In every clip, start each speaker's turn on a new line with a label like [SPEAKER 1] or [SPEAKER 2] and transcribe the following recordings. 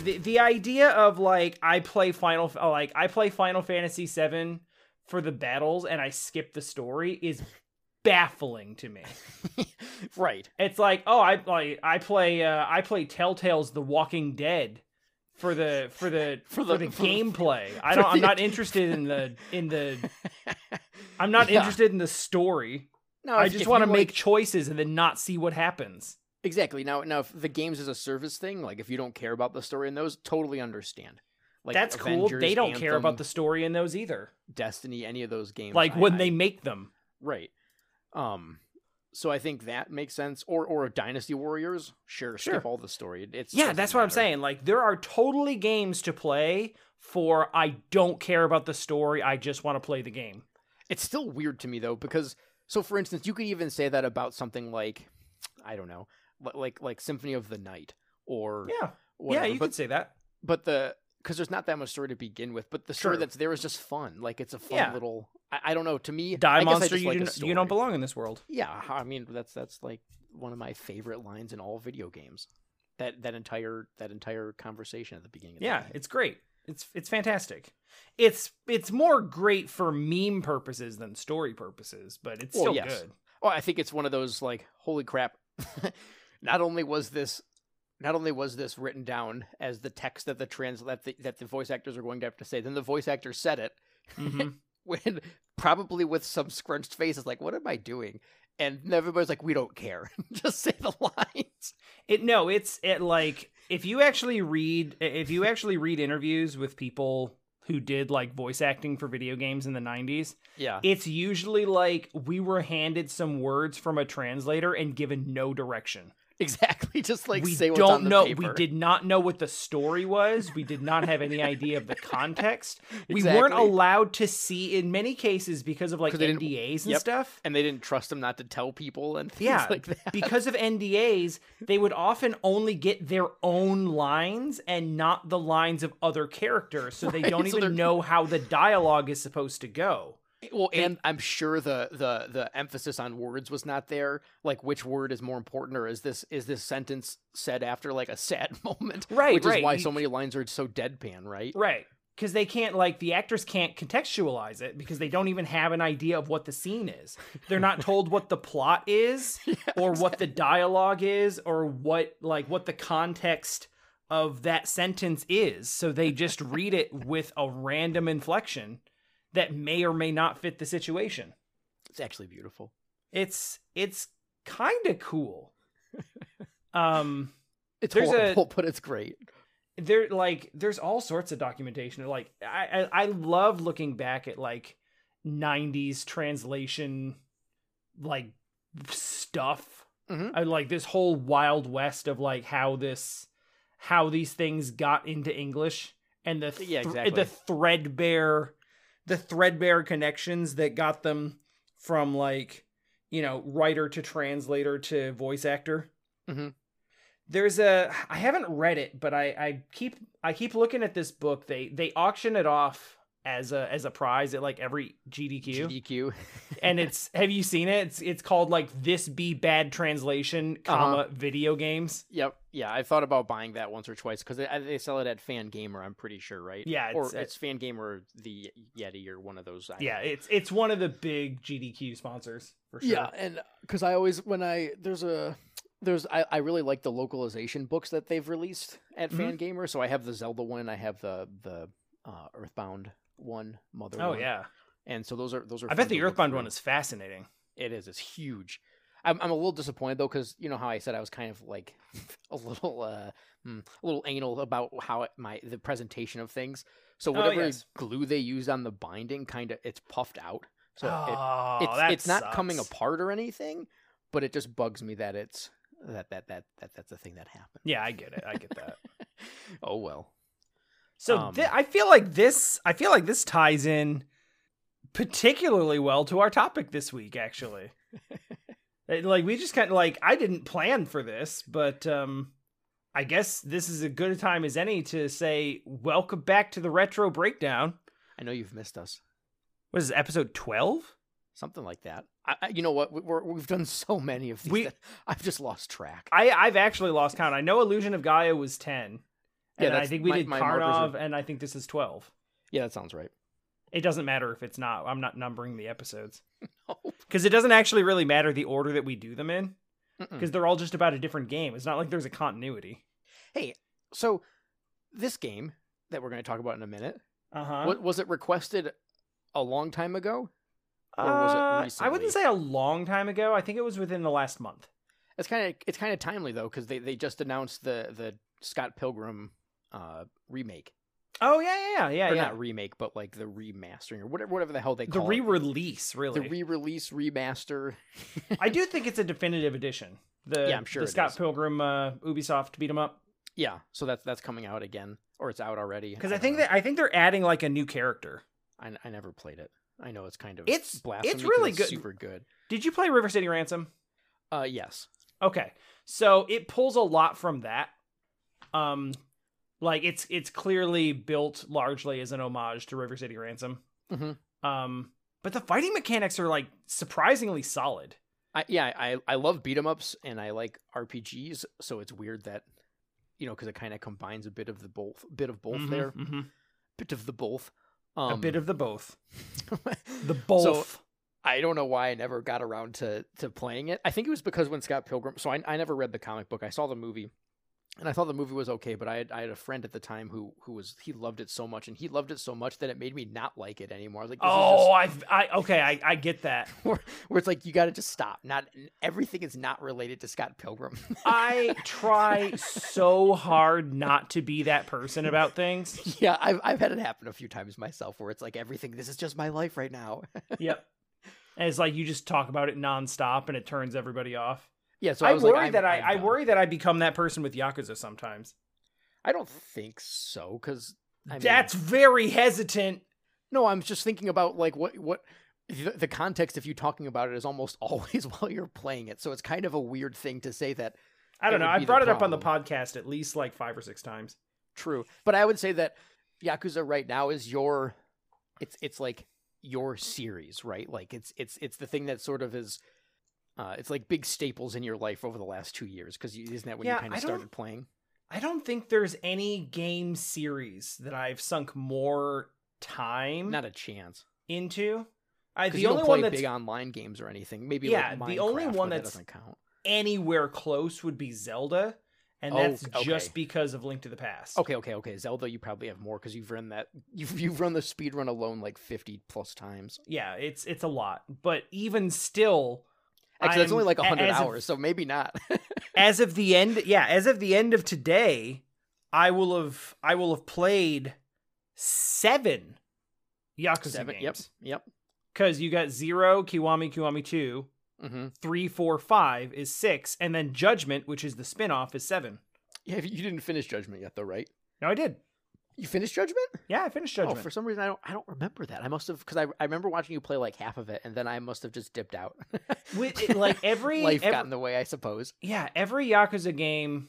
[SPEAKER 1] the, the idea of like I play Final F- oh, like I play Final Fantasy 7 for the battles and I skip the story is baffling to me.
[SPEAKER 2] right.
[SPEAKER 1] It's like, oh, I like I play uh, I play Telltale's The Walking Dead for the for the for
[SPEAKER 2] For
[SPEAKER 1] the,
[SPEAKER 2] the- for the-
[SPEAKER 1] gameplay. I
[SPEAKER 2] for
[SPEAKER 1] don't. I'm
[SPEAKER 2] the-
[SPEAKER 1] not interested in the in the. I'm not
[SPEAKER 2] Yeah.
[SPEAKER 1] interested in the story.
[SPEAKER 2] No,
[SPEAKER 1] I
[SPEAKER 2] if- if
[SPEAKER 1] just
[SPEAKER 2] you
[SPEAKER 1] want to
[SPEAKER 2] like-
[SPEAKER 1] make choices and then not see what happens.
[SPEAKER 2] exactly now. Now, if the games is a service thing, like if you don't care about the story in those, totally understand. Like
[SPEAKER 1] That's cool. They
[SPEAKER 2] Avengers,
[SPEAKER 1] don't care about the
[SPEAKER 2] Anthem,
[SPEAKER 1] story in those either.
[SPEAKER 2] Destiny, any of those games.
[SPEAKER 1] Like
[SPEAKER 2] I-
[SPEAKER 1] when
[SPEAKER 2] I-
[SPEAKER 1] they make them.
[SPEAKER 2] right. Um, so I think that makes sense. Or or Dynasty Warriors, sure,
[SPEAKER 1] Sure.
[SPEAKER 2] skip all the story. It- It's
[SPEAKER 1] Yeah,
[SPEAKER 2] doesn't
[SPEAKER 1] that's what I'm
[SPEAKER 2] matter.
[SPEAKER 1] saying. Like there are totally games to play for I don't care about the story. I just want to play the game.
[SPEAKER 2] It's still weird to me though because so for instance, you could even say that about something like I don't know, li- like like Symphony of the Night or
[SPEAKER 1] Yeah,
[SPEAKER 2] whatever.
[SPEAKER 1] yeah, you
[SPEAKER 2] but,
[SPEAKER 1] could say that.
[SPEAKER 2] but the because there's not that much story to begin with, but the story
[SPEAKER 1] Sure.
[SPEAKER 2] that's there is just fun. Like it's a fun
[SPEAKER 1] Yeah.
[SPEAKER 2] little. I, I don't know. To me, I
[SPEAKER 1] Die
[SPEAKER 2] guess I
[SPEAKER 1] monster,
[SPEAKER 2] just
[SPEAKER 1] you
[SPEAKER 2] like a
[SPEAKER 1] do n- you don't
[SPEAKER 2] story.
[SPEAKER 1] belong in this world.
[SPEAKER 2] Yeah, I mean that's that's like one of my favorite lines in all video games. That that entire that entire conversation at the beginning. Of
[SPEAKER 1] Yeah,
[SPEAKER 2] the game.
[SPEAKER 1] it's great. It's it's fantastic. It's it's more great for meme purposes than story purposes, but it's
[SPEAKER 2] Well,
[SPEAKER 1] still
[SPEAKER 2] yes.
[SPEAKER 1] good.
[SPEAKER 2] Oh, I think it's one of those like, holy crap! not only was this, not only was this written down as the text that the trans that the, that the voice actors are going to have to say, then the voice actor said it
[SPEAKER 1] Mhm.
[SPEAKER 2] when probably with some scrunched faces, like, what am I doing? And everybody's like, we don't care. Just say the lines.
[SPEAKER 1] It no, it's it like if you actually read if you actually read interviews with people who did like voice acting for video games in the 90s,
[SPEAKER 2] Yeah.
[SPEAKER 1] it's usually like we were handed some words from a translator and given no direction.
[SPEAKER 2] Exactly. Just like
[SPEAKER 1] we
[SPEAKER 2] say what's
[SPEAKER 1] don't
[SPEAKER 2] on the
[SPEAKER 1] know.
[SPEAKER 2] paper.
[SPEAKER 1] We did not know what the story was. We did not have any idea of the context. We weren't
[SPEAKER 2] Exactly.
[SPEAKER 1] allowed to see in many cases because of like
[SPEAKER 2] 'Cause they didn't-
[SPEAKER 1] NDAs and
[SPEAKER 2] yep.
[SPEAKER 1] stuff.
[SPEAKER 2] And they didn't trust him not to tell people and things
[SPEAKER 1] Yeah,
[SPEAKER 2] like that.
[SPEAKER 1] Because of NDAs, they would often only get their own lines and not the lines of other characters, so they
[SPEAKER 2] Right,
[SPEAKER 1] don't
[SPEAKER 2] so they're-
[SPEAKER 1] even know how the dialogue is supposed to go.
[SPEAKER 2] Well,
[SPEAKER 1] They-
[SPEAKER 2] and I'm sure the the the emphasis on words was not there. Like, which word is more important, or is this is this sentence said after like a sad moment?
[SPEAKER 1] Right,
[SPEAKER 2] which
[SPEAKER 1] right.
[SPEAKER 2] is why
[SPEAKER 1] You-
[SPEAKER 2] so many lines are so deadpan, right?
[SPEAKER 1] Right. Because they can't, like, the actors can't contextualize it because they don't even have an idea of what the scene is. They're not told what the plot is or what the dialogue is or what, like, what the context of that sentence is. So they just read it with a random inflection that may or may not fit the situation.
[SPEAKER 2] It's actually beautiful.
[SPEAKER 1] It's, it's kind of cool. Um,
[SPEAKER 2] It's
[SPEAKER 1] There's a-
[SPEAKER 2] horrible, but it's great.
[SPEAKER 1] there like there's all sorts of documentation like I, I i love looking back at like 90s translation like stuff
[SPEAKER 2] Mhm.
[SPEAKER 1] I, like this whole wild west of like how this how these things got into english and the th-
[SPEAKER 2] Yeah,
[SPEAKER 1] the
[SPEAKER 2] exactly.
[SPEAKER 1] threadbare the threadbare connections that got them from like you know writer to translator to voice actor
[SPEAKER 2] Mhm.
[SPEAKER 1] there's a i haven't read it but i i keep i keep looking at this book they they auction it off as a as a prize at like every gdq
[SPEAKER 2] GDQ.
[SPEAKER 1] and it's have you seen it it's it's called like this be bad translation
[SPEAKER 2] Uh-huh.
[SPEAKER 1] comma video games
[SPEAKER 2] Yep. Yeah, I've thought about buying that once or twice because they, they sell it at Fan Gamer. I'm pretty sure, right?
[SPEAKER 1] Yeah,
[SPEAKER 2] or
[SPEAKER 1] it's-
[SPEAKER 2] it's Fan Gamer, the Yeti, or one of those. I don't
[SPEAKER 1] yeah
[SPEAKER 2] know.
[SPEAKER 1] it's it's one of the big gdq sponsors for sure
[SPEAKER 2] Yeah, and because I always when I there's a there's I, I really like the localization books that they've released at
[SPEAKER 1] Mhm.
[SPEAKER 2] Fangamer. So I have the Zelda one, I have the the uh, Earthbound one, Mother.
[SPEAKER 1] oh
[SPEAKER 2] one,
[SPEAKER 1] yeah
[SPEAKER 2] and so those are those
[SPEAKER 1] i
[SPEAKER 2] are. fun
[SPEAKER 1] bet the
[SPEAKER 2] to look
[SPEAKER 1] earthbound
[SPEAKER 2] through.
[SPEAKER 1] one is fascinating
[SPEAKER 2] It is. It's huge. I'm I'm a little disappointed though because you know how I said I was kind of like a little uh mm, a little anal about how it, my the presentation of things. So
[SPEAKER 1] Oh,
[SPEAKER 2] whatever
[SPEAKER 1] yes.
[SPEAKER 2] glue they used on the binding, kind of it's puffed out. So it,
[SPEAKER 1] oh
[SPEAKER 2] it's
[SPEAKER 1] that
[SPEAKER 2] it's not coming
[SPEAKER 1] sucks.
[SPEAKER 2] apart or anything, but it just bugs me that it's that that that, that that's a thing that happened.
[SPEAKER 1] yeah i get it i get that
[SPEAKER 2] Oh well.
[SPEAKER 1] So
[SPEAKER 2] Um,
[SPEAKER 1] thi- I feel like this. I feel like this ties in particularly well to our topic this week. Actually, Uh, like we just kind of like I didn't plan for this, but um, I guess this is a good a time as any to say welcome back to the retro breakdown.
[SPEAKER 2] I know you've missed us.
[SPEAKER 1] What is this, episode twelve?
[SPEAKER 2] Something like that. I, I, you know what? We, we're, we've done so many of these.
[SPEAKER 1] We-
[SPEAKER 2] that I've just lost track.
[SPEAKER 1] I I've actually lost count. I know Illusion of Gaia was ten, and
[SPEAKER 2] Yeah,
[SPEAKER 1] I
[SPEAKER 2] that's-
[SPEAKER 1] think we
[SPEAKER 2] my-
[SPEAKER 1] did
[SPEAKER 2] my markers are-
[SPEAKER 1] Karnov, and I think this is twelve.
[SPEAKER 2] Yeah, that sounds right.
[SPEAKER 1] It doesn't matter if it's not. I'm not numbering the episodes because it doesn't actually really matter the order that we do them in
[SPEAKER 2] Mm-mm.
[SPEAKER 1] because they're all just about a different game. It's not like there's a continuity.
[SPEAKER 2] So, this game that we're going to talk about in a minute,
[SPEAKER 1] Uh huh.
[SPEAKER 2] wa- was it requested a long time ago? or was it
[SPEAKER 1] Uh, I
[SPEAKER 2] recently?
[SPEAKER 1] wouldn't say a long time ago. I think it was within the last month.
[SPEAKER 2] It's kind of it's kind of timely though because they, they just announced the the Scott Pilgrim uh, remake
[SPEAKER 1] Oh yeah, yeah, yeah,
[SPEAKER 2] or
[SPEAKER 1] yeah.
[SPEAKER 2] not remake but like the remastering or whatever whatever the hell they
[SPEAKER 1] the
[SPEAKER 2] call it.
[SPEAKER 1] re-release,
[SPEAKER 2] the
[SPEAKER 1] really.
[SPEAKER 2] re-release remaster.
[SPEAKER 1] I do think it's a definitive edition. The,
[SPEAKER 2] Yeah, I'm sure
[SPEAKER 1] the
[SPEAKER 2] it
[SPEAKER 1] Scott
[SPEAKER 2] is.
[SPEAKER 1] Pilgrim uh, Ubisoft beat 'em up
[SPEAKER 2] yeah, so that's that's coming out again or it's out already
[SPEAKER 1] because I,
[SPEAKER 2] don't
[SPEAKER 1] think
[SPEAKER 2] know.
[SPEAKER 1] that I think they're adding like a new character.
[SPEAKER 2] I, I never played it. I know it's kind of
[SPEAKER 1] It's- it's
[SPEAKER 2] blasphemy 'cause
[SPEAKER 1] really good.
[SPEAKER 2] super good.
[SPEAKER 1] Did you play River City Ransom?
[SPEAKER 2] Uh, yes,
[SPEAKER 1] Okay. So it pulls a lot from that. Um like it's it's clearly built largely as an homage to River City Ransom.
[SPEAKER 2] Mhm.
[SPEAKER 1] Um but the fighting mechanics are like surprisingly solid.
[SPEAKER 2] I yeah I I love beat 'em ups and I like RPGs, so it's weird that you know because it kind of combines a bit of the both, bit of both
[SPEAKER 1] Mhm,
[SPEAKER 2] there,
[SPEAKER 1] mhm.
[SPEAKER 2] bit of the both. Um,
[SPEAKER 1] a bit of the both. The
[SPEAKER 2] So
[SPEAKER 1] both.
[SPEAKER 2] I don't know why I never got around to to playing it. I think it was because when Scott Pilgrim, so I I never read the comic book. I saw the movie, and I thought the movie was okay. But I had I had a friend at the time who who was he loved it so much, and he loved it so much that it made me not like it anymore. I was Like this is
[SPEAKER 1] oh,
[SPEAKER 2] just,
[SPEAKER 1] I I okay, I, I get that.
[SPEAKER 2] where, where it's like you got to just stop. Not everything is not related to Scott Pilgrim.
[SPEAKER 1] I try so hard not to be that person about things.
[SPEAKER 2] yeah, I've I've had it happen a few times myself where it's like everything. This is just my life right now.
[SPEAKER 1] Yep. And it's like you just talk about it nonstop and it turns everybody off.
[SPEAKER 2] yeah, so I,
[SPEAKER 1] I,
[SPEAKER 2] was
[SPEAKER 1] worry
[SPEAKER 2] like, I'm-
[SPEAKER 1] that I,
[SPEAKER 2] I'm
[SPEAKER 1] I
[SPEAKER 2] done.
[SPEAKER 1] worry that I become that person with Yakuza sometimes.
[SPEAKER 2] I don't think so because
[SPEAKER 1] That's very hesitant.
[SPEAKER 2] No, I'm just thinking about like what what the, the context of you talking about it is almost always while you're playing it. So it's kind of a weird thing to say that.
[SPEAKER 1] I
[SPEAKER 2] That
[SPEAKER 1] don't know.
[SPEAKER 2] would be
[SPEAKER 1] I
[SPEAKER 2] the
[SPEAKER 1] brought it up on the
[SPEAKER 2] problem.
[SPEAKER 1] podcast at least like five or six times.
[SPEAKER 2] True, but I would say that Yakuza right now is your it's it's like your series, right? Like it's it's it's the thing that sort of is uh it's like big staples in your life over the last 2 years cuz isn't that when
[SPEAKER 1] Yeah,
[SPEAKER 2] you kind
[SPEAKER 1] I
[SPEAKER 2] of
[SPEAKER 1] don't-
[SPEAKER 2] started playing?
[SPEAKER 1] I don't think there's any game series that I've sunk more time
[SPEAKER 2] Not a chance.
[SPEAKER 1] into. I,
[SPEAKER 2] 'Cause
[SPEAKER 1] Uh, the
[SPEAKER 2] you don't
[SPEAKER 1] only
[SPEAKER 2] play
[SPEAKER 1] one that's
[SPEAKER 2] big online games or anything. Maybe
[SPEAKER 1] Yeah,
[SPEAKER 2] like
[SPEAKER 1] the only
[SPEAKER 2] Minecraft,
[SPEAKER 1] one
[SPEAKER 2] but that
[SPEAKER 1] that's-
[SPEAKER 2] doesn't count.
[SPEAKER 1] anywhere close would be Zelda, and
[SPEAKER 2] Oh,
[SPEAKER 1] that's
[SPEAKER 2] okay.
[SPEAKER 1] just because of Link to the Past.
[SPEAKER 2] Okay, okay, okay. Zelda, you probably have more because you've run that. You've you've run the speed run alone like fifty plus times.
[SPEAKER 1] Yeah, it's it's a lot, but even still,
[SPEAKER 2] Actually, that's
[SPEAKER 1] I'm-
[SPEAKER 2] only like
[SPEAKER 1] a-
[SPEAKER 2] hundred
[SPEAKER 1] as of-
[SPEAKER 2] hours, so maybe not.
[SPEAKER 1] as of the end yeah as of the end of today i will have i will have played seven yakuza
[SPEAKER 2] Seven. Yep.
[SPEAKER 1] games
[SPEAKER 2] Yep.
[SPEAKER 1] because you got zero kiwami kiwami 2
[SPEAKER 2] Mm-hmm.
[SPEAKER 1] three four five is six and then judgment which is the spin-off is seven
[SPEAKER 2] Yeah, if- you didn't finish Judgment yet, though, right?
[SPEAKER 1] no i did
[SPEAKER 2] You finished Judgment?
[SPEAKER 1] yeah i finished
[SPEAKER 2] Oh,
[SPEAKER 1] judgment
[SPEAKER 2] for some reason I don't I don't remember that. I must have because I I remember watching you play like half of it, and then I must have just dipped out.
[SPEAKER 1] With, it- like every,
[SPEAKER 2] Life
[SPEAKER 1] every
[SPEAKER 2] got in the way, I suppose.
[SPEAKER 1] yeah every yakuza game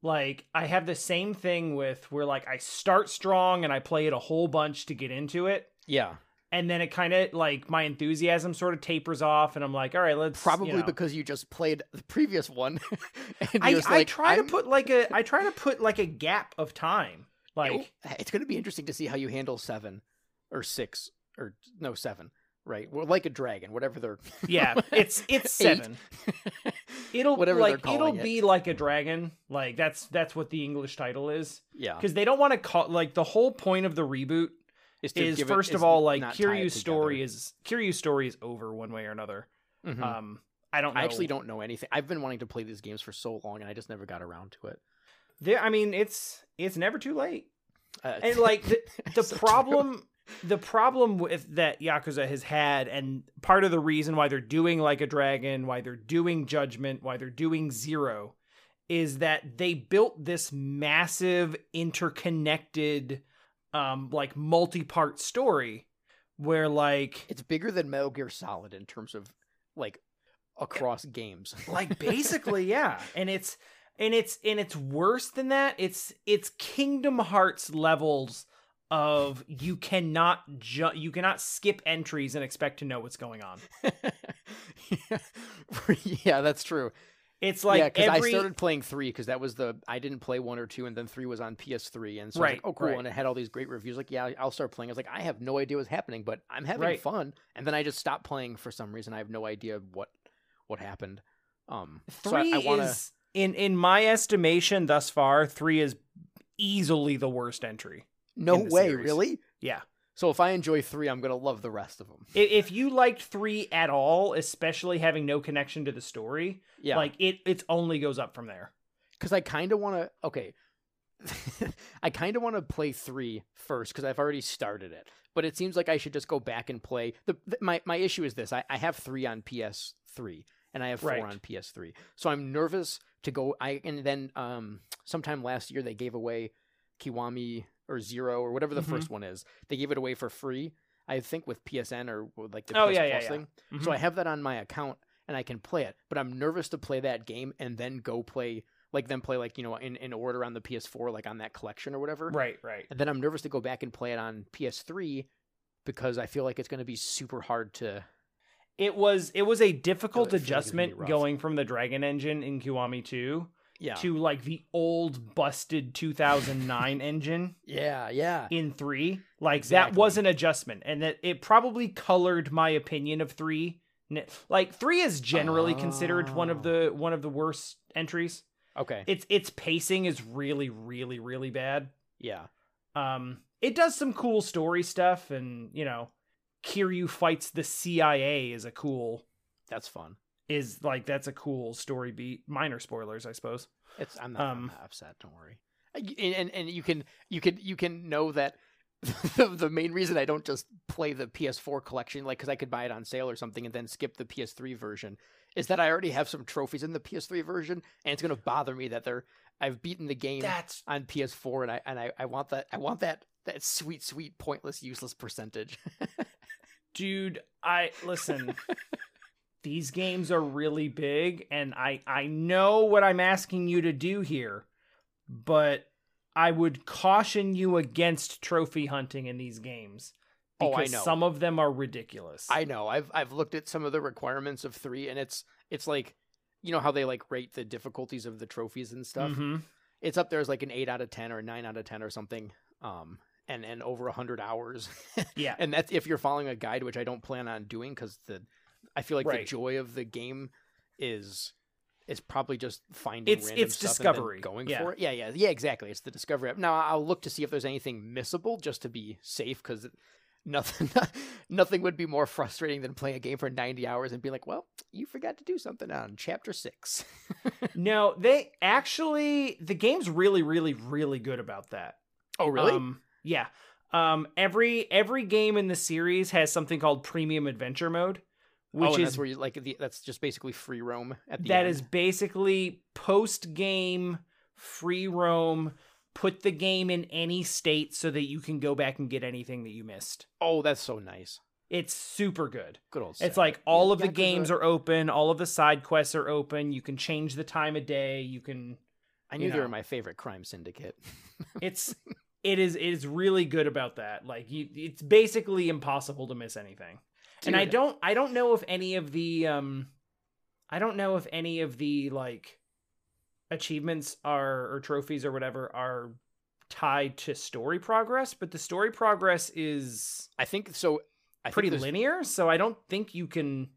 [SPEAKER 1] like i have the same thing with where like i start strong and i play it a whole bunch to get into it
[SPEAKER 2] Yeah,
[SPEAKER 1] and then it kind of like my enthusiasm sort of tapers off and i'm like all right let's you
[SPEAKER 2] probably
[SPEAKER 1] know.
[SPEAKER 2] because you just played the previous one. and
[SPEAKER 1] I,
[SPEAKER 2] you're just
[SPEAKER 1] I
[SPEAKER 2] like,
[SPEAKER 1] try
[SPEAKER 2] I'm-
[SPEAKER 1] to put like a i try to put like a gap of time like
[SPEAKER 2] Oh, it's going to be interesting to see how you handle seven or six or no seven right well like a dragon whatever they're
[SPEAKER 1] yeah it's it's
[SPEAKER 2] Eight.
[SPEAKER 1] seven it'll
[SPEAKER 2] whatever they're
[SPEAKER 1] like
[SPEAKER 2] calling
[SPEAKER 1] it'll
[SPEAKER 2] it.
[SPEAKER 1] be like a dragon like that's that's what the english title is
[SPEAKER 2] yeah
[SPEAKER 1] because they don't want to call like the whole point of the reboot
[SPEAKER 2] to
[SPEAKER 1] is
[SPEAKER 2] give it-
[SPEAKER 1] first
[SPEAKER 2] is
[SPEAKER 1] of all like
[SPEAKER 2] not tie it
[SPEAKER 1] kiryu's story
[SPEAKER 2] together.
[SPEAKER 1] is kiryu's story is over one way or another
[SPEAKER 2] Mhm.
[SPEAKER 1] um i don't know.
[SPEAKER 2] i actually don't know anything i've been wanting to play these games for so long and i just never got around to it
[SPEAKER 1] There- i mean it's it's never too late
[SPEAKER 2] uh,
[SPEAKER 1] and like the, the
[SPEAKER 2] so true.
[SPEAKER 1] problem the problem with that yakuza has had and part of the reason why they're doing like a dragon why they're doing judgment why they're doing zero is that they built this massive interconnected um like multi-part story where like
[SPEAKER 2] it's bigger than metal gear solid in terms of like across games
[SPEAKER 1] like basically yeah and it's and it's and it's worse than that it's it's kingdom hearts levels of you cannot ju- you cannot skip entries and expect to know what's going on
[SPEAKER 2] yeah that's true
[SPEAKER 1] It's like
[SPEAKER 2] yeah, because
[SPEAKER 1] every
[SPEAKER 2] I started playing three because that was the I didn't play one or two, and then three was on PS3, and so I was
[SPEAKER 1] Right,
[SPEAKER 2] like, oh cool,
[SPEAKER 1] right.
[SPEAKER 2] and it had all these great reviews. Like, yeah, I'll start playing. I was like, I have no idea what's happening, but I'm having
[SPEAKER 1] Right.
[SPEAKER 2] fun. And then I just stopped playing for some reason. I have no idea what what happened. Um, so I-
[SPEAKER 1] three
[SPEAKER 2] I, wanna,
[SPEAKER 1] is in in my estimation thus far. Three is easily the worst entry.
[SPEAKER 2] no
[SPEAKER 1] in the
[SPEAKER 2] way,
[SPEAKER 1] series.
[SPEAKER 2] really.
[SPEAKER 1] Yeah.
[SPEAKER 2] So if I enjoy three, I'm gonna love the rest of them.
[SPEAKER 1] I- If you liked three at all, especially having no connection to the story,
[SPEAKER 2] Yeah,
[SPEAKER 1] like it, it only goes up from there.
[SPEAKER 2] because I kind of want to. Okay, I kind of want to play three first because I've already started it. But it seems like I should just go back and play. The, th my my issue is this: I, I have three on PS3 and I have four
[SPEAKER 1] Right.
[SPEAKER 2] on PS3, so I'm nervous to go. I and then um sometime last year they gave away Kiwami or Zero or whatever the
[SPEAKER 1] Mhm.
[SPEAKER 2] first one is. They gave it away for free, I think, with PSN or with, like the
[SPEAKER 1] Oh,
[SPEAKER 2] PS
[SPEAKER 1] yeah, yeah,
[SPEAKER 2] Plus
[SPEAKER 1] yeah.
[SPEAKER 2] thing.
[SPEAKER 1] Mhm.
[SPEAKER 2] So I have that on my account and I can play it, but I'm nervous to play that game and then go play like then play like, you know, in, in order on the PS4, like on that collection or whatever.
[SPEAKER 1] Right, right.
[SPEAKER 2] And then I'm nervous to go back and play it on PS3 because I feel like it's gonna be super hard to
[SPEAKER 1] It was it was a difficult
[SPEAKER 2] feel like it's gonna be
[SPEAKER 1] adjustment
[SPEAKER 2] rough.
[SPEAKER 1] going from the Dragon Engine in Kiwami Two
[SPEAKER 2] Yeah.
[SPEAKER 1] to like the old busted 2009 engine
[SPEAKER 2] yeah, yeah.
[SPEAKER 1] in three. Like that
[SPEAKER 2] Exactly.
[SPEAKER 1] was an adjustment, and that it probably colored my opinion of three. N- Like three is generally considered one of
[SPEAKER 2] Oh.
[SPEAKER 1] the one of the worst entries.
[SPEAKER 2] Okay.
[SPEAKER 1] Its its pacing is really, really, really bad.
[SPEAKER 2] yeah.
[SPEAKER 1] Um, it does some cool story stuff, and you know, Kiryu fights the CIA is a cool
[SPEAKER 2] That's fun.
[SPEAKER 1] is like that's a cool story beat. Minor spoilers, I suppose.
[SPEAKER 2] It's I'm not, I'm
[SPEAKER 1] Um,
[SPEAKER 2] not upset, don't worry. I- And, and and you can you can you can know that the, the main reason I don't just play the PS4 collection like cuz I could buy it on sale or something and then skip the PS3 version is that I already have some trophies in the PS3 version and it's going to bother me that they're I've beaten the game
[SPEAKER 1] That's
[SPEAKER 2] on PS4 and I and I, I want that I want that that sweet sweet pointless useless percentage.
[SPEAKER 1] dude. I listen. these games are really big, and I I know what I'm asking you to do here, but I would caution you against trophy hunting in these games
[SPEAKER 2] Oh,
[SPEAKER 1] because
[SPEAKER 2] I know.
[SPEAKER 1] some of them are ridiculous.
[SPEAKER 2] I know. I've I've looked at some of the requirements of 3 and it's it's like you know how they like rate the difficulties of the trophies and stuff.
[SPEAKER 1] Mhm.
[SPEAKER 2] it's up there as like an eight out of ten or a nine out of ten or something. Um, and and over a hundred hours,
[SPEAKER 1] Yeah.
[SPEAKER 2] and that's if you're following a guide, which I don't plan on doing because the I feel like the
[SPEAKER 1] Right.
[SPEAKER 2] joy of the game is is probably just finding
[SPEAKER 1] It's-
[SPEAKER 2] random
[SPEAKER 1] it's
[SPEAKER 2] stuff and then
[SPEAKER 1] discovery,
[SPEAKER 2] going
[SPEAKER 1] yeah.
[SPEAKER 2] for it. Yeah, yeah, yeah. Exactly. It's the discovery. app. Now I'll look to see if there's anything missable just to be safe because nothing nothing would be more frustrating than playing a game for 90 hours and be like, well, you forgot to do something on chapter six.
[SPEAKER 1] No, they actually the game's really, really, really good about that.
[SPEAKER 2] Oh,
[SPEAKER 1] Um, yeah. Um, every every game in the series has something called Premium Adventure Mode, which
[SPEAKER 2] oh, and
[SPEAKER 1] is
[SPEAKER 2] that's where you like the, that's just basically free roam at the
[SPEAKER 1] that
[SPEAKER 2] end.
[SPEAKER 1] is basically post game free roam. Put the game in any state so that you can go back and get anything that you missed.
[SPEAKER 2] oh that's so nice
[SPEAKER 1] It's super good.
[SPEAKER 2] good old
[SPEAKER 1] It's like all of the games are open, all of the side quests are open. You can change the time of day. You can
[SPEAKER 2] i knew
[SPEAKER 1] you
[SPEAKER 2] they were
[SPEAKER 1] know.
[SPEAKER 2] my favorite crime syndicate
[SPEAKER 1] it's it is it is really good about that like you it's basically impossible to miss anything and i
[SPEAKER 2] Dude,
[SPEAKER 1] don't i don't know if any of the um i don't know if any of the like achievements are or trophies or whatever are tied to story progress but the story progress is
[SPEAKER 2] i think so i think
[SPEAKER 1] pretty
[SPEAKER 2] there's-
[SPEAKER 1] linear so i don't think you can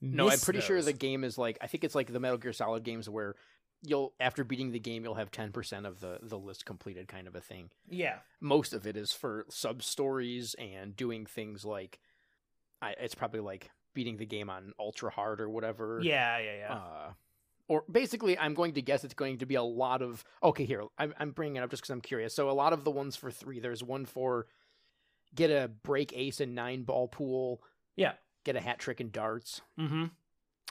[SPEAKER 2] no i'm
[SPEAKER 1] miss
[SPEAKER 2] pretty sure the
[SPEAKER 1] those.
[SPEAKER 2] game is like i think it's like the metal gear solid games where you'll after beating the game you'll have 10% of the the list completed kind of a thing
[SPEAKER 1] yeah
[SPEAKER 2] most of it is for sub stories and doing things like I, it's probably like beating the game on ultra hard or whatever
[SPEAKER 1] yeah yeah yeah
[SPEAKER 2] uh, or basically i'm going to guess it's going to be a lot of okay here i'm, I'm bringing it up just because i'm curious so a lot of the ones for three there's one for get a break ace and nine ball pool
[SPEAKER 1] Yeah.
[SPEAKER 2] get a hat trick and darts
[SPEAKER 1] mm-hmm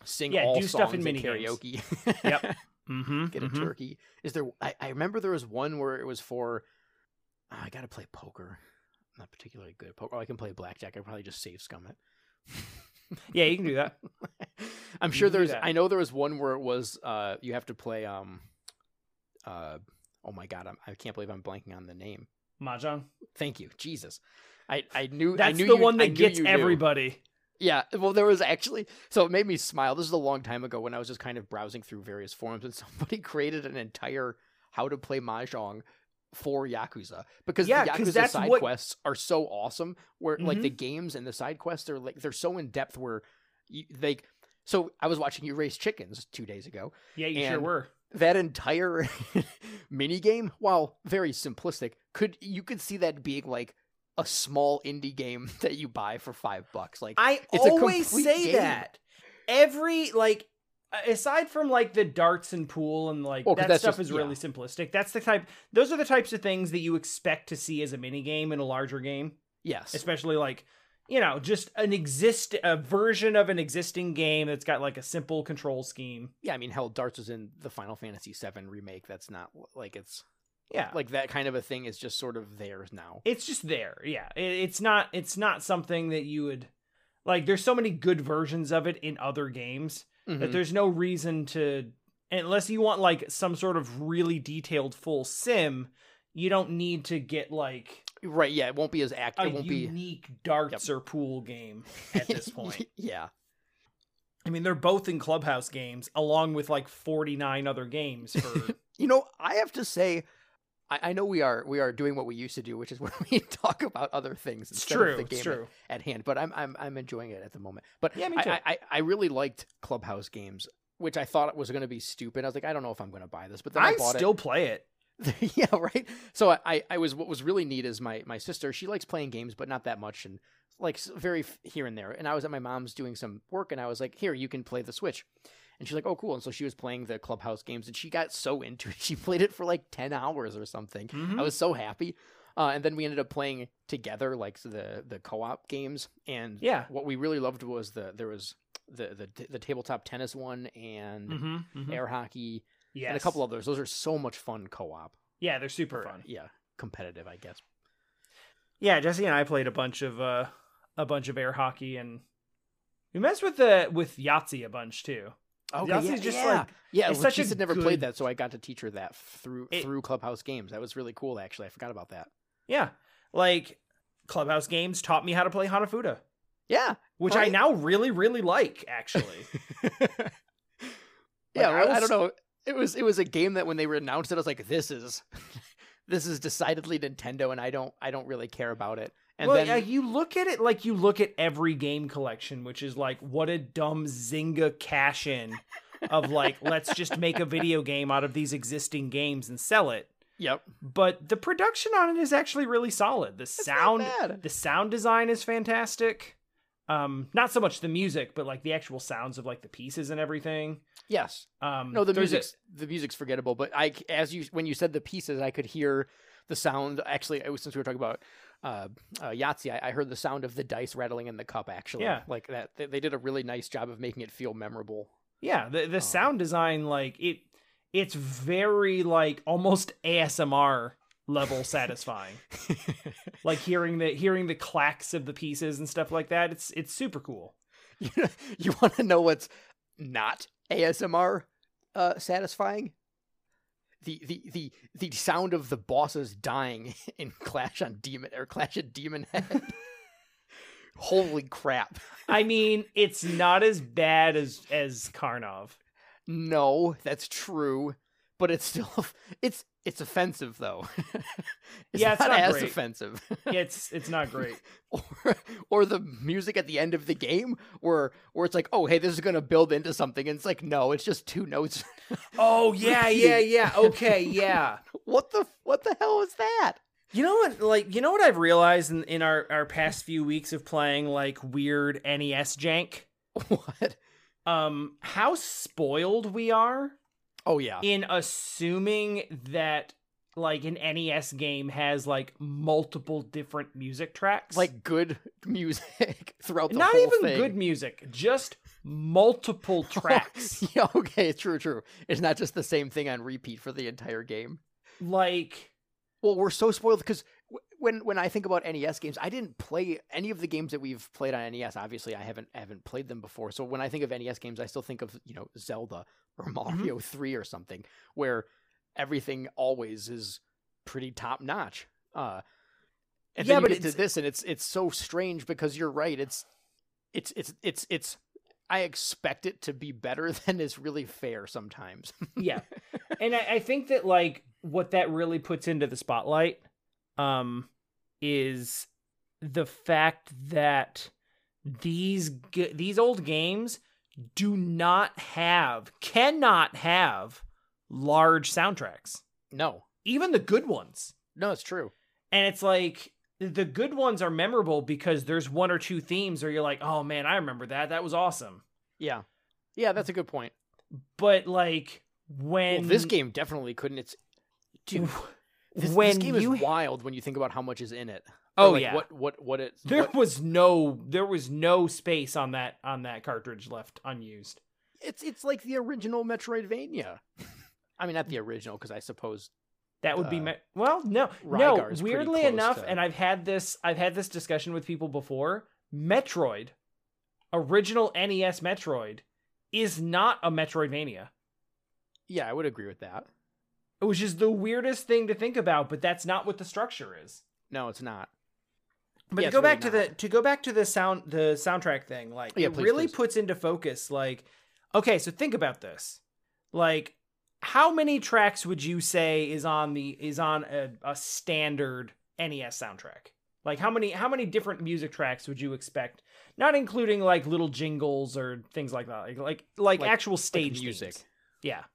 [SPEAKER 2] sing
[SPEAKER 1] Yeah,
[SPEAKER 2] all
[SPEAKER 1] do stuff in
[SPEAKER 2] songs and
[SPEAKER 1] minigames.
[SPEAKER 2] karaoke
[SPEAKER 1] Yep. mm-hmm
[SPEAKER 2] get a turkey is there I, I remember there was one where it was for oh, i gotta play poker i'm not particularly good at poker oh, i can play blackjack i probably just save scum it
[SPEAKER 1] yeah you can do that
[SPEAKER 2] I'm
[SPEAKER 1] You
[SPEAKER 2] sure
[SPEAKER 1] can do
[SPEAKER 2] there's.
[SPEAKER 1] that.
[SPEAKER 2] I know there was one where it was. Uh, you have to play. Um, uh, oh my god, I'm, I can't believe I'm blanking on the name.
[SPEAKER 1] mahjong
[SPEAKER 2] Thank you, Jesus. I I knew. I
[SPEAKER 1] that's
[SPEAKER 2] knew
[SPEAKER 1] the
[SPEAKER 2] you-
[SPEAKER 1] one
[SPEAKER 2] I
[SPEAKER 1] that
[SPEAKER 2] knew
[SPEAKER 1] gets
[SPEAKER 2] you knew.
[SPEAKER 1] everybody
[SPEAKER 2] Yeah, well, there was actually so it made me smile. This is a long time ago when I was just kind of browsing through various forums, and somebody created an entire how to play mahjong for Yakuza because
[SPEAKER 1] Yeah,
[SPEAKER 2] the
[SPEAKER 1] 'cause
[SPEAKER 2] Yakuza
[SPEAKER 1] that's
[SPEAKER 2] side
[SPEAKER 1] what-
[SPEAKER 2] quests are so awesome. Where like
[SPEAKER 1] Mhm.
[SPEAKER 2] the games and the side quests are like they're so in depth where you, they. So I was watching you raise chickens two days ago,
[SPEAKER 1] Yeah, you sure
[SPEAKER 2] And-
[SPEAKER 1] were.
[SPEAKER 2] that entire mini game, while very simplistic, could you could see that being like a small indie game that you buy for five bucks. Like
[SPEAKER 1] I
[SPEAKER 2] It's a
[SPEAKER 1] always
[SPEAKER 2] complete
[SPEAKER 1] say
[SPEAKER 2] game.
[SPEAKER 1] that. Every like aside from like the darts and pool and like
[SPEAKER 2] Well, 'cause
[SPEAKER 1] that
[SPEAKER 2] that's
[SPEAKER 1] stuff
[SPEAKER 2] just-
[SPEAKER 1] is really simplistic. That's the type those are the types of things that you expect to see as a mini game in a larger game,
[SPEAKER 2] yes,
[SPEAKER 1] especially like you know, just an exist a version of an existing game that's got like a simple control scheme.
[SPEAKER 2] yeah. I mean, hell, darts is in the Final Fantasy VII remake. That's not like it's
[SPEAKER 1] Yeah.
[SPEAKER 2] like that kind of a thing is just sort of theirs now.
[SPEAKER 1] it's just there. Yeah. It, it's not it's not something that you would like there's so many good versions of it in other games. that
[SPEAKER 2] Mhm.
[SPEAKER 1] there's no reason to unless you want like some sort of really detailed full sim you don't need to get like
[SPEAKER 2] Right? Yeah, it won't be as active.
[SPEAKER 1] a
[SPEAKER 2] It won't be
[SPEAKER 1] unique darts or pool game at this point
[SPEAKER 2] yeah,
[SPEAKER 1] i mean they're both in clubhouse games along with like 49 other games for
[SPEAKER 2] you know, I have to say. I I know we are we are doing what we used to do, which is when we talk about other things.
[SPEAKER 1] it's
[SPEAKER 2] instead
[SPEAKER 1] true
[SPEAKER 2] of the game
[SPEAKER 1] it's true
[SPEAKER 2] at hand, but I'm I'm I'm enjoying it at the moment. But
[SPEAKER 1] Yeah, me
[SPEAKER 2] I-
[SPEAKER 1] too.
[SPEAKER 2] I, I, I really liked Clubhouse games, which I thought was going to be stupid. I was like, I don't know if I'm going to buy this, but then I,
[SPEAKER 1] i
[SPEAKER 2] bought
[SPEAKER 1] still play it
[SPEAKER 2] it. yeah, right. So I- I I was what was really neat is my my sister. She likes playing games, but not that much, and like s- very f- here and there. And I was at my mom's doing some work, and I was like, here you can play the Switch. And she's like, oh, cool. And so she was playing the Clubhouse games, and she got so into it. She played it for like 10 hours or something.
[SPEAKER 1] Mhm.
[SPEAKER 2] I was so happy. Uh, and then we ended up playing together, like the the co op games. And
[SPEAKER 1] yeah
[SPEAKER 2] what we really loved was the there was the the, t- the tabletop tennis one and
[SPEAKER 1] mm-hmm,
[SPEAKER 2] air hockey
[SPEAKER 1] yes.
[SPEAKER 2] and a couple others. Those are so much fun co-op.
[SPEAKER 1] yeah they're super
[SPEAKER 2] Or,
[SPEAKER 1] fun
[SPEAKER 2] Yeah, competitive, I guess.
[SPEAKER 1] Yeah, Jesse and I played a bunch of uh a bunch of air hockey and we messed with the with Yahtzee a bunch too. Yahtzee's just like
[SPEAKER 2] yeah.
[SPEAKER 1] it's
[SPEAKER 2] well,
[SPEAKER 1] such
[SPEAKER 2] she
[SPEAKER 1] a
[SPEAKER 2] had never
[SPEAKER 1] good-
[SPEAKER 2] played that, so I got to teach her that through
[SPEAKER 1] It-
[SPEAKER 2] through Clubhouse games. That was really cool, actually. I forgot about that.
[SPEAKER 1] yeah, like Clubhouse Games taught me how to play Hanafuda,
[SPEAKER 2] Yeah,
[SPEAKER 1] which I
[SPEAKER 2] Right.
[SPEAKER 1] now really really like actually.
[SPEAKER 2] yeah.
[SPEAKER 1] I
[SPEAKER 2] well, I,
[SPEAKER 1] was-
[SPEAKER 2] don't know. It was it was a game that when they were announced it, I was like, this is this is decidedly Nintendo, and I don't I don't really care about it. And
[SPEAKER 1] well,
[SPEAKER 2] then
[SPEAKER 1] yeah, you look at it like you look at every game collection, which is like what a dumb Zynga cash in of like let's just make a video game out of these existing games and sell it.
[SPEAKER 2] yep,
[SPEAKER 1] But the production on it is actually really solid. The
[SPEAKER 2] It's not
[SPEAKER 1] sound
[SPEAKER 2] bad.
[SPEAKER 1] The sound design is fantastic. Um, not so much the music, but like the actual sounds of like the pieces and everything.
[SPEAKER 2] Yes,
[SPEAKER 1] Um,
[SPEAKER 2] No, the
[SPEAKER 1] there's a-
[SPEAKER 2] music's the music's forgettable, but I c- as you when you said the pieces, I could hear the sound. Actually, it was since we were talking about uh, uh, Yahtzee, I, I heard the sound of the dice rattling in the cup. Actually,
[SPEAKER 1] Yeah.
[SPEAKER 2] like that. They, they did a really nice job of making it feel memorable.
[SPEAKER 1] yeah, the the
[SPEAKER 2] Oh.
[SPEAKER 1] sound design like it, it's very like almost ASMR level satisfying. like hearing the hearing the clacks of the pieces and stuff like that. It's it's super cool.
[SPEAKER 2] you know- you want to know what's not ASMR uh, satisfying? The, the the the sound of the bosses dying in Clash on Demon or Clash of Demon Head. Holy crap!
[SPEAKER 1] I mean, it's not as bad as as Karnov.
[SPEAKER 2] No, that's true, but it's still it's it's offensive though.
[SPEAKER 1] Yeah, it's not
[SPEAKER 2] as
[SPEAKER 1] great.
[SPEAKER 2] offensive.
[SPEAKER 1] It's it's not great.
[SPEAKER 2] or or the music at the end of the game where where it's like, "Oh, hey, this is going to build into something." And it's like, "No, it's just two notes."
[SPEAKER 1] Oh yeah, yeah, yeah. Okay, yeah.
[SPEAKER 2] what the what the hell is that?
[SPEAKER 1] You know what? Like, you know what I've realized in, in our our past few weeks of playing like weird NES jank.
[SPEAKER 2] What?
[SPEAKER 1] Um, how spoiled we are
[SPEAKER 2] Oh yeah.
[SPEAKER 1] in assuming that like an NES game has like multiple different music tracks.
[SPEAKER 2] Like good music throughout the
[SPEAKER 1] not
[SPEAKER 2] whole
[SPEAKER 1] even
[SPEAKER 2] thing.
[SPEAKER 1] good music, just multiple tracks.
[SPEAKER 2] yeah, okay, true, true. It's not just the same thing on repeat for the entire game.
[SPEAKER 1] like,
[SPEAKER 2] Well, we're so spoiled because when when I think about NES games, I didn't play any of the games that we've played on NES. Obviously, I haven't I haven't played them before. So when I think of NES games, I still think of you know Zelda
[SPEAKER 1] Mm-hmm.
[SPEAKER 2] or Mario Three or something where everything always is pretty top notch. Uh, and
[SPEAKER 1] Yeah,
[SPEAKER 2] then you
[SPEAKER 1] but
[SPEAKER 2] get to
[SPEAKER 1] it's-
[SPEAKER 2] this, and it's it's so strange because you're right. It's it's it's it's it's I expect it to be better than is really fair sometimes.
[SPEAKER 1] yeah and I, I think that like what that really puts into the spotlight um is the fact that these g- these old games do not have cannot have large soundtracks
[SPEAKER 2] no,
[SPEAKER 1] even the good ones
[SPEAKER 2] no, it's true.
[SPEAKER 1] and it's like the good ones are memorable because there's one or two themes where you're like oh man i remember that that was awesome
[SPEAKER 2] Yeah, yeah, that's a good point.
[SPEAKER 1] but like when
[SPEAKER 2] Well, this game definitely couldn't. It's dude, this,
[SPEAKER 1] when
[SPEAKER 2] this game
[SPEAKER 1] you
[SPEAKER 2] is wild when you think about how much is in it. Or,
[SPEAKER 1] oh
[SPEAKER 2] like,
[SPEAKER 1] yeah
[SPEAKER 2] what what what it?
[SPEAKER 1] there
[SPEAKER 2] what-
[SPEAKER 1] was no there was no space on that on that cartridge left unused
[SPEAKER 2] it's it's like the original Metroidvania. I mean, not the original because I suppose
[SPEAKER 1] that would be
[SPEAKER 2] Uh,
[SPEAKER 1] me- well no
[SPEAKER 2] Rygar's
[SPEAKER 1] no
[SPEAKER 2] pretty
[SPEAKER 1] weirdly
[SPEAKER 2] close
[SPEAKER 1] enough
[SPEAKER 2] to-
[SPEAKER 1] and i've had this i've had this discussion with people before metroid original nes metroid is not a metroidvania
[SPEAKER 2] yeah, I would agree with that.
[SPEAKER 1] which is the weirdest thing to think about but that's not what the structure is
[SPEAKER 2] No, it's not.
[SPEAKER 1] but
[SPEAKER 2] Yeah,
[SPEAKER 1] to go
[SPEAKER 2] it's really
[SPEAKER 1] back to the
[SPEAKER 2] not.
[SPEAKER 1] to go back to the sound the soundtrack thing like
[SPEAKER 2] Yeah,
[SPEAKER 1] it
[SPEAKER 2] please,
[SPEAKER 1] really
[SPEAKER 2] please.
[SPEAKER 1] puts into focus like okay so think about this like how many tracks would you say is on the is on a, a standard nes soundtrack like how many how many different music tracks would you expect not including like little jingles or things like that like like, like,
[SPEAKER 2] Like-
[SPEAKER 1] actual
[SPEAKER 2] Like,
[SPEAKER 1] stage
[SPEAKER 2] music.
[SPEAKER 1] themes. yeah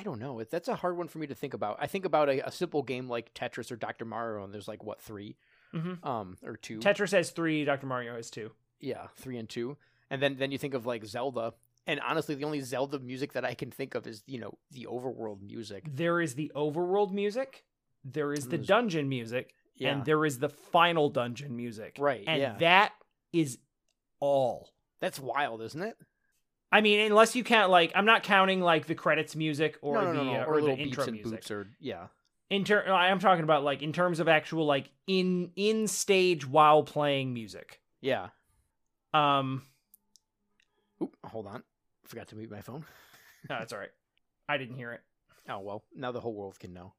[SPEAKER 2] I don't know. It- That's a hard one for me to think about. I think about a, a simple game like Tetris or Dr. Mario, and there's like what three,
[SPEAKER 1] hmm
[SPEAKER 2] um, or two.
[SPEAKER 1] tetris has three dr mario has two
[SPEAKER 2] yeah, three and two, and then then you think of like Zelda, and honestly, the only Zelda music that I can think of is you know the overworld music.
[SPEAKER 1] there is the overworld music there is
[SPEAKER 2] And
[SPEAKER 1] the
[SPEAKER 2] there's-
[SPEAKER 1] dungeon music
[SPEAKER 2] Yeah,
[SPEAKER 1] and there is the final dungeon music.
[SPEAKER 2] right.
[SPEAKER 1] And
[SPEAKER 2] yeah,
[SPEAKER 1] that is all.
[SPEAKER 2] that's wild, isn't it?
[SPEAKER 1] I mean, unless you count like I'm not counting like the credits music or
[SPEAKER 2] no, no,
[SPEAKER 1] the
[SPEAKER 2] no, no.
[SPEAKER 1] uh,
[SPEAKER 2] or,
[SPEAKER 1] or, the
[SPEAKER 2] little
[SPEAKER 1] intro
[SPEAKER 2] beeps and
[SPEAKER 1] music.
[SPEAKER 2] boops, or yeah,
[SPEAKER 1] In ter- no, I'm talking about like in terms of actual like in in stage while playing music.
[SPEAKER 2] yeah.
[SPEAKER 1] Um,
[SPEAKER 2] Oop, hold on, forgot to mute my phone.
[SPEAKER 1] no, that's all right. I didn't hear it.
[SPEAKER 2] Oh well, now the whole world can know.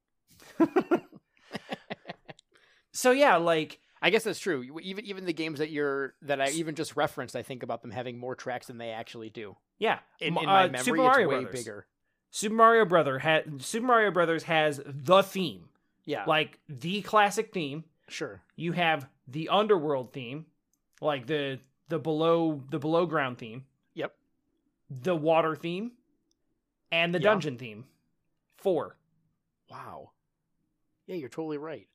[SPEAKER 1] So yeah, like
[SPEAKER 2] I guess that's true. You- Even even the games that you're that I even just referenced, I think about them having more tracks than they actually do.
[SPEAKER 1] yeah,
[SPEAKER 2] In,
[SPEAKER 1] m-
[SPEAKER 2] in my
[SPEAKER 1] uh,
[SPEAKER 2] memory,
[SPEAKER 1] Super Mario
[SPEAKER 2] it's way
[SPEAKER 1] Brothers.
[SPEAKER 2] bigger.
[SPEAKER 1] Super Mario Brother has Super Mario Brothers has the theme,
[SPEAKER 2] Yeah,
[SPEAKER 1] like the classic theme.
[SPEAKER 2] sure.
[SPEAKER 1] you have the underworld theme like the the below the below ground theme
[SPEAKER 2] Yep.
[SPEAKER 1] the water theme and the
[SPEAKER 2] Yeah.
[SPEAKER 1] dungeon theme four
[SPEAKER 2] Wow. Yeah, you're totally right.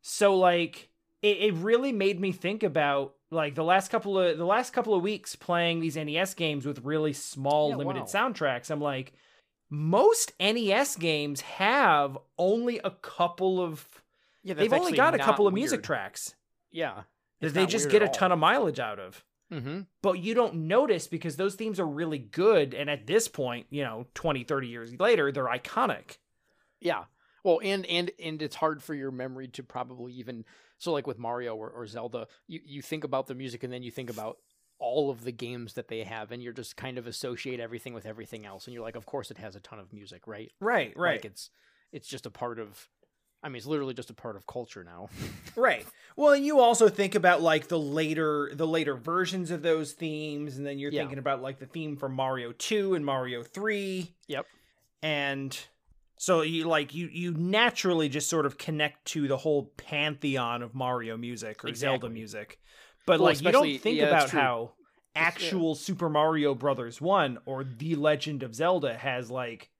[SPEAKER 1] so like it, it really made me think about like the last couple of the last couple of weeks playing these nes games with really small
[SPEAKER 2] Yeah,
[SPEAKER 1] limited
[SPEAKER 2] wow.
[SPEAKER 1] soundtracks i'm like most nes games have only a couple of
[SPEAKER 2] Yeah,
[SPEAKER 1] they've only got a couple of music tracks
[SPEAKER 2] Yeah.
[SPEAKER 1] that
[SPEAKER 2] It's
[SPEAKER 1] they
[SPEAKER 2] not
[SPEAKER 1] just
[SPEAKER 2] weird
[SPEAKER 1] get a
[SPEAKER 2] at
[SPEAKER 1] ton
[SPEAKER 2] all.
[SPEAKER 1] of mileage out of
[SPEAKER 2] Mm-hmm.
[SPEAKER 1] but you don't notice because those themes are really good and at this point you know 20 30 years later they're iconic
[SPEAKER 2] Yeah. Well, and and and it's hard for your memory to probably even so like with Mario or, or Zelda, you you think about the music and then you think about all of the games that they have, and you're just kind of associate everything with everything else, and you're like, of course it has a ton of music, right?
[SPEAKER 1] right
[SPEAKER 2] Like it's it's just a part of. I mean, it's literally just a part of culture now.
[SPEAKER 1] right well and you also think about like the later the later versions of those themes and then you're
[SPEAKER 2] Yeah.
[SPEAKER 1] thinking about like the theme from mario 2 and mario 3
[SPEAKER 2] Yep.
[SPEAKER 1] and so you like you you naturally just sort of connect to the whole pantheon of mario music or zelda
[SPEAKER 2] Exactly.
[SPEAKER 1] music but
[SPEAKER 2] Well,
[SPEAKER 1] like you don't
[SPEAKER 2] especially-
[SPEAKER 1] think
[SPEAKER 2] yeah, that's
[SPEAKER 1] about
[SPEAKER 2] true.
[SPEAKER 1] how actual super mario brothers 1 or the legend of zelda has like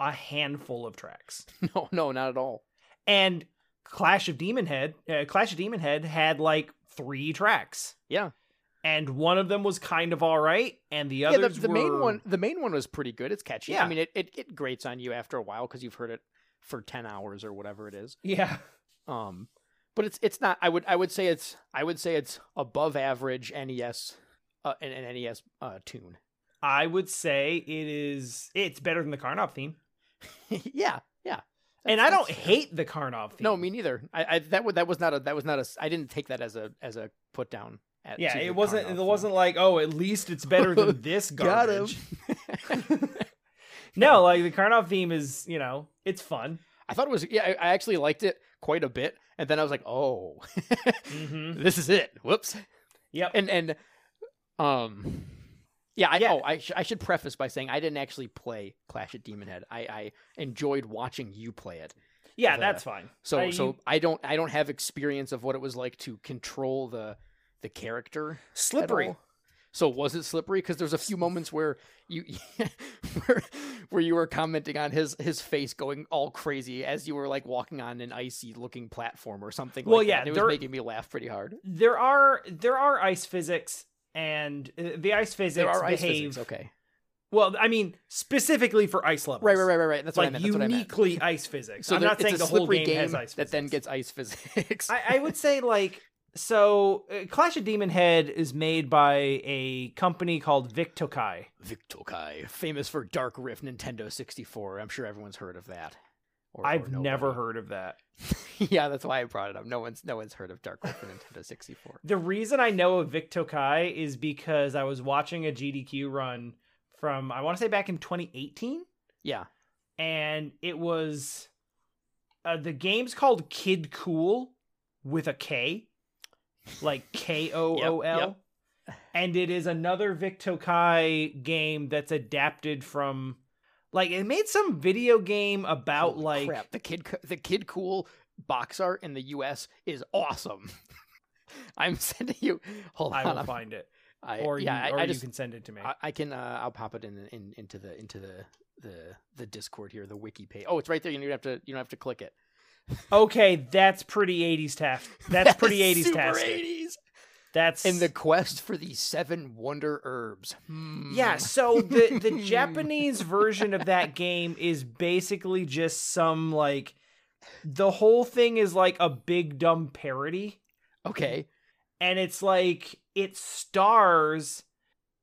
[SPEAKER 1] a handful of tracks
[SPEAKER 2] no, no, not at all.
[SPEAKER 1] and clash of demon head uh, clash of demon head had like three tracks
[SPEAKER 2] Yeah.
[SPEAKER 1] and one of them was kind of all right and the
[SPEAKER 2] yeah, the,
[SPEAKER 1] others
[SPEAKER 2] the
[SPEAKER 1] were
[SPEAKER 2] main one, the main one was pretty good. It's catchy.
[SPEAKER 1] Yeah.
[SPEAKER 2] I mean, it, it, it grates on you after a while because you've heard it for ten hours or whatever it is.
[SPEAKER 1] yeah
[SPEAKER 2] Um, but it's it's not. I would I would say it's I would say it's above average NES, uh, an, an NES uh, tune.
[SPEAKER 1] I would say it is. It's better than the Karnov theme,
[SPEAKER 2] yeah, yeah.
[SPEAKER 1] and I
[SPEAKER 2] That's-
[SPEAKER 1] don't
[SPEAKER 2] that's fair.
[SPEAKER 1] hate the Karnov theme.
[SPEAKER 2] No, me neither. I, I that would that was not a that was not a. s- I didn't take that as a as a put down. At,
[SPEAKER 1] Yeah,
[SPEAKER 2] to the
[SPEAKER 1] it wasn't.
[SPEAKER 2] Karnov
[SPEAKER 1] It
[SPEAKER 2] theme.
[SPEAKER 1] wasn't like oh, at least it's better than this
[SPEAKER 2] Got him.
[SPEAKER 1] garbage. no, like the Karnov theme is you know it's fun.
[SPEAKER 2] I thought it was. Yeah, I, I actually liked it quite a bit, and then I was like, oh,
[SPEAKER 1] Mm-hmm.
[SPEAKER 2] this is it. Whoops.
[SPEAKER 1] Yep.
[SPEAKER 2] and and Um, yeah, I,
[SPEAKER 1] Yeah.
[SPEAKER 2] Oh, I, sh- I should preface by saying I didn't actually play Clash at Demon Head. I, I enjoyed watching you play it.
[SPEAKER 1] Yeah,
[SPEAKER 2] The-
[SPEAKER 1] that's fine.
[SPEAKER 2] So
[SPEAKER 1] I-
[SPEAKER 2] so I don't I don't have experience of what it was like to control the the character at
[SPEAKER 1] Slippery.
[SPEAKER 2] all. So was it slippery? Because there's a few moments where you where, where you were commenting on his his face going all crazy as you were like walking on an icy looking platform or something.
[SPEAKER 1] Well,
[SPEAKER 2] like that.
[SPEAKER 1] yeah,
[SPEAKER 2] And it
[SPEAKER 1] there-
[SPEAKER 2] was making me laugh pretty hard.
[SPEAKER 1] There are there are ice physics and uh, the ice physics
[SPEAKER 2] There are ice
[SPEAKER 1] behave
[SPEAKER 2] physics, okay.
[SPEAKER 1] well, I mean specifically for ice levels.
[SPEAKER 2] Right, right, right, right, right. That's what I
[SPEAKER 1] like
[SPEAKER 2] meant. That's what I meant.
[SPEAKER 1] uniquely ice physics. I'm
[SPEAKER 2] there-
[SPEAKER 1] not
[SPEAKER 2] it's
[SPEAKER 1] saying
[SPEAKER 2] a
[SPEAKER 1] the whole
[SPEAKER 2] slippery
[SPEAKER 1] game, has ice
[SPEAKER 2] that
[SPEAKER 1] physics.
[SPEAKER 2] then gets ice physics.
[SPEAKER 1] I, I would say like so uh, Clash of Demon Head is made by a company called Vic Tokai.
[SPEAKER 2] Victokai, famous for Dark Rift Nintendo 64. I'm sure everyone's heard of that. Or- or
[SPEAKER 1] I've
[SPEAKER 2] nobody.
[SPEAKER 1] never heard of that.
[SPEAKER 2] yeah, that's why I brought it up. No one's no one's heard of Dark Rift for Nintendo 64.
[SPEAKER 1] The reason I know of Vic Tokai is because I was watching a GDQ run from I want to say back in 2018
[SPEAKER 2] Yeah.
[SPEAKER 1] and it was uh, the game's called Kid Cool with a K, like K O O L, and it is another Vic Tokai game that's adapted from, like, it made some video game about
[SPEAKER 2] Holy
[SPEAKER 1] like
[SPEAKER 2] crap. The kid Co- the Kid Cool box art in the US is awesome. I'm sending you Hold
[SPEAKER 1] I
[SPEAKER 2] on.
[SPEAKER 1] will
[SPEAKER 2] I'm-
[SPEAKER 1] find it,
[SPEAKER 2] I,
[SPEAKER 1] or
[SPEAKER 2] yeah,
[SPEAKER 1] you,
[SPEAKER 2] I-
[SPEAKER 1] or
[SPEAKER 2] I,
[SPEAKER 1] you
[SPEAKER 2] just
[SPEAKER 1] can send it to me.
[SPEAKER 2] I, I can uh, I'll pop it in, the- in into the into the the the Discord here, the wiki page. Oh, it's right there. You don't have to you don't have to click it.
[SPEAKER 1] okay, that's pretty '80s task. That's
[SPEAKER 2] That
[SPEAKER 1] pretty
[SPEAKER 2] is
[SPEAKER 1] '80s
[SPEAKER 2] super
[SPEAKER 1] task.
[SPEAKER 2] 80s.
[SPEAKER 1] That's
[SPEAKER 2] In the quest for the seven wonder herbs. Hmm.
[SPEAKER 1] Yeah, so the the Japanese version of that game is basically just some like the whole thing is like a big dumb parody
[SPEAKER 2] Okay.
[SPEAKER 1] and it's like it stars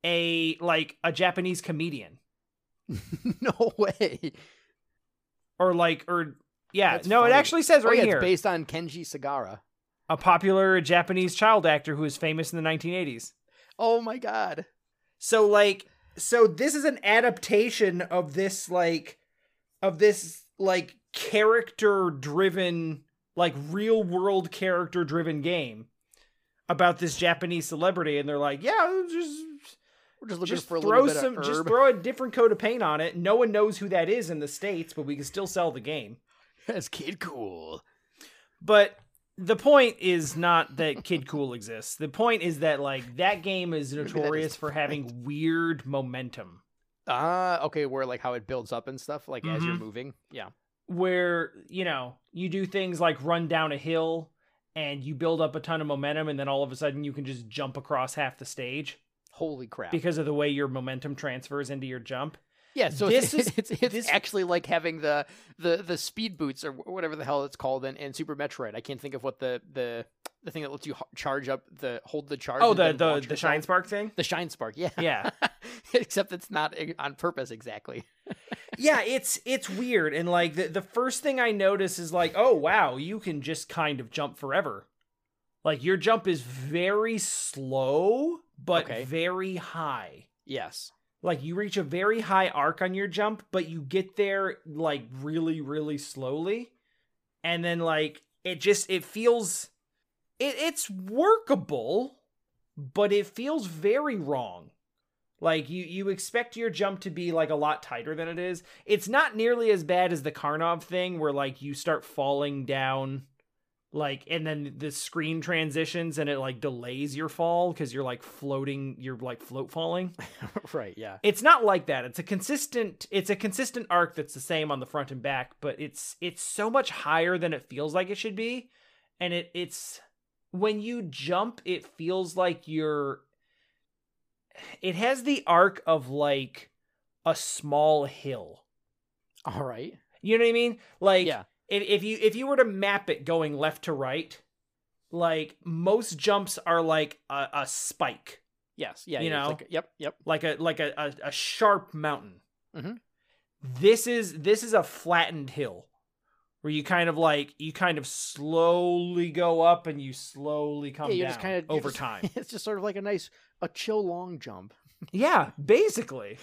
[SPEAKER 1] a like a Japanese comedian
[SPEAKER 2] no way.
[SPEAKER 1] or like or yeah,
[SPEAKER 2] That's
[SPEAKER 1] no,
[SPEAKER 2] funny.
[SPEAKER 1] it actually says
[SPEAKER 2] Oh,
[SPEAKER 1] right
[SPEAKER 2] yeah,
[SPEAKER 1] here
[SPEAKER 2] It's based on Kenji Sagara.
[SPEAKER 1] a popular Japanese child actor who was famous in the 1980s.
[SPEAKER 2] Oh my god.
[SPEAKER 1] So like so this is an adaptation of this like of this like character driven like real world character driven game about this Japanese celebrity and they're like, yeah, just
[SPEAKER 2] We're just looking
[SPEAKER 1] just
[SPEAKER 2] for a
[SPEAKER 1] throw
[SPEAKER 2] little bit
[SPEAKER 1] some
[SPEAKER 2] of
[SPEAKER 1] just
[SPEAKER 2] herb.
[SPEAKER 1] throw a different coat of paint on it. No one knows who that is in the states, but we can still sell the game.
[SPEAKER 2] That's kid cool.
[SPEAKER 1] But the point is not that Kid Cool exists. The point is that like that game is
[SPEAKER 2] Maybe that is
[SPEAKER 1] notorious
[SPEAKER 2] the
[SPEAKER 1] for having weird momentum.
[SPEAKER 2] Ah, okay, where like how it builds up and stuff, like as you're
[SPEAKER 1] Mhm.
[SPEAKER 2] moving. Yeah.
[SPEAKER 1] where you know you do things like run down a hill and you build up a ton of momentum and then all of a sudden you can just jump across half the stage
[SPEAKER 2] Holy crap.
[SPEAKER 1] because of the way your momentum transfers into your jump
[SPEAKER 2] yeah, so
[SPEAKER 1] this
[SPEAKER 2] it's,
[SPEAKER 1] is-
[SPEAKER 2] it's, it's
[SPEAKER 1] this-
[SPEAKER 2] actually like having the, the the speed boots or wh- whatever the hell it's called in, in Super Metroid. I can't think of what the the the thing that lets you h- charge up the hold the charge.
[SPEAKER 1] oh
[SPEAKER 2] and
[SPEAKER 1] the
[SPEAKER 2] then
[SPEAKER 1] the,
[SPEAKER 2] launch
[SPEAKER 1] the
[SPEAKER 2] yourself.
[SPEAKER 1] shine spark thing
[SPEAKER 2] the shine spark. Yeah,
[SPEAKER 1] yeah
[SPEAKER 2] except it's not i- on purpose exactly.
[SPEAKER 1] yeah it's it's weird and like the, the first thing i notice is like oh wow you can just kind of jump forever like your jump is very slow but
[SPEAKER 2] Okay.
[SPEAKER 1] very high
[SPEAKER 2] Yes.
[SPEAKER 1] like you reach a very high arc on your jump but you get there like really really slowly and then like it just it feels it, it's workable but it feels very wrong like you you expect your jump to be like a lot tighter than it is it's not nearly as bad as the karnov thing where like you start falling down like and then the screen transitions and it like delays your fall because you're like floating you're like float falling
[SPEAKER 2] right, yeah.
[SPEAKER 1] it's not like that it's a consistent it's a consistent arc that's the same on the front and back but it's it's so much higher than it feels like it should be and it it's when you jump it feels like you're it has the arc of like a small hill
[SPEAKER 2] All right.
[SPEAKER 1] you know what i mean like
[SPEAKER 2] yeah.
[SPEAKER 1] if, if you if you were to map it going left to right like most jumps are like a, a spike
[SPEAKER 2] Yes. Yeah.
[SPEAKER 1] you
[SPEAKER 2] yeah, it's
[SPEAKER 1] know?
[SPEAKER 2] like- yep. Yep.
[SPEAKER 1] like a like a a, a sharp mountain.
[SPEAKER 2] Mhm.
[SPEAKER 1] This is this is a flattened hill where you kind of like you kind of slowly go up and you slowly come
[SPEAKER 2] Yeah, you
[SPEAKER 1] down
[SPEAKER 2] just kinda- you
[SPEAKER 1] over
[SPEAKER 2] just-
[SPEAKER 1] time.
[SPEAKER 2] It's just sort of like a nice, a chill long jump.
[SPEAKER 1] yeah, basically.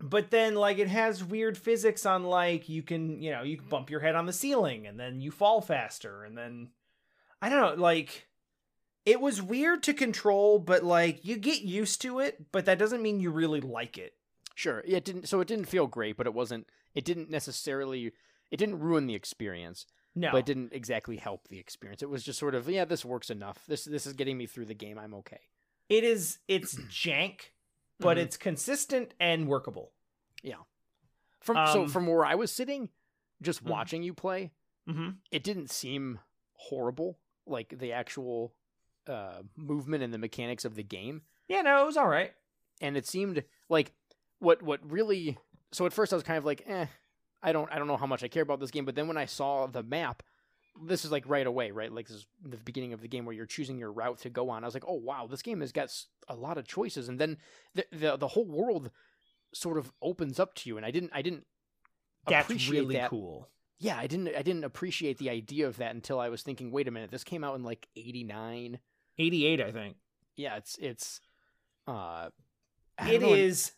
[SPEAKER 1] but then like it has weird physics on like you can, you know, you can bump your head on the ceiling and then you fall faster and then I don't know, like it was weird to control, but like you get used to it, but that doesn't mean you really like it.
[SPEAKER 2] Sure. Yeah, it didn't so it didn't feel great, but it wasn't it didn't necessarily it didn't ruin the experience,
[SPEAKER 1] No,
[SPEAKER 2] but it didn't exactly help the experience. It was just sort of, yeah, this works enough. This this is getting me through the game. I'm okay.
[SPEAKER 1] it is it's jank, but
[SPEAKER 2] Mhm.
[SPEAKER 1] it's consistent and workable.
[SPEAKER 2] From so
[SPEAKER 1] um,
[SPEAKER 2] from where I was sitting, just
[SPEAKER 1] Mhm.
[SPEAKER 2] watching you play,
[SPEAKER 1] Mm-hmm.
[SPEAKER 2] it didn't seem horrible. Like the actual uh movement and the mechanics of the game.
[SPEAKER 1] Yeah, no, it was all right.
[SPEAKER 2] and it seemed like what what really so at first I was kind of like eh I don't I don't know how much I care about this game but then when I saw the map this is like right away right like this is the beginning of the game where you're choosing your route to go on I was like oh wow this game has got s- a lot of choices and then the the, the whole world sort of opens up to you and I didn't I didn't
[SPEAKER 1] That's
[SPEAKER 2] appreciate
[SPEAKER 1] really
[SPEAKER 2] that.
[SPEAKER 1] cool.
[SPEAKER 2] yeah I didn't I didn't appreciate the idea of that until I was thinking wait a minute this came out in like 89
[SPEAKER 1] 88, I think.
[SPEAKER 2] yeah it's it's uh I don't
[SPEAKER 1] It
[SPEAKER 2] know, and-
[SPEAKER 1] is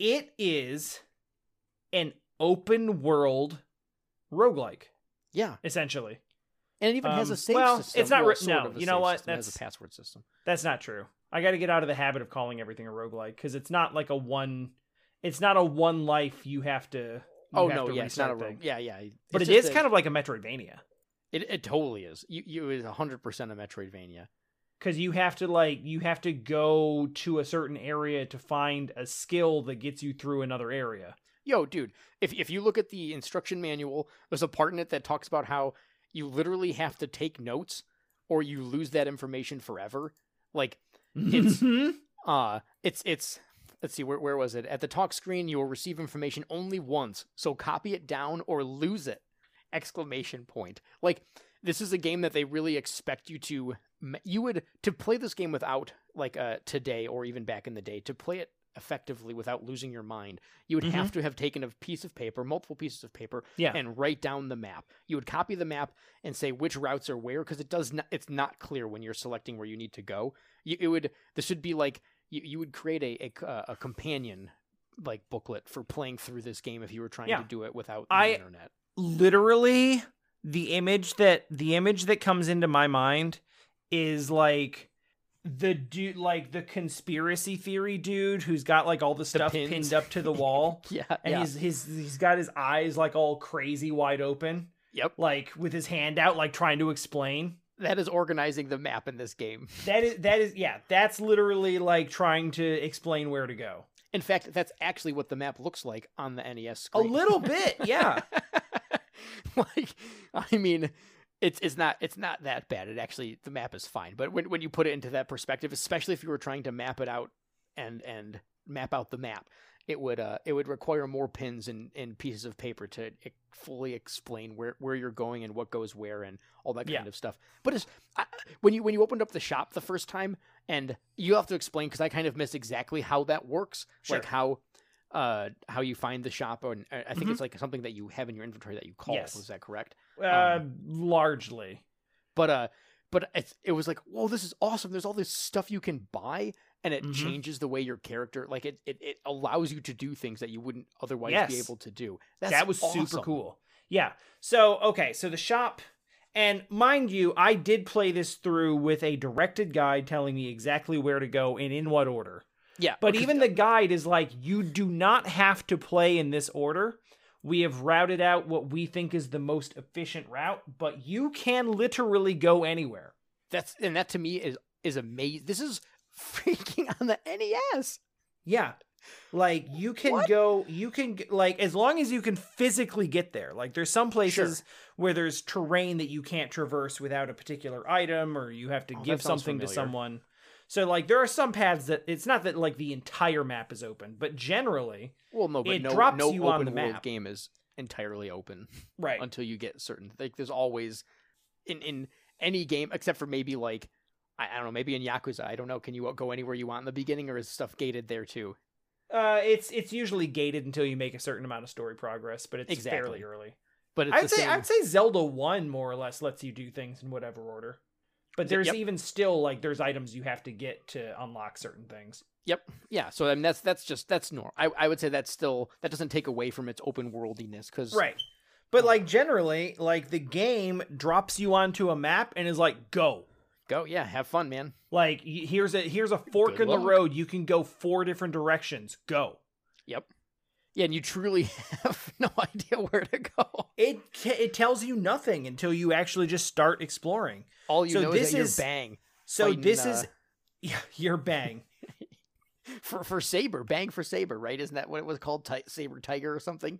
[SPEAKER 1] it is an open world roguelike,
[SPEAKER 2] yeah
[SPEAKER 1] essentially.
[SPEAKER 2] And it even has
[SPEAKER 1] Um,
[SPEAKER 2] a save
[SPEAKER 1] well,
[SPEAKER 2] system.
[SPEAKER 1] it's not
[SPEAKER 2] Well,
[SPEAKER 1] re-
[SPEAKER 2] sort
[SPEAKER 1] no,
[SPEAKER 2] of a
[SPEAKER 1] you know
[SPEAKER 2] save
[SPEAKER 1] what?
[SPEAKER 2] system. It has a
[SPEAKER 1] That's-
[SPEAKER 2] password system.
[SPEAKER 1] That's not true. I got to get out of the habit of calling everything a roguelike because it's not like a one. It's not a one life you have to. you
[SPEAKER 2] Oh
[SPEAKER 1] have
[SPEAKER 2] no,
[SPEAKER 1] to
[SPEAKER 2] yeah, it's not a
[SPEAKER 1] restart
[SPEAKER 2] rogue.
[SPEAKER 1] thing.
[SPEAKER 2] Yeah, yeah.
[SPEAKER 1] But
[SPEAKER 2] it's
[SPEAKER 1] it's
[SPEAKER 2] just a-
[SPEAKER 1] kind of like a Metroidvania
[SPEAKER 2] It, it totally is. You you is hundred percent a Metroidvania.
[SPEAKER 1] because you have to like you have to go to a certain area to find a skill that gets you through another area.
[SPEAKER 2] Yo, dude, if if you look at the instruction manual, there's a part in it that talks about how you literally have to take notes or you lose that information forever. Like It's- uh it's it's let's see where where was it at the talk screen you will receive information only once so copy it down or lose it exclamation point like this is a game that they really expect you to ma- you would to play this game without like uh today or even back in the day to play it effectively without losing your mind you would
[SPEAKER 1] Mhm.
[SPEAKER 2] have to have taken a piece of paper multiple pieces of paper
[SPEAKER 1] yeah,
[SPEAKER 2] and write down the map. You would copy the map and say which routes are where because it does not it's not clear when you're selecting where you need to go. You, it would this should be like you, you would create a a c- uh, a companion like booklet for playing through this game if you were trying
[SPEAKER 1] Yeah.
[SPEAKER 2] to do it without
[SPEAKER 1] I-
[SPEAKER 2] the internet.
[SPEAKER 1] literally the image that the image that comes into my mind is like the dude like the conspiracy theory dude who's got like all the stuff
[SPEAKER 2] pins.
[SPEAKER 1] pinned up to the wall
[SPEAKER 2] Yeah,
[SPEAKER 1] and
[SPEAKER 2] yeah.
[SPEAKER 1] he's his he's got his eyes like all crazy wide open
[SPEAKER 2] Yep.
[SPEAKER 1] like with his hand out like trying to explain
[SPEAKER 2] That is organizing the map in this game.
[SPEAKER 1] that is that is yeah that's literally like trying to explain where to go
[SPEAKER 2] In fact, that's actually what the map looks like on the NES
[SPEAKER 1] a
[SPEAKER 2] screen.
[SPEAKER 1] little bit yeah
[SPEAKER 2] like I mean it's it's not it's not that bad. It actually the map is fine. But when when you put it into that perspective, especially if you were trying to map it out and and map out the map, it would uh it would require more pins and, and pieces of paper to e- fully explain where, where you're going and what goes where and all that kind
[SPEAKER 1] Yeah.
[SPEAKER 2] of stuff. But it's I, when you when you opened up the shop the first time and you have to explain because I kind of missed exactly how that works,
[SPEAKER 1] Sure.
[SPEAKER 2] like how uh how you find the shop and I I think
[SPEAKER 1] Mhm.
[SPEAKER 2] it's like something that you have in your inventory that you call.
[SPEAKER 1] Yes.
[SPEAKER 2] Is that correct?
[SPEAKER 1] uh largely
[SPEAKER 2] But uh, but it, it was like, whoa, this is awesome. There's all this stuff you can buy, and it
[SPEAKER 1] Mhm.
[SPEAKER 2] changes the way your character like it, it it allows you to do things that you wouldn't otherwise be
[SPEAKER 1] Yes.
[SPEAKER 2] able to do. That's
[SPEAKER 1] that was
[SPEAKER 2] awesome.
[SPEAKER 1] super cool. Yeah. So okay, so the shop, and mind you, I did play this through with a directed guide telling me exactly where to go and in what order.
[SPEAKER 2] Yeah,
[SPEAKER 1] But
[SPEAKER 2] because-
[SPEAKER 1] even the guide is like, you do not have to play in this order. We have routed out what we think is the most efficient route, but you can literally go anywhere.
[SPEAKER 2] that's and that to me is is amazing. This is freaking on the E NES.
[SPEAKER 1] Yeah. Like you can
[SPEAKER 2] What?
[SPEAKER 1] go, you can g- like as long as you can physically get there. Like there's some places where there's terrain that you can't traverse without a particular item, or you have to
[SPEAKER 2] Oh, that
[SPEAKER 1] give
[SPEAKER 2] sounds
[SPEAKER 1] something to
[SPEAKER 2] familiar.
[SPEAKER 1] someone. So like there are some paths that it's not that like the entire map is open, but generally,
[SPEAKER 2] Well, no, but
[SPEAKER 1] It
[SPEAKER 2] no,
[SPEAKER 1] drops
[SPEAKER 2] no
[SPEAKER 1] you
[SPEAKER 2] open
[SPEAKER 1] on the
[SPEAKER 2] world
[SPEAKER 1] map.
[SPEAKER 2] game is entirely open.
[SPEAKER 1] right?
[SPEAKER 2] until you get certain like there's always in in any game except for maybe like I, I don't know maybe in Yakuza I don't know can you go anywhere you want in the beginning or is stuff gated there too
[SPEAKER 1] Uh, it's it's usually gated until you make a certain amount of story progress, but it's
[SPEAKER 2] Exactly.
[SPEAKER 1] fairly early.
[SPEAKER 2] but it's the
[SPEAKER 1] I'd say
[SPEAKER 2] same
[SPEAKER 1] I'd say Zelda One more or less lets you do things in whatever order, but
[SPEAKER 2] Is it-
[SPEAKER 1] there's
[SPEAKER 2] yep.
[SPEAKER 1] even still like there's items you have to get to unlock certain things.
[SPEAKER 2] yeah so I mean that's that's just that's normal I, I would say that's still that doesn't take away from its open worldiness because
[SPEAKER 1] Right. But
[SPEAKER 2] Oh.
[SPEAKER 1] like generally, like the game drops you onto a map and is like, go.
[SPEAKER 2] Go, yeah, have fun, man.
[SPEAKER 1] Like y- here's a here's a fork
[SPEAKER 2] Good
[SPEAKER 1] in the
[SPEAKER 2] luck.
[SPEAKER 1] road. You can go four different directions. Go.
[SPEAKER 2] Yep. Yeah, and you truly have no idea where to go.
[SPEAKER 1] It ca- it tells you nothing until you actually just start exploring.
[SPEAKER 2] All you
[SPEAKER 1] So
[SPEAKER 2] know
[SPEAKER 1] this
[SPEAKER 2] is that
[SPEAKER 1] is-
[SPEAKER 2] you're bang
[SPEAKER 1] So
[SPEAKER 2] Fighting,
[SPEAKER 1] this is
[SPEAKER 2] uh,
[SPEAKER 1] yeah, your bang.
[SPEAKER 2] for for saber, bang for saber, right? Isn't that what it was called, Ti- saber tiger or something?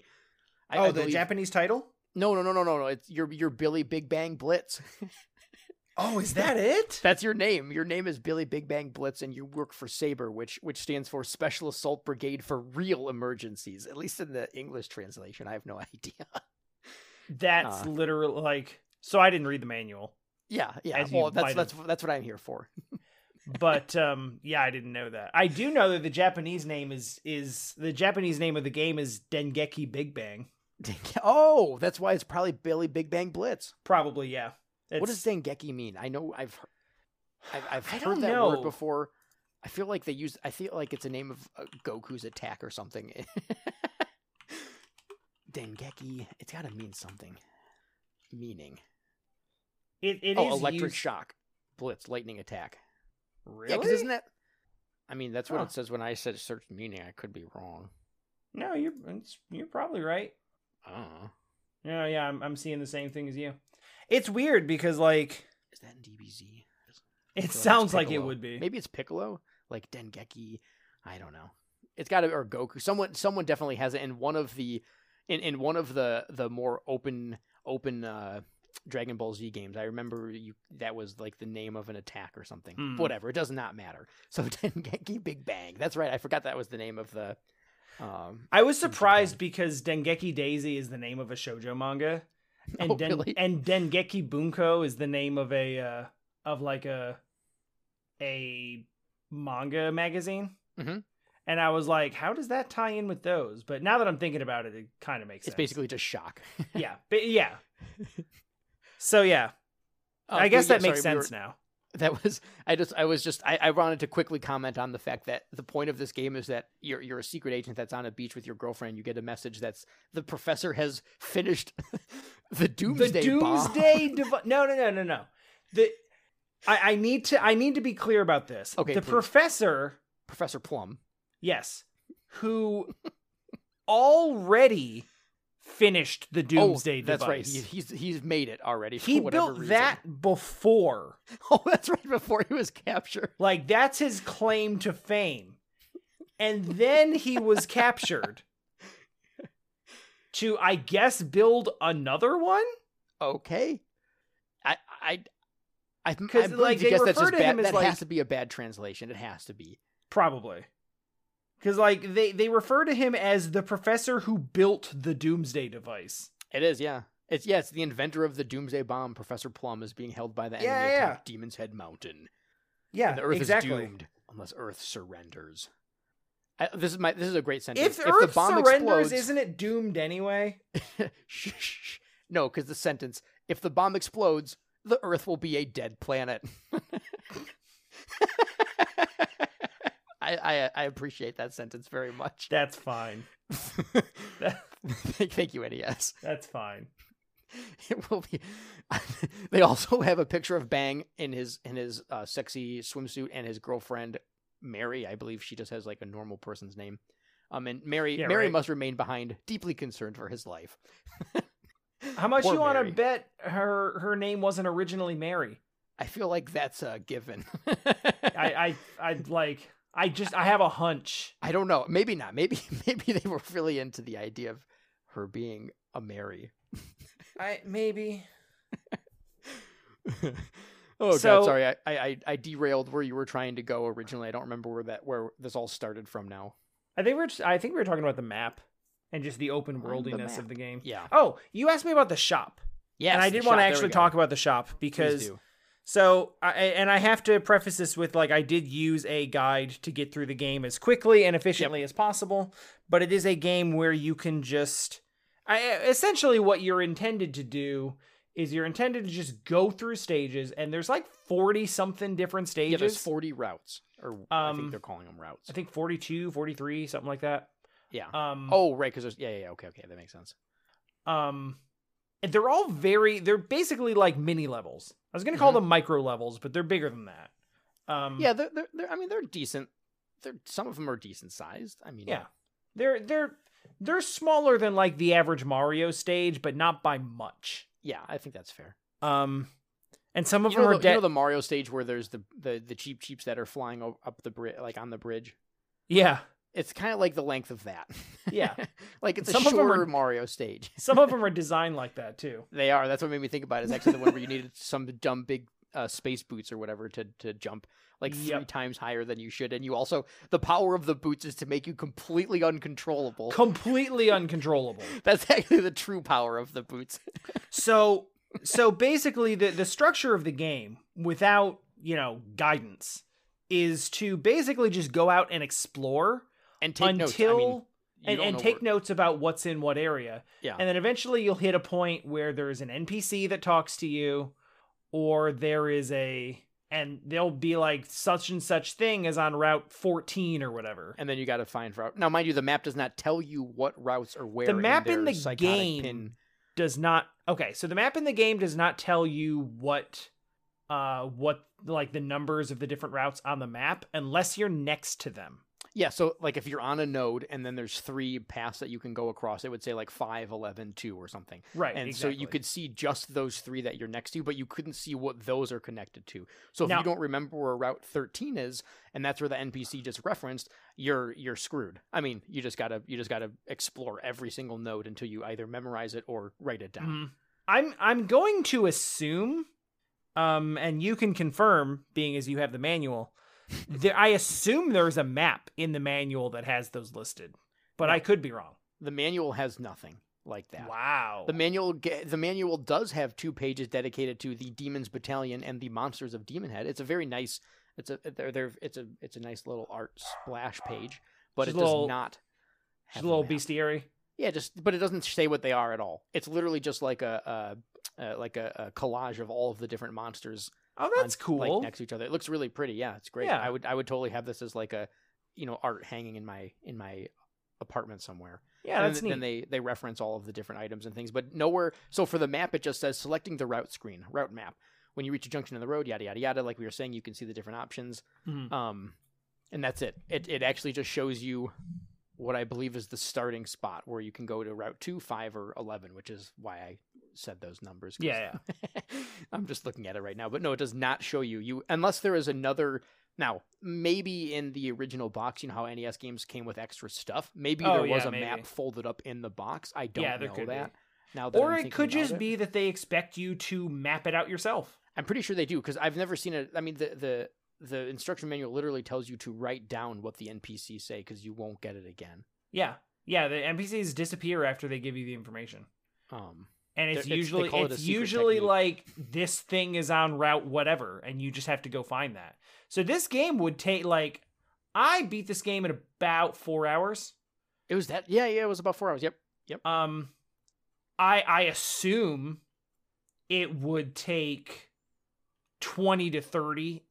[SPEAKER 2] I,
[SPEAKER 1] oh,
[SPEAKER 2] I
[SPEAKER 1] the
[SPEAKER 2] believe-
[SPEAKER 1] Japanese title.
[SPEAKER 2] No, no, no, no, no, no. It's your your Billy Big Bang Blitz.
[SPEAKER 1] Oh, is that it?
[SPEAKER 2] That's your name. Your name is Billy Big Bang Blitz, and you work for Saber, which which stands for Special Assault Brigade for Real Emergencies. At least in the English translation, I have no idea.
[SPEAKER 1] That's
[SPEAKER 2] Uh.
[SPEAKER 1] literally like. So I didn't read the manual,
[SPEAKER 2] yeah, yeah.
[SPEAKER 1] As you
[SPEAKER 2] Well, that's
[SPEAKER 1] might have-
[SPEAKER 2] that's that's what I'm here for.
[SPEAKER 1] but um, yeah, I didn't know that. I do know that the Japanese name is is the Japanese name of the game is Dengeki Big Bang.
[SPEAKER 2] oh, that's why it's probably Billy Big Bang Blitz.
[SPEAKER 1] Probably, yeah. It's,
[SPEAKER 2] What does Dengeki mean? I know I've heard, I've, I've
[SPEAKER 1] I
[SPEAKER 2] heard
[SPEAKER 1] don't
[SPEAKER 2] that
[SPEAKER 1] know.
[SPEAKER 2] word before. I feel like they use. I feel like it's a name of uh, Goku's attack or something. Dengeki. It's got to mean something. Meaning.
[SPEAKER 1] It, it is
[SPEAKER 2] oh, electric
[SPEAKER 1] used-
[SPEAKER 2] shock, blitz, lightning attack.
[SPEAKER 1] Really?
[SPEAKER 2] Yeah, because isn't that? I mean, that's what
[SPEAKER 1] Huh.
[SPEAKER 2] it says when I said search meaning. I could be wrong.
[SPEAKER 1] No, you're it's, you're probably right.
[SPEAKER 2] I don't know.
[SPEAKER 1] Yeah, yeah, I'm I'm seeing the same thing as you. It's weird because like
[SPEAKER 2] Is that in DBZ? I feel
[SPEAKER 1] it
[SPEAKER 2] it's
[SPEAKER 1] sounds like it
[SPEAKER 2] Piccolo.
[SPEAKER 1] would be.
[SPEAKER 2] Maybe it's Piccolo, like Dengeki. I don't know. It's got to or Goku. Someone, someone definitely has it in one of the, in, in one of the the more open open uh Dragon Ball Z games. I remember you that was like the name of an attack or something.
[SPEAKER 1] Hmm.
[SPEAKER 2] Whatever, it does not matter. So Dengeki Big Bang. That's right. I forgot that was the name of the. Um,
[SPEAKER 1] I was surprised because Dengeki Daisy is the name of a shoujo manga, and
[SPEAKER 2] Oh,
[SPEAKER 1] Den-
[SPEAKER 2] really?
[SPEAKER 1] and Dengeki Bunko is the name of a uh, of like a a manga magazine.
[SPEAKER 2] Mhm.
[SPEAKER 1] And I was like, how does that tie in with those? But now that I'm thinking about it, it kind of makes
[SPEAKER 2] it's
[SPEAKER 1] sense.
[SPEAKER 2] basically just shock.
[SPEAKER 1] yeah, but yeah. So yeah,
[SPEAKER 2] Oh, Uh,
[SPEAKER 1] I guess that makes sense
[SPEAKER 2] now.
[SPEAKER 1] now.
[SPEAKER 2] that was i just i was just I, I wanted to quickly comment on the fact that the point of this game is that you're you're a secret agent that's on a beach with your girlfriend you get a message that's the professor has finished the doomsday
[SPEAKER 1] the
[SPEAKER 2] bomb."
[SPEAKER 1] doomsday devi- no no no no no the I, I need to i need to be clear about this
[SPEAKER 2] Okay,
[SPEAKER 1] the
[SPEAKER 2] please.
[SPEAKER 1] professor
[SPEAKER 2] professor plum
[SPEAKER 1] yes who already finished the doomsday
[SPEAKER 2] oh, that's right
[SPEAKER 1] device
[SPEAKER 2] he, he's he's made it already for
[SPEAKER 1] he
[SPEAKER 2] whatever
[SPEAKER 1] built
[SPEAKER 2] reason.
[SPEAKER 1] that before
[SPEAKER 2] oh that's right before he was captured
[SPEAKER 1] like that's his claim to fame and then he was captured to i guess build another one
[SPEAKER 2] okay i i I, I'm
[SPEAKER 1] 'Cause,
[SPEAKER 2] willing
[SPEAKER 1] like,
[SPEAKER 2] to
[SPEAKER 1] they
[SPEAKER 2] guess that's
[SPEAKER 1] refer to
[SPEAKER 2] just bad.
[SPEAKER 1] him as,
[SPEAKER 2] that
[SPEAKER 1] like-
[SPEAKER 2] has to be a bad translation. It has to be.
[SPEAKER 1] Probably. Cause like they, they refer to him as the professor who built the doomsday device.
[SPEAKER 2] It is, yeah. It's yeah, it's the inventor of the doomsday bomb, Professor Plum, is being held by the
[SPEAKER 1] Yeah,
[SPEAKER 2] enemy
[SPEAKER 1] yeah.
[SPEAKER 2] atop Demon's Head Mountain.
[SPEAKER 1] Yeah,
[SPEAKER 2] And the Earth
[SPEAKER 1] exactly.
[SPEAKER 2] is doomed unless Earth surrenders. I, this is my this is a great sentence.
[SPEAKER 1] If, Earth
[SPEAKER 2] the bomb
[SPEAKER 1] surrenders,
[SPEAKER 2] explodes,
[SPEAKER 1] isn't it doomed anyway?
[SPEAKER 2] shh, shh, shh. no, because the sentence: if the bomb explodes, the Earth will be a dead planet. I, I I appreciate that sentence very much.
[SPEAKER 1] That's fine.
[SPEAKER 2] Thank you, E NES.
[SPEAKER 1] That's fine.
[SPEAKER 2] it will be they also have a picture of bang in his in his uh, sexy swimsuit and his girlfriend mary i believe she just has like a normal person's name um and mary
[SPEAKER 1] Yeah,
[SPEAKER 2] mary
[SPEAKER 1] right.
[SPEAKER 2] must remain behind deeply concerned for his life
[SPEAKER 1] How much
[SPEAKER 2] Poor
[SPEAKER 1] you want
[SPEAKER 2] Mary.
[SPEAKER 1] to bet her her name wasn't originally Mary?
[SPEAKER 2] i feel like that's a given
[SPEAKER 1] I I I like I just I have a hunch.
[SPEAKER 2] I don't know maybe not maybe maybe they were really into the idea of her being a mary
[SPEAKER 1] I maybe.
[SPEAKER 2] oh
[SPEAKER 1] So-
[SPEAKER 2] god sorry I, I I- i derailed where you were trying to go originally i don't remember where that where this all started from now
[SPEAKER 1] I think we're just, I think we were talking about the map and just the open
[SPEAKER 2] the
[SPEAKER 1] worldiness of
[SPEAKER 2] map.
[SPEAKER 1] the game.
[SPEAKER 2] yeah
[SPEAKER 1] Oh, you asked me about the shop.
[SPEAKER 2] Yes,
[SPEAKER 1] and I
[SPEAKER 2] the
[SPEAKER 1] did want to
[SPEAKER 2] shop. There we
[SPEAKER 1] actually
[SPEAKER 2] go.
[SPEAKER 1] talk about the shop
[SPEAKER 2] Please
[SPEAKER 1] because
[SPEAKER 2] do.
[SPEAKER 1] So, I, and I have to preface this with like, I did use a guide to get through the game as quickly and efficiently as possible, but it is a game where you can just. I, essentially, what you're intended to do is you're intended to just go through stages, and there's like 40 something different stages.
[SPEAKER 2] yeah, there's 40 routes, or I
[SPEAKER 1] Um,
[SPEAKER 2] think they're calling them routes.
[SPEAKER 1] I think 42, 43, something like that.
[SPEAKER 2] yeah.
[SPEAKER 1] Um,
[SPEAKER 2] oh, right, because there's yeah, yeah, yeah, okay, okay, that makes sense.
[SPEAKER 1] um And they're all very they're basically like mini levels. I was gonna call
[SPEAKER 2] Mhm.
[SPEAKER 1] them micro levels, but they're bigger than that. Um,
[SPEAKER 2] Yeah, they're, they're, they're I mean they're decent. They're some of them are decent sized. I mean,
[SPEAKER 1] yeah, they're they're they're smaller than like the average Mario stage, but not by much.
[SPEAKER 2] yeah, I think that's fair.
[SPEAKER 1] Um, and some of
[SPEAKER 2] You
[SPEAKER 1] them
[SPEAKER 2] know,
[SPEAKER 1] are
[SPEAKER 2] the,
[SPEAKER 1] dead.
[SPEAKER 2] you know the Mario stage where there's the the, the cheap cheaps that are flying o- up the bridge, like on the bridge.
[SPEAKER 1] yeah,
[SPEAKER 2] It's kind of like the length of that.
[SPEAKER 1] Yeah.
[SPEAKER 2] like it's
[SPEAKER 1] Some
[SPEAKER 2] a
[SPEAKER 1] of 'em are-
[SPEAKER 2] shorter Mario stage.
[SPEAKER 1] some of them are designed like that too.
[SPEAKER 2] They are. That's what made me think about. It, is actually the one where you needed some dumb big uh, space boots or whatever to to jump like three
[SPEAKER 1] Yep.
[SPEAKER 2] times higher than you should, and you also the power of the boots is to make you completely uncontrollable.
[SPEAKER 1] Completely uncontrollable.
[SPEAKER 2] That's actually the true power of the boots.
[SPEAKER 1] So so basically the the structure of the game without, you know, guidance is to basically just go out and explore
[SPEAKER 2] And take notes. I
[SPEAKER 1] until
[SPEAKER 2] mean, you
[SPEAKER 1] and,
[SPEAKER 2] don't
[SPEAKER 1] and
[SPEAKER 2] know
[SPEAKER 1] take
[SPEAKER 2] where-
[SPEAKER 1] notes about what's in what area.
[SPEAKER 2] Yeah.
[SPEAKER 1] And then eventually you'll hit a point where there's an NPC that talks to you, or there is a and they'll be like such and such thing is on route 14 or whatever.
[SPEAKER 2] and then you got to find route. Now, mind you, the map does not tell you what routes or where.
[SPEAKER 1] The map
[SPEAKER 2] in,
[SPEAKER 1] in
[SPEAKER 2] their
[SPEAKER 1] the
[SPEAKER 2] psychotic
[SPEAKER 1] game
[SPEAKER 2] pin-
[SPEAKER 1] does not okay so the map in the game does not tell you what uh what like the numbers of the different routes on the map unless you're next to them
[SPEAKER 2] Yeah, so like if you're on a node and then there's three paths that you can go across, it would say like 5, 11, 2 or something.
[SPEAKER 1] right
[SPEAKER 2] and so you
[SPEAKER 1] exactly.
[SPEAKER 2] could see just those three that you're next to, but you couldn't see what those are connected to. So if
[SPEAKER 1] Now-
[SPEAKER 2] you don't remember where Route 13 is, and that's where the NPC just referenced, you're you're screwed. I mean, you just gotta you just gotta explore every single node until you either memorize it or write it down.
[SPEAKER 1] Mhm. i'm i'm going to assume um and you can confirm being as you have the manual there i assume there's a map in the manual that has those listed but i
[SPEAKER 2] No.
[SPEAKER 1] could be wrong
[SPEAKER 2] The manual has nothing like that.
[SPEAKER 1] wow
[SPEAKER 2] The manual ge- the manual does have two pages dedicated to the Demons Battalion and the Monsters of Demon Head. It's a very nice it's a they're, they're, it's a it's a nice little art splash page, but
[SPEAKER 1] Just
[SPEAKER 2] it
[SPEAKER 1] a little-
[SPEAKER 2] does not
[SPEAKER 1] Just
[SPEAKER 2] have
[SPEAKER 1] a little
[SPEAKER 2] map.
[SPEAKER 1] bestiary
[SPEAKER 2] Yeah, just but it doesn't say what they are at all. It's literally just like a, a, uh like a, a collage of all of the different monsters
[SPEAKER 1] oh
[SPEAKER 2] on-
[SPEAKER 1] that's cool
[SPEAKER 2] like next to each other. It looks really pretty. Yeah, it's great.
[SPEAKER 1] Yeah.
[SPEAKER 2] I would I would totally have this as like a you know art hanging in my in my apartment somewhere
[SPEAKER 1] yeah
[SPEAKER 2] and
[SPEAKER 1] that's
[SPEAKER 2] then,
[SPEAKER 1] neat
[SPEAKER 2] then they they reference all of the different items and things, but nowhere. So for the map, it just says selecting the route screen, route map. When you reach a junction in the road, yada yada yada. Like we were saying, you can see the different options.
[SPEAKER 1] Mhm.
[SPEAKER 2] Um, and that's it. It it actually just shows you what I believe is the starting spot where you can go to route two, five, or eleven, which is why I said those numbers. 'cause
[SPEAKER 1] Yeah,
[SPEAKER 2] I'm just looking at it right now, but no, it does not show you. You unless there is another. Now, maybe in the original box, you know how NES games came with extra stuff. Maybe
[SPEAKER 1] Oh,
[SPEAKER 2] there was
[SPEAKER 1] yeah,
[SPEAKER 2] a
[SPEAKER 1] maybe.
[SPEAKER 2] map folded up in the box. I don't
[SPEAKER 1] Yeah, there
[SPEAKER 2] know
[SPEAKER 1] could be.
[SPEAKER 2] that. Now, that
[SPEAKER 1] or
[SPEAKER 2] I'm
[SPEAKER 1] it
[SPEAKER 2] thinking
[SPEAKER 1] could
[SPEAKER 2] about
[SPEAKER 1] just
[SPEAKER 2] it.
[SPEAKER 1] be that they expect you to map it out yourself
[SPEAKER 2] I'm pretty sure they do because I've never seen it. I mean, the the the instruction manual literally tells you to write down what the NPCs say because you won't get it again.
[SPEAKER 1] Yeah, yeah. The NPCs disappear after they give you the information,
[SPEAKER 2] Um,
[SPEAKER 1] and it's
[SPEAKER 2] They're- it's- they
[SPEAKER 1] usually
[SPEAKER 2] call it
[SPEAKER 1] it's,
[SPEAKER 2] a secret
[SPEAKER 1] usually
[SPEAKER 2] technique.
[SPEAKER 1] like this thing is on route whatever, and you just have to go find that. So this game would take like I beat this game in about four hours.
[SPEAKER 2] it was that. Yeah, yeah, it was about four hours. Yep.
[SPEAKER 1] Um, I I assume it would take twenty to thirty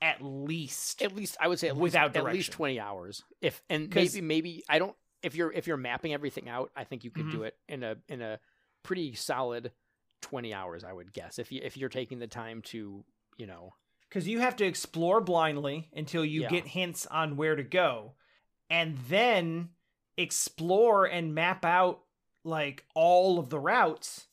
[SPEAKER 1] at least.
[SPEAKER 2] at least I would say at
[SPEAKER 1] Without
[SPEAKER 2] least, at least
[SPEAKER 1] direction.
[SPEAKER 2] twenty hours. If and
[SPEAKER 1] 'Cause-
[SPEAKER 2] maybe maybe I don't if you're if you're mapping everything out, I think you could do it in a in a pretty solid twenty hours. I would guess if you if you're taking the time to you know
[SPEAKER 1] because you have to explore blindly until you
[SPEAKER 2] Yeah.
[SPEAKER 1] get hints on where to go and then explore and map out like all of the routes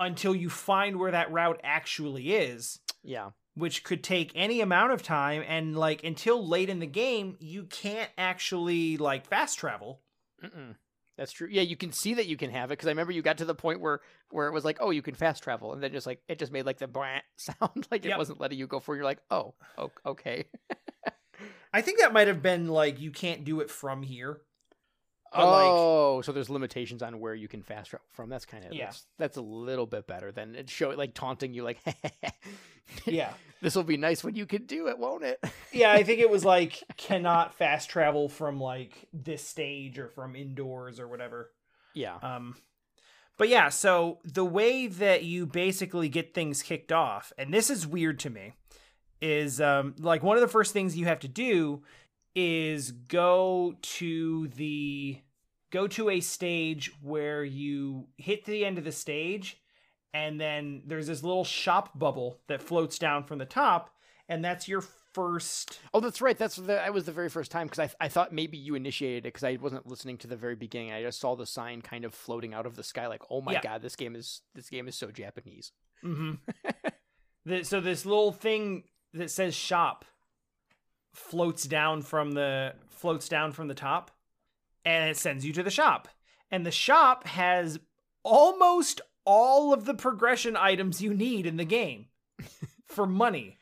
[SPEAKER 1] until you find where that route actually is
[SPEAKER 2] yeah
[SPEAKER 1] which could take any amount of time and like until late in the game you can't actually like fast travel
[SPEAKER 2] Mm-mm. that's true. Yeah, you can see that you can have it because I remember you got to the point where where it was like oh you can fast travel and then just like it just made like the brant sound like
[SPEAKER 1] Yep.
[SPEAKER 2] it wasn't letting you go for. You're like oh o- okay.
[SPEAKER 1] i think that might have been like you can't do it from here But, like-
[SPEAKER 2] oh, so there's limitations on where you can fast travel from. That's kind of
[SPEAKER 1] Yeah.
[SPEAKER 2] that's, that's a little bit better than it show like taunting you like
[SPEAKER 1] yeah
[SPEAKER 2] this will be nice when you can do it, won't it?
[SPEAKER 1] yeah, I think it was like cannot fast travel from like this stage or from indoors or whatever.
[SPEAKER 2] yeah.
[SPEAKER 1] Um but yeah, so the way that you basically get things kicked off, and this is weird to me, is um like one of the first things you have to do is go to the go to a stage where you hit the end of the stage and then there's this little shop bubble that floats down from the top, and that's your first.
[SPEAKER 2] Oh, that's right. That's the, that was the very first time because I, I thought maybe you initiated it because I wasn't listening to the very beginning. I just saw the sign kind of floating out of the sky, like, "Oh my
[SPEAKER 1] Yeah.
[SPEAKER 2] god, this game is this game is so Japanese."
[SPEAKER 1] Mm-hmm. the, so this little thing that says shop floats down from the floats down from the top, and it sends you to the shop. And the shop has almost all of the progression items you need in the game for money.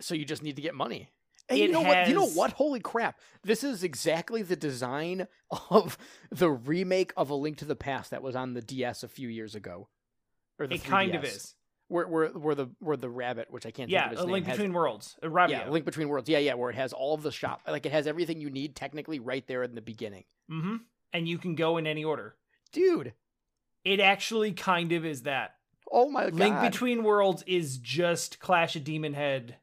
[SPEAKER 2] So you just need to get money. And you
[SPEAKER 1] It
[SPEAKER 2] know what? You know
[SPEAKER 1] has-
[SPEAKER 2] what? Holy crap! This is exactly the design of the remake of A Link to the Past that was on the DS a few years ago. Or
[SPEAKER 1] It kind of
[SPEAKER 2] 3DS.
[SPEAKER 1] is.
[SPEAKER 2] Where, where, where the where the rabbit, which I can't
[SPEAKER 1] Yeah,
[SPEAKER 2] think of
[SPEAKER 1] a
[SPEAKER 2] his name,
[SPEAKER 1] link
[SPEAKER 2] has-
[SPEAKER 1] between worlds. A Rabia.
[SPEAKER 2] yeah, Link Between Worlds, yeah, yeah, where it has all of the shop, like it has everything you need technically right there in the beginning.
[SPEAKER 1] Mm-hmm. And you can go in any order.
[SPEAKER 2] Dude,
[SPEAKER 1] It actually kind of is that.
[SPEAKER 2] oh my god,
[SPEAKER 1] Link Between Worlds is just Clash of Demon Head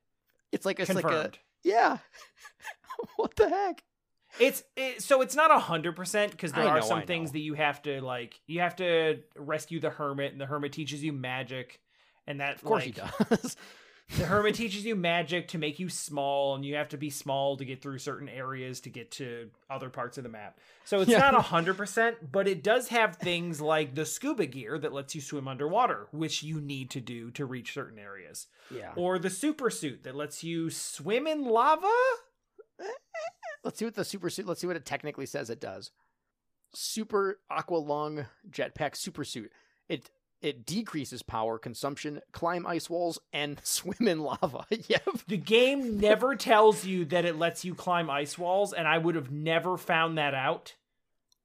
[SPEAKER 2] it's like it's
[SPEAKER 1] confirmed.
[SPEAKER 2] like a yeah. what the heck?
[SPEAKER 1] It's it, so it's not a hundred percent because there
[SPEAKER 2] I
[SPEAKER 1] are
[SPEAKER 2] know,
[SPEAKER 1] some
[SPEAKER 2] I
[SPEAKER 1] things
[SPEAKER 2] know.
[SPEAKER 1] that you have to like. You have to rescue the hermit, and the hermit teaches you magic, and that
[SPEAKER 2] Of course
[SPEAKER 1] like,
[SPEAKER 2] he does.
[SPEAKER 1] the hermit teaches you magic to make you small, and you have to be small to get through certain areas to get to other parts of the map. So it's
[SPEAKER 2] Yeah.
[SPEAKER 1] not a hundred percent, but it does have things like the scuba gear that lets you swim underwater, which you need to do to reach certain areas,
[SPEAKER 2] yeah.
[SPEAKER 1] or the super suit that lets you swim in lava.
[SPEAKER 2] Let's see what the super suit. Let's see what it technically says it does. Super aqua lung jetpack super suit. It it decreases power consumption, climb ice walls, and swim in lava. yep.
[SPEAKER 1] The game never tells you that it lets you climb ice walls, and I would have never found that out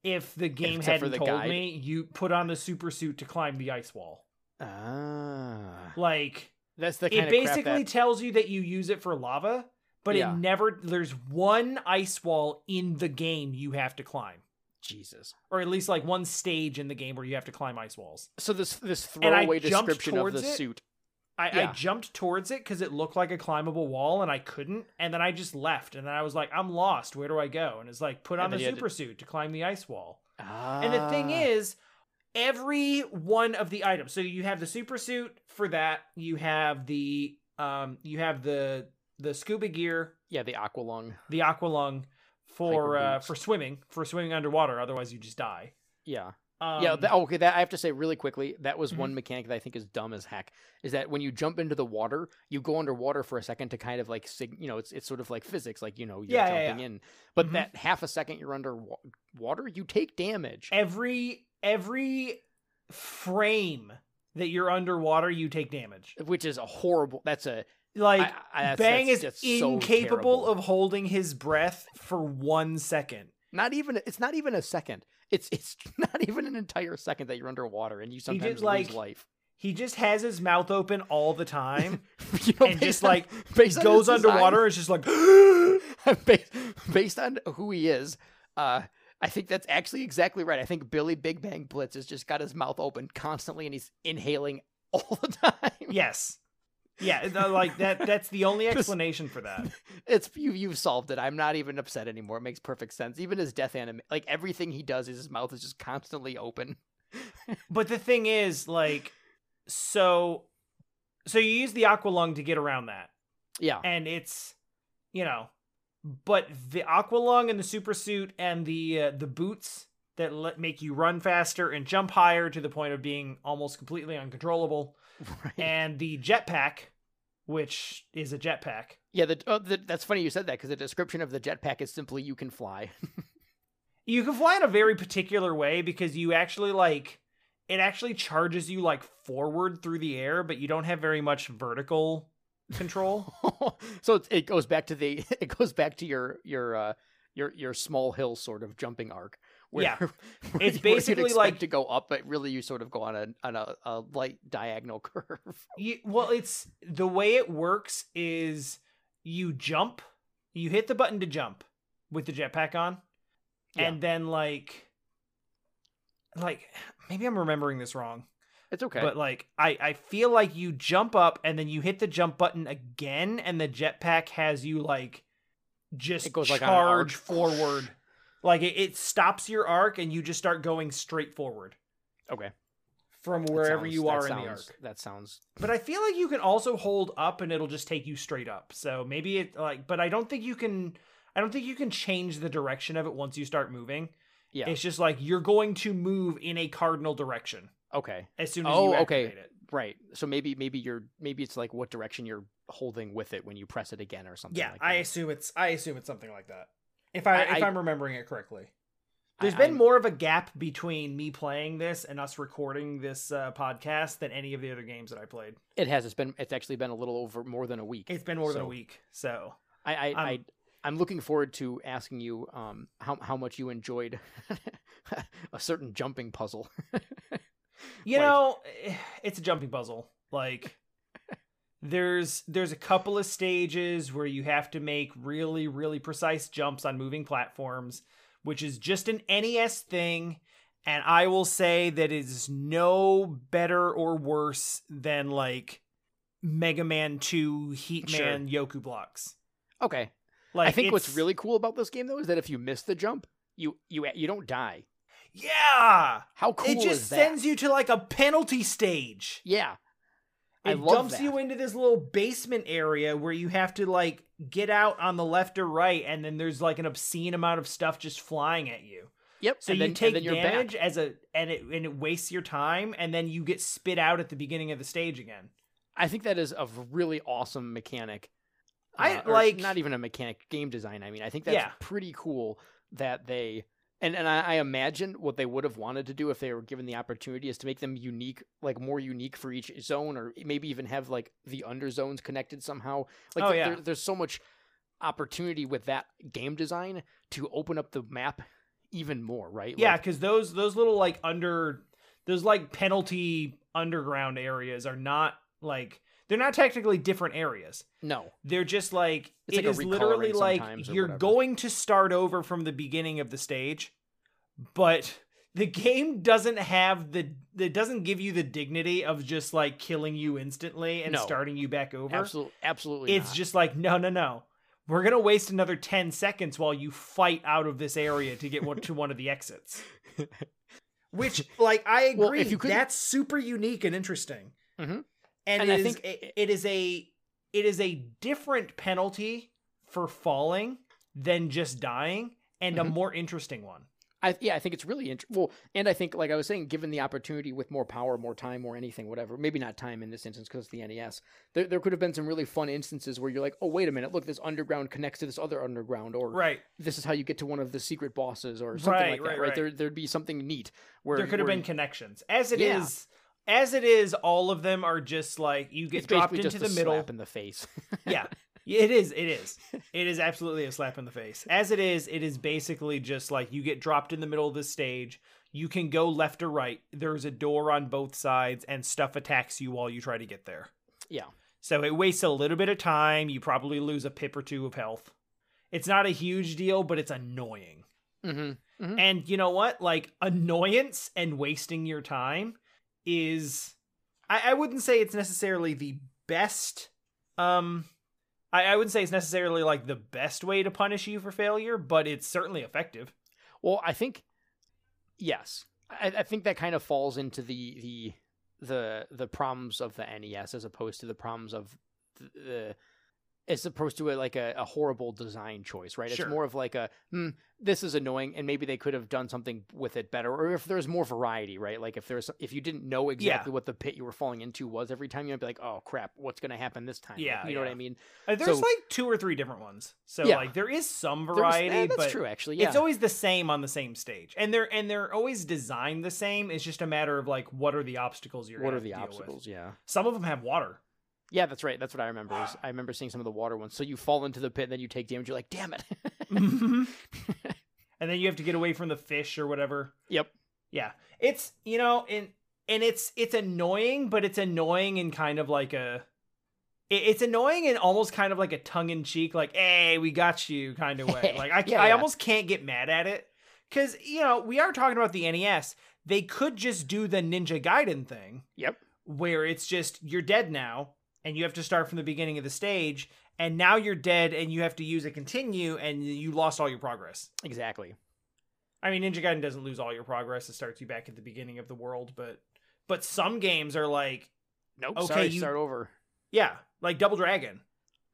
[SPEAKER 1] if the game
[SPEAKER 2] Except for
[SPEAKER 1] hadn't
[SPEAKER 2] the
[SPEAKER 1] told
[SPEAKER 2] guide.
[SPEAKER 1] me you put on the super suit to climb the ice wall.
[SPEAKER 2] Ah,
[SPEAKER 1] Like
[SPEAKER 2] that's the kind
[SPEAKER 1] it
[SPEAKER 2] of crap
[SPEAKER 1] basically
[SPEAKER 2] that,
[SPEAKER 1] tells you that you use it for lava, but
[SPEAKER 2] Yeah.
[SPEAKER 1] it never there's one ice wall in the game you have to climb.
[SPEAKER 2] Jesus.
[SPEAKER 1] Or at least like one stage in the game where you have to climb ice walls.
[SPEAKER 2] So this this
[SPEAKER 1] I
[SPEAKER 2] throwaway
[SPEAKER 1] jumped
[SPEAKER 2] description of the
[SPEAKER 1] towards it.
[SPEAKER 2] suit.
[SPEAKER 1] I,
[SPEAKER 2] Yeah.
[SPEAKER 1] I jumped towards it because it looked like a climbable wall and I couldn't. And then I just left. And then I was like, I'm lost. Where do I go? And it's like, put
[SPEAKER 2] And
[SPEAKER 1] on
[SPEAKER 2] then
[SPEAKER 1] the
[SPEAKER 2] you had to-
[SPEAKER 1] super suit to climb the ice wall.
[SPEAKER 2] Ah.
[SPEAKER 1] And the thing is, every one of the items. So you have the super suit for that. You have the um you have the the scuba gear,
[SPEAKER 2] yeah, the aqua lung.
[SPEAKER 1] the aqua lung for
[SPEAKER 2] Hyper
[SPEAKER 1] uh,
[SPEAKER 2] boots.
[SPEAKER 1] for swimming, for swimming underwater, otherwise you just die.
[SPEAKER 2] Yeah.
[SPEAKER 1] Um, mm-hmm.
[SPEAKER 2] yeah. That, oh, okay. That I have to say really quickly. That was one mechanic that I think is dumb as heck. Is that when you jump into the water, you go underwater for a second to kind of like, sig- you know, it's it's sort of like physics, like you know, you're
[SPEAKER 1] Yeah, yeah,
[SPEAKER 2] jumping in. But
[SPEAKER 1] Mhm.
[SPEAKER 2] that half a second you're under wa- water, you take damage.
[SPEAKER 1] every every frame that you're underwater, you take damage.
[SPEAKER 2] which is a horrible. That's a
[SPEAKER 1] Like
[SPEAKER 2] I- I- that's-
[SPEAKER 1] Bang
[SPEAKER 2] that's
[SPEAKER 1] is
[SPEAKER 2] just so
[SPEAKER 1] incapable
[SPEAKER 2] terrible.
[SPEAKER 1] of holding his breath for one second.
[SPEAKER 2] not even. It's not even a second. It's it's not even an entire second that you're underwater and you
[SPEAKER 1] did,
[SPEAKER 2] sometimes
[SPEAKER 1] like,
[SPEAKER 2] lose life.
[SPEAKER 1] He just has his mouth open all the time.
[SPEAKER 2] You know,
[SPEAKER 1] and
[SPEAKER 2] based
[SPEAKER 1] just,
[SPEAKER 2] on-
[SPEAKER 1] like,
[SPEAKER 2] based on his
[SPEAKER 1] goes
[SPEAKER 2] design-
[SPEAKER 1] underwater. It's just like
[SPEAKER 2] based, based on who he is, uh, I think that's actually exactly right. I think Billy Big Bang Blitz has just got his mouth open constantly and he's inhaling all the time.
[SPEAKER 1] yes, yeah. it's, uh, Like that. That's the only
[SPEAKER 2] Just-
[SPEAKER 1] explanation for that.
[SPEAKER 2] It's you. You've solved it. I'm not even upset anymore. It makes perfect sense. Even his death anime, like everything he does, is his mouth is just constantly open.
[SPEAKER 1] But the thing is, like, so, so you use the aqua lung to get around that,
[SPEAKER 2] Yeah,
[SPEAKER 1] and it's, you know, but the aqua lung and the super suit and the uh, the boots that let, make you run faster and jump higher to the point of being almost completely uncontrollable.
[SPEAKER 2] right.
[SPEAKER 1] and the jetpack, which is a jetpack.
[SPEAKER 2] yeah. The, oh, the, that's funny you said that because the description of the jetpack is simply you can fly.
[SPEAKER 1] You can fly in a very particular way because you actually like it actually charges you like forward through the air, but you don't have very much vertical control.
[SPEAKER 2] so it, it goes back to the it goes back to your your uh your your small hill sort of jumping arc where,
[SPEAKER 1] Yeah.
[SPEAKER 2] where
[SPEAKER 1] It's
[SPEAKER 2] you'd
[SPEAKER 1] basically
[SPEAKER 2] expect
[SPEAKER 1] like-
[SPEAKER 2] to go up but really you sort of go on a on a, a light diagonal curve
[SPEAKER 1] you, well, it's the way it works is you jump, you hit the button to jump with the jetpack on, and then like like maybe I'm remembering this wrong.
[SPEAKER 2] it's okay
[SPEAKER 1] But like I, I feel like you jump up and then you hit the jump button again and the jetpack has you like just
[SPEAKER 2] It goes, like, on an
[SPEAKER 1] charge
[SPEAKER 2] arc.
[SPEAKER 1] forward. Like it, it stops your arc and you just start going straight forward.
[SPEAKER 2] okay
[SPEAKER 1] from
[SPEAKER 2] That
[SPEAKER 1] wherever
[SPEAKER 2] sounds-
[SPEAKER 1] you
[SPEAKER 2] that
[SPEAKER 1] are in the
[SPEAKER 2] sounds-
[SPEAKER 1] arc.
[SPEAKER 2] That sounds
[SPEAKER 1] But I feel like you can also hold up and it'll just take you straight up. So maybe it like but I don't think you can I don't think you can change the direction of it once you start moving.
[SPEAKER 2] yeah.
[SPEAKER 1] It's just like you're going to move in a cardinal direction
[SPEAKER 2] Okay.
[SPEAKER 1] as soon as
[SPEAKER 2] Oh,
[SPEAKER 1] you
[SPEAKER 2] okay.
[SPEAKER 1] activate it.
[SPEAKER 2] Right. So maybe maybe you're maybe it's like what direction you're holding with it when you press it again or something.
[SPEAKER 1] Yeah,
[SPEAKER 2] like
[SPEAKER 1] I
[SPEAKER 2] that.
[SPEAKER 1] assume it's I assume it's something like that. If I,
[SPEAKER 2] I-
[SPEAKER 1] if
[SPEAKER 2] I-
[SPEAKER 1] I'm remembering it correctly.
[SPEAKER 2] I-
[SPEAKER 1] There's been
[SPEAKER 2] I'm-
[SPEAKER 1] more of a gap between me playing this and us recording this uh, podcast than any of the other games that I played.
[SPEAKER 2] It has. It's been. It's actually been a little over more than a week.
[SPEAKER 1] It's been more than a
[SPEAKER 2] So-
[SPEAKER 1] week. So
[SPEAKER 2] I, I,
[SPEAKER 1] I'm-
[SPEAKER 2] I I'm looking forward to asking you um how how much you enjoyed a certain jumping puzzle.
[SPEAKER 1] you
[SPEAKER 2] Like-
[SPEAKER 1] know eh, it's a jumping puzzle like there's there's a couple of stages where you have to make really really precise jumps on moving platforms which is just an nes thing and i will say that it is no better or worse than like mega man 2 heat
[SPEAKER 2] Sure.
[SPEAKER 1] man yoku blocks
[SPEAKER 2] okay.
[SPEAKER 1] like
[SPEAKER 2] I think what's
[SPEAKER 1] it's-
[SPEAKER 2] really cool about this game though is that if you miss the jump, you you you don't die.
[SPEAKER 1] yeah
[SPEAKER 2] How cool
[SPEAKER 1] it
[SPEAKER 2] is
[SPEAKER 1] just
[SPEAKER 2] that?
[SPEAKER 1] sends you to like a penalty stage
[SPEAKER 2] yeah.
[SPEAKER 1] it
[SPEAKER 2] I love
[SPEAKER 1] dumps
[SPEAKER 2] that.
[SPEAKER 1] you into this little basement area where you have to like get out on the left or right and then there's like an obscene amount of stuff just flying at you
[SPEAKER 2] Yep.
[SPEAKER 1] so
[SPEAKER 2] and
[SPEAKER 1] you
[SPEAKER 2] then,
[SPEAKER 1] take
[SPEAKER 2] and then you're
[SPEAKER 1] damage
[SPEAKER 2] Back.
[SPEAKER 1] as a and it and it wastes your time and then you get spit out at the beginning of the stage again
[SPEAKER 2] I think that is a really awesome mechanic. uh,
[SPEAKER 1] I,
[SPEAKER 2] or
[SPEAKER 1] like-
[SPEAKER 2] not even a mechanic game design. I mean, I think that's
[SPEAKER 1] Yeah.
[SPEAKER 2] pretty cool that they and and I, I imagine what they would have wanted to do if they were given the opportunity is to make them unique, like more unique for each zone, or maybe even have like the under zones connected somehow. Like
[SPEAKER 1] Oh,
[SPEAKER 2] there-
[SPEAKER 1] yeah.
[SPEAKER 2] there- there's so much opportunity with that game design to open up the map even more, right?
[SPEAKER 1] yeah
[SPEAKER 2] Like,
[SPEAKER 1] because those those little like under those like penalty underground areas are not like they're not technically different areas
[SPEAKER 2] no.
[SPEAKER 1] They're just like
[SPEAKER 2] It's
[SPEAKER 1] it
[SPEAKER 2] like a
[SPEAKER 1] is
[SPEAKER 2] recoloring
[SPEAKER 1] literally like
[SPEAKER 2] sometimes or
[SPEAKER 1] you're
[SPEAKER 2] whatever.
[SPEAKER 1] going to start over from the beginning of the stage, but the game doesn't have the it doesn't give you the dignity of just like killing you instantly and
[SPEAKER 2] No.
[SPEAKER 1] starting you back over.
[SPEAKER 2] Absolutely, absolutely.
[SPEAKER 1] It's
[SPEAKER 2] not.
[SPEAKER 1] just like no, no, no. We're gonna waste another ten seconds while you fight out of this area to get one, to one of the exits. Which, like, I agree.
[SPEAKER 2] Well, if you couldn't-
[SPEAKER 1] that's super unique and interesting.
[SPEAKER 2] Mhm.
[SPEAKER 1] And,
[SPEAKER 2] And
[SPEAKER 1] it
[SPEAKER 2] I
[SPEAKER 1] is-
[SPEAKER 2] think-
[SPEAKER 1] it- it is a it is a different penalty for falling than just dying, and a
[SPEAKER 2] Mhm.
[SPEAKER 1] more interesting one.
[SPEAKER 2] I yeah, I think it's really interesting. Well, and I think like I was saying, given the opportunity with more power, more time, more anything, whatever. Maybe not time in this instance because it's the NES. There there could have been some really fun instances where you're like, oh wait a minute, look, this underground connects to this other underground, or
[SPEAKER 1] Right.
[SPEAKER 2] this is how you get to one of the secret bosses, or something
[SPEAKER 1] Right,
[SPEAKER 2] like that.
[SPEAKER 1] right,
[SPEAKER 2] Right,
[SPEAKER 1] right.
[SPEAKER 2] There there'd be something neat where
[SPEAKER 1] There could have
[SPEAKER 2] where
[SPEAKER 1] been connections. As it is,
[SPEAKER 2] Yeah.
[SPEAKER 1] as it is, all of them are just like you get
[SPEAKER 2] it's
[SPEAKER 1] dropped
[SPEAKER 2] basically
[SPEAKER 1] into
[SPEAKER 2] just
[SPEAKER 1] the
[SPEAKER 2] a
[SPEAKER 1] middle.
[SPEAKER 2] slap in the face.
[SPEAKER 1] yeah it is it is it is absolutely a slap in the face as it is it is basically just like you get dropped in the middle of the stage you can go left or right there's a door on both sides and stuff attacks you while you try to get there
[SPEAKER 2] Yeah.
[SPEAKER 1] so it wastes a little bit of time you probably lose a pip or two of health it's not a huge deal but it's annoying
[SPEAKER 2] hmm
[SPEAKER 1] and you know what? Like annoyance and wasting your time is I, I wouldn't say it's necessarily the best um I, I wouldn't say it's necessarily like the best way to punish you for failure, but it's certainly effective.
[SPEAKER 2] Well, I think yes, I, I think that kind of falls into the the the the problems of the NES as opposed to the problems of th- the as opposed to a, like a, a horrible design choice, right?
[SPEAKER 1] Sure.
[SPEAKER 2] It's more of like a hmm, this is annoying, and maybe they could have done something with it better, or if there's more variety, right? Like if there's if you didn't know exactly what the pit you were falling into was every time, you'd be like, oh crap, what's gonna happen this time? Like,
[SPEAKER 1] Yeah,
[SPEAKER 2] you know what
[SPEAKER 1] yeah.
[SPEAKER 2] I mean?
[SPEAKER 1] Uh, There's
[SPEAKER 2] So-
[SPEAKER 1] like two or three different ones. So
[SPEAKER 2] Yeah.
[SPEAKER 1] like there is some
[SPEAKER 2] There was- eh,
[SPEAKER 1] variety,
[SPEAKER 2] that's
[SPEAKER 1] but
[SPEAKER 2] true, actually. Yeah,
[SPEAKER 1] it's always the same on the same stage. And they're and they're always designed the same. It's just a matter of like what are the obstacles you're gonna
[SPEAKER 2] what are
[SPEAKER 1] have to
[SPEAKER 2] the
[SPEAKER 1] deal with.
[SPEAKER 2] obstacles? Yeah.
[SPEAKER 1] Some of them have water.
[SPEAKER 2] Yeah, that's right. That's what I remember. Is I remember seeing some of the water ones. So you fall into the pit, and then you take damage. You're like, damn it.
[SPEAKER 1] and Mm-hmm. then you have to get away from the fish or whatever.
[SPEAKER 2] Yep.
[SPEAKER 1] Yeah. It's you know, and and it's it's annoying, but it's annoying in kind of like a it- it's annoying in almost kind of like a tongue in cheek, like "Hey, we got you" kind of way. Like I,
[SPEAKER 2] Yeah,
[SPEAKER 1] I
[SPEAKER 2] yeah.
[SPEAKER 1] almost can't get mad at it because you know we are talking about the NES. They could just do the Ninja Gaiden thing,
[SPEAKER 2] Yep.
[SPEAKER 1] where it's just you're dead now and you have to start from the beginning of the stage, and now you're dead and you have to use a continue and you lost all your progress.
[SPEAKER 2] Exactly.
[SPEAKER 1] I mean, Ninja Gaiden doesn't lose all your progress; it starts you back at the beginning of the world, but But some games are like,
[SPEAKER 2] Nope.
[SPEAKER 1] Okay,
[SPEAKER 2] sorry,
[SPEAKER 1] you-
[SPEAKER 2] start over.
[SPEAKER 1] yeah, like Double Dragon.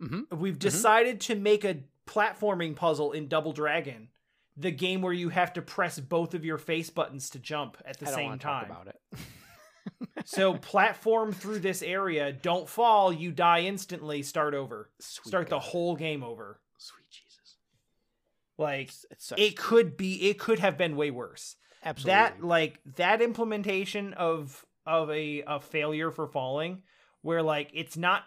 [SPEAKER 2] Mhm.
[SPEAKER 1] We've decided to make a platforming puzzle in Double Dragon, the game where you have to press both of your face buttons to jump at the
[SPEAKER 2] I don't
[SPEAKER 1] same
[SPEAKER 2] wanna talk
[SPEAKER 1] time.
[SPEAKER 2] about it.
[SPEAKER 1] so platform through this area, don't fall, you die instantly, start over.
[SPEAKER 2] Sweet
[SPEAKER 1] Start the
[SPEAKER 2] God.
[SPEAKER 1] whole game over.
[SPEAKER 2] Sweet Jesus.
[SPEAKER 1] Like
[SPEAKER 2] It's, it's such,
[SPEAKER 1] it could be it could have been way worse.
[SPEAKER 2] absolutely.
[SPEAKER 1] That like that implementation of of a, a failure for falling where like it's not